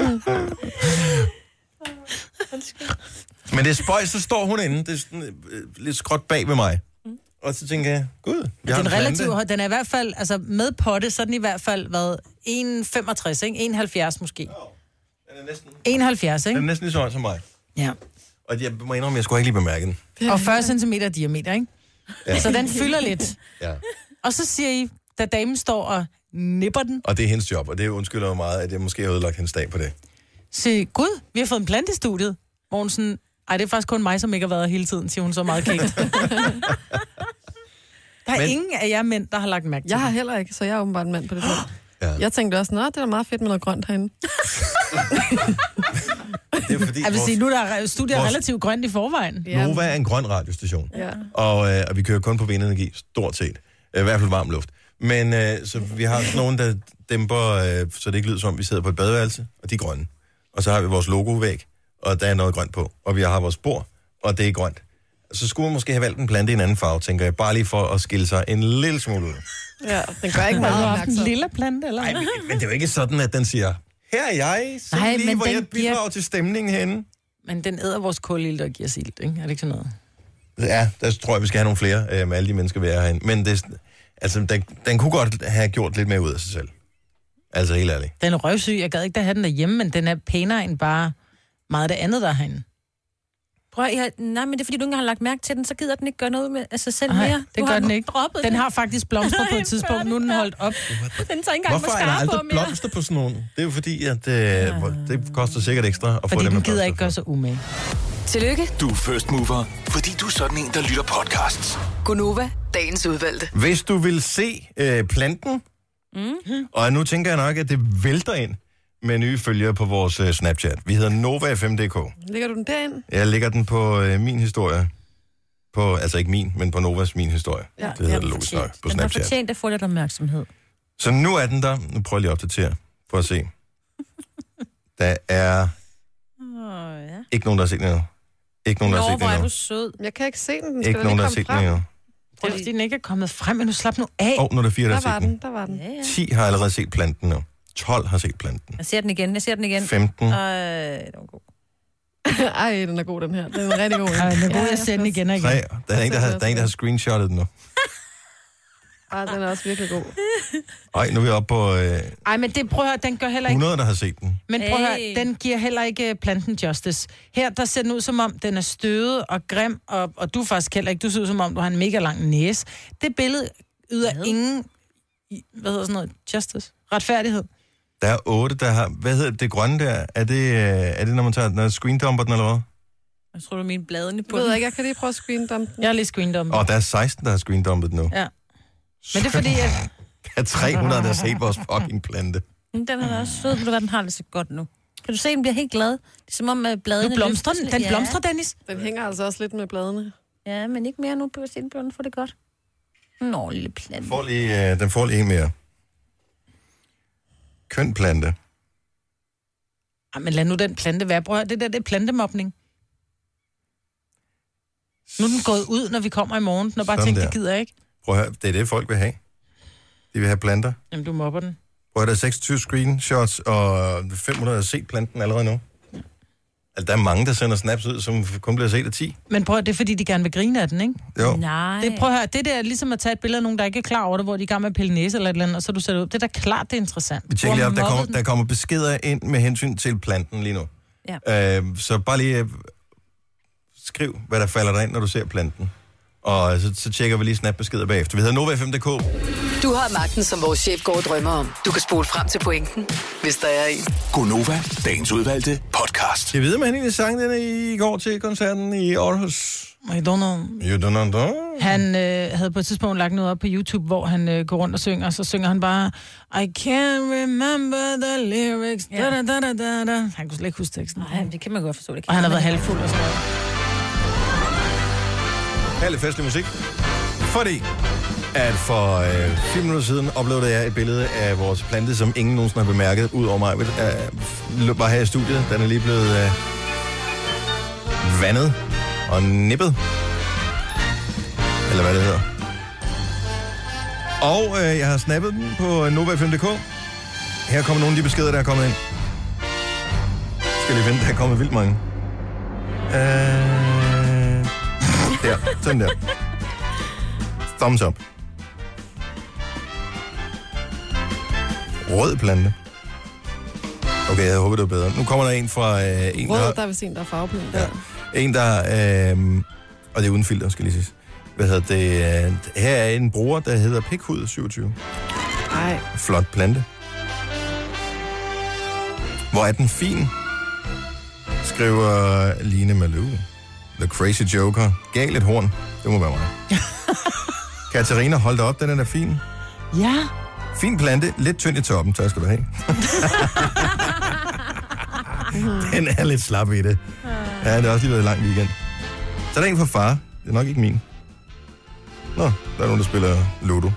Speaker 1: Men det er spøjs, så står hun inde. Det er sådan, øh, lidt skråt bag ved mig. Og så tænker jeg, gud, jeg har
Speaker 2: den,
Speaker 1: en
Speaker 2: Mm. er relativt høj.
Speaker 1: plante.
Speaker 2: den er i hvert fald, altså med potte, så er den i hvert fald været 1,65, ikke? 1,70 måske.
Speaker 1: Den er næsten,
Speaker 2: 71,
Speaker 1: den er
Speaker 2: ikke?
Speaker 1: næsten lige så høj som mig.
Speaker 2: Ja.
Speaker 1: Og jeg må indrømme, jeg skulle ikke lige bemærke den.
Speaker 2: Og 40 cm i diameter, ikke?
Speaker 1: Ja.
Speaker 2: Ja. Så den fylder lidt.
Speaker 1: Ja.
Speaker 2: Og så siger I, da damen står og nipper den,
Speaker 1: Og det er hendes job, og det undskylder mig meget, at jeg måske har ødelagt hendes dag på det.
Speaker 2: siger I, Gud, vi har fået en plante i studiet. Hvor hun sådan, ej, det er faktisk kun mig, som ikke har været her hele tiden, siger hun så meget kægt. Der er
Speaker 3: Men-
Speaker 2: Men... ingen af jer mænd, der har lagt mærke til
Speaker 3: Jeg
Speaker 2: det.
Speaker 3: har heller ikke, så jeg er åbenbart en mand på det punkt.
Speaker 1: Ja.
Speaker 3: Jeg tænkte også, nå, det er da meget fedt med noget grønt herinde.
Speaker 1: Det er fordi,
Speaker 2: Jeg vil sige, nu er der re- studiet er
Speaker 1: vores-
Speaker 2: relativt grønt i forvejen.
Speaker 1: Nova er en grøn radiostation.
Speaker 2: Ja.
Speaker 1: og, øh, og vi kører kun på vindenergi, stort set. Øh, I hvert fald varm luft. Men øh, så vi har sådan nogen, der dæmper, øh, så det ikke lyder som, om vi sidder på et badeværelse, og de er grønne. Og så har vi vores logovæg, og der er noget grønt på. Og vi har vores bord, og det er grønt. Så skulle man måske have valgt en plante i en anden farve, tænker jeg, bare lige for at skille sig en lille smule ud.
Speaker 3: Ja, den gør
Speaker 2: Har
Speaker 3: ikke meget
Speaker 2: du haft en
Speaker 3: opmærksom.
Speaker 2: lille plante, eller?
Speaker 1: Ej, men, men det er jo ikke sådan, at den siger, her er jeg, så
Speaker 2: Nej,
Speaker 1: lige,
Speaker 2: men
Speaker 1: hvor
Speaker 2: den
Speaker 1: jeg bidrager til stemningen henne.
Speaker 2: Men den æder vores kulilde og giver os ilt, ikke? Er det ikke sådan noget?
Speaker 1: Ja, der tror jeg, vi skal have nogle flere øh, med alle de mennesker, vi er herinde. Men det, er sådan- altså, den, den kunne godt have gjort lidt mere ud af sig selv. Altså helt ærligt.
Speaker 2: Den er røvsyg. Jeg gad ikke da have den derhjemme, men den er pænere end bare meget af det andet, der er herinde.
Speaker 4: Prøv, at- jeg, nej, men det er fordi, du ikke engang har lagt mærke til den, så gider den ikke gøre noget med af sig selv
Speaker 2: Nej,
Speaker 4: mere.
Speaker 2: det
Speaker 4: du
Speaker 2: gør
Speaker 4: har
Speaker 2: den ikke.
Speaker 4: Droppet
Speaker 2: Den har faktisk blomstret på et tidspunkt. Nu er den holdt op.
Speaker 4: Den tager ikke engang
Speaker 1: Hvorfor er der
Speaker 4: mascara på
Speaker 1: aldrig
Speaker 4: mere.
Speaker 1: blomster på sådan nogen? Det er jo fordi, at øh, hvor- det koster sikkert ekstra at få
Speaker 2: Fordi
Speaker 1: dem med
Speaker 2: den gider
Speaker 1: blomster.
Speaker 2: ikke gøre sig umage.
Speaker 5: Tillykke,
Speaker 6: Du er first mover, fordi du er sådan en, der lytter podcasts.
Speaker 5: Gunova, dagens udvalgte.
Speaker 1: Hvis du vil se øh, planten,
Speaker 2: Mm.
Speaker 1: mm-hmm. og nu tænker jeg nok, at det vælter ind med nye følgere på vores øh, Snapchat. Vi hedder Nova5.dk.
Speaker 3: Ligger du den derind?
Speaker 1: Jeg lægger den på øh, min historie. På, altså ikke min, men på Novas min historie. Ja, det hedder det logisk nok på
Speaker 4: Den har
Speaker 1: Snapchat.
Speaker 4: fortjent at få lidt opmærksomhed.
Speaker 1: Så nu er den der. Nu prøver jeg lige at opdatere, for at se. Der er
Speaker 4: Åh, ja.
Speaker 1: ikke nogen, der har set den endnu. Ikke nogen, der har set den endnu.
Speaker 4: sød.
Speaker 3: Jeg kan ikke se den. den.
Speaker 1: Ikke nogen, der har set den endnu.
Speaker 2: Det er fordi, den ikke er kommet frem, men nu slap nu af.
Speaker 1: Åh, oh, nu er der fire, der
Speaker 3: Der
Speaker 1: har
Speaker 3: var
Speaker 1: set den.
Speaker 3: den, der var den.
Speaker 4: Ja, ja.
Speaker 1: 10 har allerede set planten nu. 12 har set planten.
Speaker 4: Jeg ser den igen, jeg ser den igen.
Speaker 1: 15.
Speaker 4: Øh, den var god.
Speaker 3: Ej, den er god, den her. Den er rigtig god.
Speaker 2: Ej, den er god, jeg ser
Speaker 3: ser
Speaker 2: den igen og igen.
Speaker 1: 3. Der er en, der har, der er en, der har screenshotet den nu.
Speaker 3: Ej, den er også virkelig god.
Speaker 1: Ej, nu er vi oppe på øh,
Speaker 2: Ej, men det prøver at høre, den gør heller ikke...
Speaker 1: 100, der har set den.
Speaker 2: Men prøv at høre, den giver heller ikke øh, planten justice. Her, der ser den ud som om, den er støvet og grim, og, og du er faktisk heller ikke. Du ser ud som om, du har en mega lang næse. Det billede yder hvad? ingen, i- hvad hedder sådan noget, justice, retfærdighed.
Speaker 1: Der er 8, der har... Hvad hedder det, det grønne der? Er det, øh, er det når man tager når screendumper den, eller hvad?
Speaker 4: Jeg tror, du mine bladene
Speaker 3: Jeg
Speaker 4: på
Speaker 3: ved
Speaker 4: den.
Speaker 3: ikke, jeg kan lige prøve at screene dem.
Speaker 2: Jeg har lige screenet om.
Speaker 1: Og der er 16, der har screendumpet den nu.
Speaker 2: Ja. Men det er fordi, at...
Speaker 1: Der er 300, der har set vores fucking plante.
Speaker 2: Mm,
Speaker 4: Men Den er da også sød, ved du hvad, den har det så godt nu. Kan du se, den bliver helt glad? Det er som om, at bladene...
Speaker 2: Nu blomstrer
Speaker 4: løftes
Speaker 2: den.
Speaker 4: lidt.
Speaker 2: Den blomstrer, Dennis.
Speaker 3: Den hænger altså også lidt med bladene.
Speaker 4: Ja. ja, men ikke mere nu. På den får det godt. Nå, lille plante.
Speaker 1: Får lige, øh, den får lige en mere. Køn plante.
Speaker 2: Ej, men lad nu den plante være. Prøv at høre, det der, det er plantemobning. Nu er den gået ud, når vi kommer i morgen. Når bare
Speaker 1: Sådan
Speaker 2: tænkt,
Speaker 1: der.
Speaker 2: det gider jeg ikke.
Speaker 1: Prøv at høre, det er det, folk vil have. De vil have planter.
Speaker 2: Jamen, du mobber den.
Speaker 1: Prøv at høre, der er 26 screenshots, og 500 har set planten allerede nu. Altså, der er mange, der sender snaps ud, som kun bliver set af 10.
Speaker 2: Men prøv at det er fordi, de gerne vil grine af den, ikke?
Speaker 1: Jo.
Speaker 4: Nej.
Speaker 2: Det, prøv at høre, det der er ligesom at tage et billede af nogen, der ikke er klar over det, hvor de er i gang med at pille næse eller et eller andet, og så du sætter ud. Det er da klart, det er interessant.
Speaker 1: Vi tjekker lige op,
Speaker 2: Hvor
Speaker 1: der
Speaker 2: mobbede
Speaker 1: kommer,
Speaker 2: den?
Speaker 1: der kommer beskeder ind med hensyn til planten lige nu.
Speaker 4: Ja.
Speaker 1: Øh, så bare lige øh, skriv, hvad der falder dig ind, når du ser planten. Og så, så tjekker vi lige snapbeskeder bagefter. Vi hedder Nova5.dk.
Speaker 5: Du har magten, som vores chef går og drømmer om. Du kan spole frem til pointen, hvis der er en.
Speaker 6: Gonova, dagens udvalgte podcast.
Speaker 1: Jeg ved, man egentlig sang den i går til koncerten i Aarhus.
Speaker 2: I don't know.
Speaker 1: You don't know.
Speaker 2: Han øh, havde på et tidspunkt lagt noget op på YouTube, hvor han øh, går rundt og synger, og så synger han bare, I can't remember the lyrics, da, da, da, da, da, da. Han kunne slet ikke huske teksten.
Speaker 4: Nej, men det kan man godt forstå. Det kan
Speaker 2: Og han har
Speaker 4: man
Speaker 2: været
Speaker 4: ikke.
Speaker 2: halvfuld og sådan noget.
Speaker 1: Herlig festlig musik. Fordi at for øh, 4 minutter siden oplevede jeg et billede af vores plante, som ingen nogensinde har bemærket, ud over mig. Øh, var her i studiet. Den er lige blevet øh, vandet og nippet. Eller hvad det hedder. Og øh, jeg har snappet den på Nova5.dk. Her kommer nogle af de beskeder, der er kommet ind. Skal lige vente, der er kommet vildt mange. Øh, der, sådan der. Thumbs up. Rød plante. Okay, jeg håber, det var bedre. Nu kommer der en fra øh, en,
Speaker 3: Rød,
Speaker 1: der,
Speaker 3: der er vist en, der er farveblind. Ja.
Speaker 1: en, der... Øh, og det er uden filter, skal lige sige. Hvad hedder det? Øh, Her er en bruger, der hedder Pikhud27.
Speaker 3: Nej.
Speaker 1: Flot plante. Hvor er den fin, skriver Line Malou. The Crazy Joker. Gal et horn. Det må være mig. Katarina, hold da op, den er da fin.
Speaker 2: Ja.
Speaker 1: Fin plante, lidt tynd i toppen, tak skal du have. den er lidt slap i det. Ja, det har også lige været en lang weekend. Så er der en fra far. Det er nok ikke min. Nå, der er nogen, der spiller Ludo.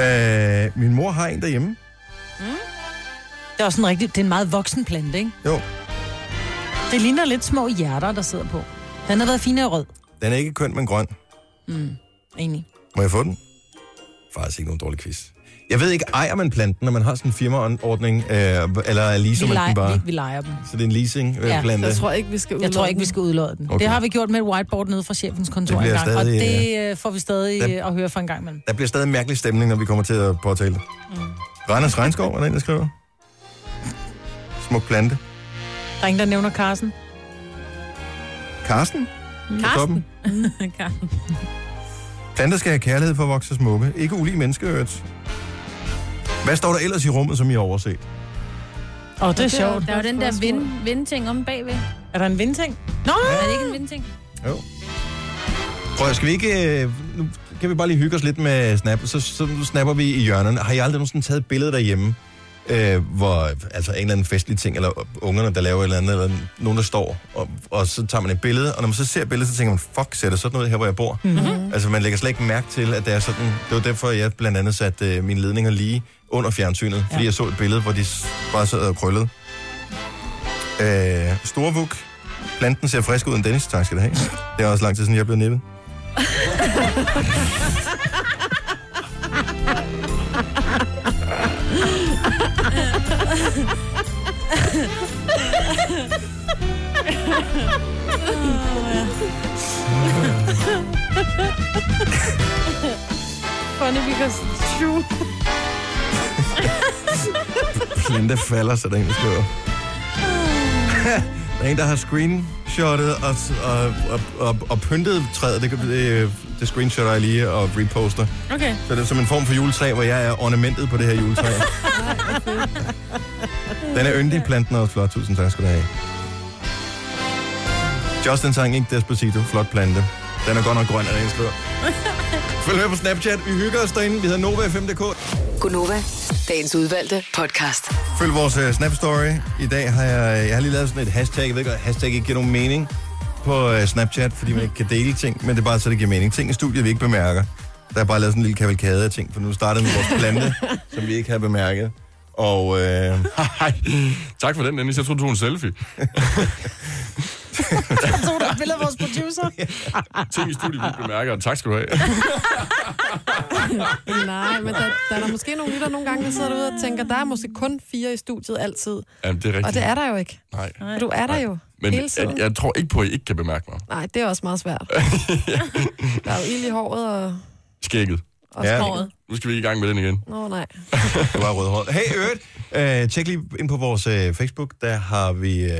Speaker 1: Øh, min mor har en derhjemme.
Speaker 2: Det er også en rigtig, det er en meget voksen plante, ikke?
Speaker 1: Jo.
Speaker 2: Det ligner lidt små hjerter, der sidder på. Den har været finere rød.
Speaker 1: Den er ikke køn, men grøn.
Speaker 2: Mm. Enig.
Speaker 1: Må jeg få den? Faktisk ikke nogen dårlig quiz. Jeg ved ikke, ejer man planten, når man har sådan en firmaordning, øh, eller leaser
Speaker 2: vi,
Speaker 1: man Ligesom den
Speaker 2: leger,
Speaker 1: bare?
Speaker 2: vi, vi leger dem.
Speaker 1: Så det er en leasing-plante?
Speaker 2: Ja,
Speaker 1: Ja,
Speaker 2: så tror
Speaker 3: ikke, vi skal
Speaker 2: Jeg tror ikke, vi skal udlåde den.
Speaker 1: Okay.
Speaker 2: Okay. Det har vi gjort med et whiteboard nede fra chefens kontor
Speaker 1: Det bliver
Speaker 2: engang, og
Speaker 1: stadig,
Speaker 2: det øh, får vi stadig
Speaker 1: Den-
Speaker 2: øh, at høre fra en gang imellem.
Speaker 1: Der bliver stadig en mærkelig stemning, når vi kommer til at påtale det. Mm. Randers Regnskov er der en, der skriver. Smuk plante.
Speaker 2: Der er ingen, der nævner Carsten.
Speaker 1: Karsten? Karsten?
Speaker 4: Karsten.
Speaker 1: Planter skal have kærlighed for at vokse smukke. Ikke ulige menneskeøret. Hvad står der ellers i rummet, som I har overset?
Speaker 2: Åh, det er sjovt.
Speaker 4: Der er jo den der vind, vindting om bagved.
Speaker 2: Er der en vindting? Nå!
Speaker 4: Er det ikke en vindting?
Speaker 1: Jo. Prøv, at- skal vi ikke... øh, Nu kan vi bare lige hygge os lidt med snap. Så, så snapper vi i hjørnerne. Har I aldrig nogensinde taget et billede derhjemme? Øh, hvor altså en eller anden festlig ting, eller ungerne, der laver et eller andet, eller nogen, der står, og, og så tager man et billede, og når man så ser billedet, så tænker man, fuck, ser der sådan noget her, hvor jeg
Speaker 2: Mm.
Speaker 1: bor? Mm-hmm. Altså, man lægger slet ikke mærke til, at det er sådan. Det var derfor, jeg blandt andet satte øh, mine ledninger lige under fjernsynet, fordi jeg så et billede, hvor de s- bare sad og krøllede. Øh, Storvuk. Planten ser frisk ud end Dennis. Tak skal du have. Det er også lang tid siden, jeg blev nippet.
Speaker 2: Funny because it's true.
Speaker 1: Linda falder, så der er en, der skriver. der er en, der har screenshotet og, og, og, og, og pyntet træet. Det, kan- det, det screenshotter jeg lige og reposter.
Speaker 2: Okay.
Speaker 1: Så det er som en form for juletræ, hvor jeg er ornamentet på det her juletræ. Den er yndig, planten er også flot. Tusind tak skal du have. Justin sang ikke Despacito. Flot plante. Den er godt nok grøn, er der en der skriver. Følg med på Snapchat. Vi hygger os derinde. Vi hedder Nova 5.dk.
Speaker 5: Gunova, dagens udvalgte podcast.
Speaker 1: Følg vores uh, Snap Story. I dag har jeg, jeg har lige lavet sådan et hashtag. Jeg ved godt, hashtag ikke giver nogen mening på uh, Snapchat, fordi man ikke kan dele ting, men det er bare så, det giver mening. Ting i studiet, vi ikke bemærker. Der er bare lavet sådan en lille kavalkade af ting, for nu startede med vores plante, som vi ikke har bemærket. Og øh,
Speaker 9: tak for den, Dennis. Jeg troede, du tog en selfie.
Speaker 2: Der tog der billeder af vores producer.
Speaker 9: Ting i studiet, vi bemærker. Tak skal du have.
Speaker 3: Nej, men der, der er der måske nogle lytter nogle gange, der sidder derude og tænker, der er måske kun fire i studiet altid.
Speaker 9: Jamen, det er rigtigt.
Speaker 3: Og det er der jo ikke.
Speaker 9: Nej.
Speaker 3: For du er der jo
Speaker 9: Men
Speaker 3: hele tiden.
Speaker 9: jeg, jeg tror ikke på, at I ikke kan bemærke mig.
Speaker 3: Nej, det er også meget svært. Der er jo ild i håret og...
Speaker 9: Skægget.
Speaker 3: Og Ja. skåret.
Speaker 9: Nu skal vi i gang med den igen.
Speaker 3: Nå, nej.
Speaker 1: det var rødhåret. Hey, øvrigt, øh, tjek lige ind på vores øh, Facebook. Der har vi øh,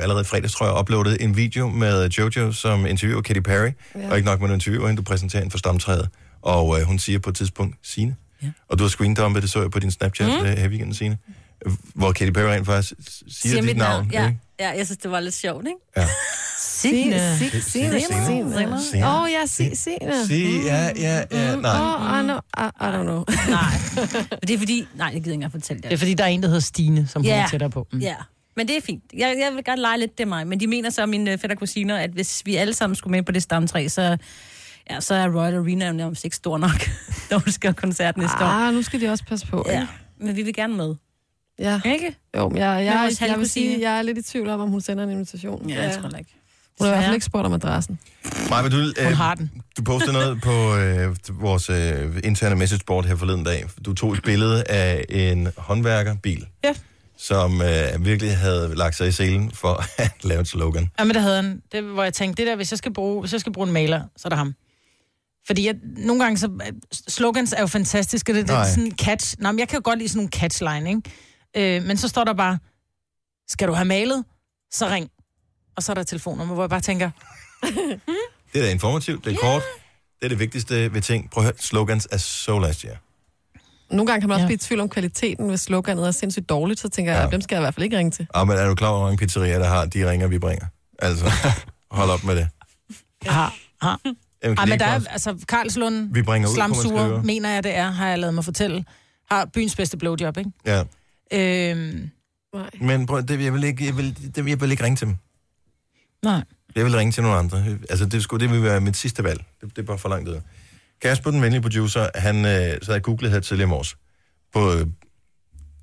Speaker 1: allerede i fredags, tror jeg, uploadet en video med Jojo, som interviewer Katy Perry. Ja. Og ikke nok med, at du interviewer hende, du præsenterer hende for stamtræet. Og øh, hun siger på et tidspunkt, Signe. Ja. Og du har screendumpet, det så jeg på din Snapchat mm. her i weekenden, Signe. Hvor Katy Perry rent faktisk s- siger, siger dit navn. navn.
Speaker 4: Ja. ja, jeg synes, det var lidt sjovt, ikke?
Speaker 1: Ja.
Speaker 4: Signe.
Speaker 1: Sig- Signe.
Speaker 3: Signe.
Speaker 1: Signe.
Speaker 3: Åh, ja, si- Signe.
Speaker 1: Sig, ja, ja, ja, nej.
Speaker 3: Åh, I, know, I, I don't know.
Speaker 4: Nej. Men det er fordi... Nej, det gider jeg ikke engang fortælle
Speaker 2: Det er, fordi der er en, der hedder Stine, som yeah. hun er tættere
Speaker 3: Mm.
Speaker 2: på. Mm.
Speaker 4: Ja, men det er fint. Jeg, jeg vil godt lege lidt, det er mig. Men de mener så, mine øh, fætter og kusiner, at hvis vi alle sammen skulle med på det stamtræ, så, ja, så er Royal Arena jo nærmest ikke stor nok, når du skal have koncert næste år.
Speaker 3: Ah, nu skal de også passe på.
Speaker 4: Ja,
Speaker 3: ikke?
Speaker 4: men vi vil gerne med.
Speaker 3: Ja.
Speaker 4: Ikke?
Speaker 3: Jo, men jeg, jeg,
Speaker 4: Men
Speaker 3: jeg,
Speaker 4: vores
Speaker 3: jeg vil
Speaker 4: halvkusine.
Speaker 3: sige, jeg er lidt i tvivl om, om hun sender en invitation.
Speaker 4: Ja, jeg tror da ikke.
Speaker 3: Hun har i hvert fald ikke spurgt om adressen.
Speaker 1: Maja, vil du, øh,
Speaker 3: har den.
Speaker 1: du postede noget på øh, vores øh, interne messageboard her forleden dag. Du tog et billede af en håndværkerbil,
Speaker 2: Ja.
Speaker 1: som øh, virkelig havde lagt sig i selen for at lave et slogan.
Speaker 2: Ja, men det havde han. Det, hvor jeg tænkte, det der, hvis jeg skal bruge, hvis jeg skal bruge en maler, så er det ham. Fordi jeg, nogle gange, så, slogans er jo fantastiske. Det, det er
Speaker 1: Nej.
Speaker 2: sådan en catch. Nå, men jeg kan jo godt lide sådan nogle catchline, ikke? Øh, men så står der bare, skal du have malet, så ring. Og så er der et telefonnummer, hvor jeg bare tænker,
Speaker 1: Det er da informativt, det er kort. Det er det vigtigste ved ting. Prøv at høre, slogans er so last year.
Speaker 3: Nogle gange kan man også blive i tvivl om kvaliteten, hvis sloganet er sindssygt dårligt, så tænker jeg, ja. dem skal jeg i hvert fald ikke ringe til.
Speaker 1: Og men er du klar over, hvor mange pizzerier, der har, de ringer, vi bringer? Altså, hold op med det.
Speaker 2: ha, ha.
Speaker 1: Jamen,
Speaker 2: Ej,
Speaker 1: kan de
Speaker 2: men
Speaker 1: ikke
Speaker 2: der er,
Speaker 1: bare-
Speaker 2: altså, Karlslund,
Speaker 1: Vi bringer ud, kunne man
Speaker 2: slamsuger,
Speaker 1: skrive.
Speaker 2: mener jeg, det er, har jeg lavet mig fortælle, har byens bedste blowjob, ikke?
Speaker 1: Ja.
Speaker 2: Øhm,
Speaker 1: Men prøv, det, jeg, vil ikke, jeg, vil, det, jeg vil ikke ringe til dem.
Speaker 2: nej.
Speaker 1: Jeg vil ringe til nogle andre. Altså, det, skulle, det vil være mit sidste valg. Det, det er bare for langt ud. Kasper, den venlige producer, han øh, sad og googlede her tidligere i morges på øh,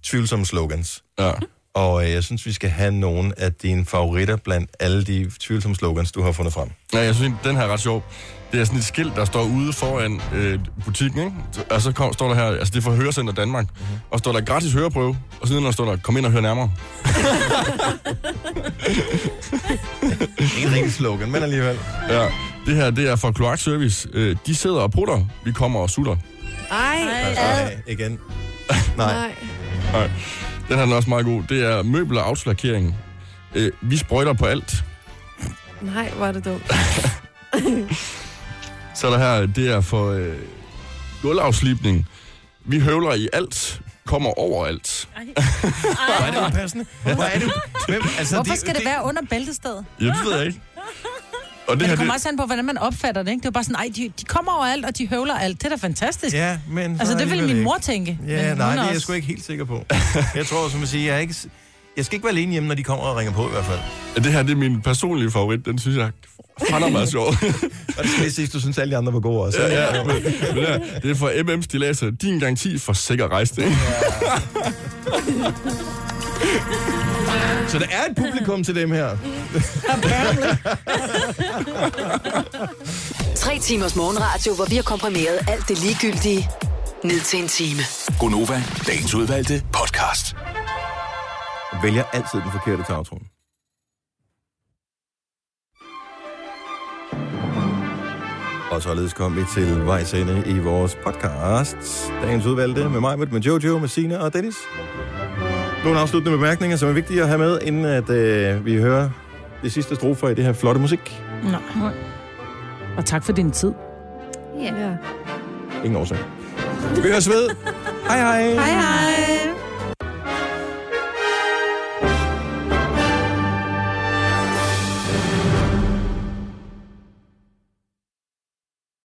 Speaker 1: tvivlsomme slogans.
Speaker 9: Ja.
Speaker 1: Og øh, jeg synes, vi skal have nogle af dine favoritter blandt alle de tvivlsomme slogans, du har fundet frem.
Speaker 9: Ja, jeg synes, den her er ret sjov. Det er sådan et skilt, der står ude foran øh, butikken, ikke? Så- Og så kom, står der her, altså det er fra Hørecenter Danmark, mm-hmm. og står der gratis høreprøve, og siden der står der, kom ind og hør nærmere.
Speaker 1: Ikke en rigtig slogan, men alligevel.
Speaker 9: Ja, det her, det er fra Kloak Service. Øh, de sidder og prutter, vi kommer og sutter.
Speaker 3: Ej,
Speaker 1: Nej, igen. Nej.
Speaker 9: Nej. Den her den er også meget god. Det er møbel og autolakering. Øh, vi sprøjter på alt.
Speaker 3: Nej, hvor er det dumt.
Speaker 9: Så er der her, det er for øh, gulvafslipning. Vi høvler i alt, kommer over alt.
Speaker 1: Hvor er det upassende? Hvor er det? Hvem, altså,
Speaker 2: Hvorfor skal det, være under bæltestedet?
Speaker 9: Ja, det ved jeg ikke. Og
Speaker 2: Det men det kommer også an på, hvordan man opfatter det, ikke? Det er jo bare sådan, ej, de, de kommer overalt, og de høvler alt. Det er da fantastisk.
Speaker 1: Ja, men så
Speaker 2: Altså, det ville
Speaker 1: alligevel
Speaker 2: min
Speaker 1: ikke.
Speaker 2: mor tænke. men
Speaker 1: Ja,
Speaker 2: hun
Speaker 1: nej, det er
Speaker 2: også-
Speaker 1: jeg sgu ikke helt sikker på. Jeg tror, som jeg siger, jeg, er ikke, s- jeg skal ikke være alene hjemme, når de kommer og ringer på i hvert fald.
Speaker 9: Ja, det her, det er min personlige favorit. Den synes jeg han er meget sjov.
Speaker 1: og det skal lige sige, du synes, alle de andre var gode også.
Speaker 9: Ja, ja, men, men ja, det er fra MM Stilater. Din garanti for sikker rejsning.
Speaker 1: Så der er et publikum til dem her.
Speaker 5: Tre timers morgenradio, hvor vi har komprimeret alt det ligegyldige ned til en time.
Speaker 6: Gonova, dagens udvalgte podcast.
Speaker 1: Vælger altid den forkerte tagtråd. Og således kom vi til vejs ende i vores podcast. Dagens udvalgte med mig, med Jojo, med Sina og Dennis. Nogle afsluttende bemærkninger, som er vigtige at have med, inden at øh, vi hører det sidste strofer i det her flotte musik.
Speaker 2: Nej. Og tak for din tid.
Speaker 4: Ja.
Speaker 1: Ingen årsag. Vi høres ved. Hej hej.
Speaker 4: Hej hej.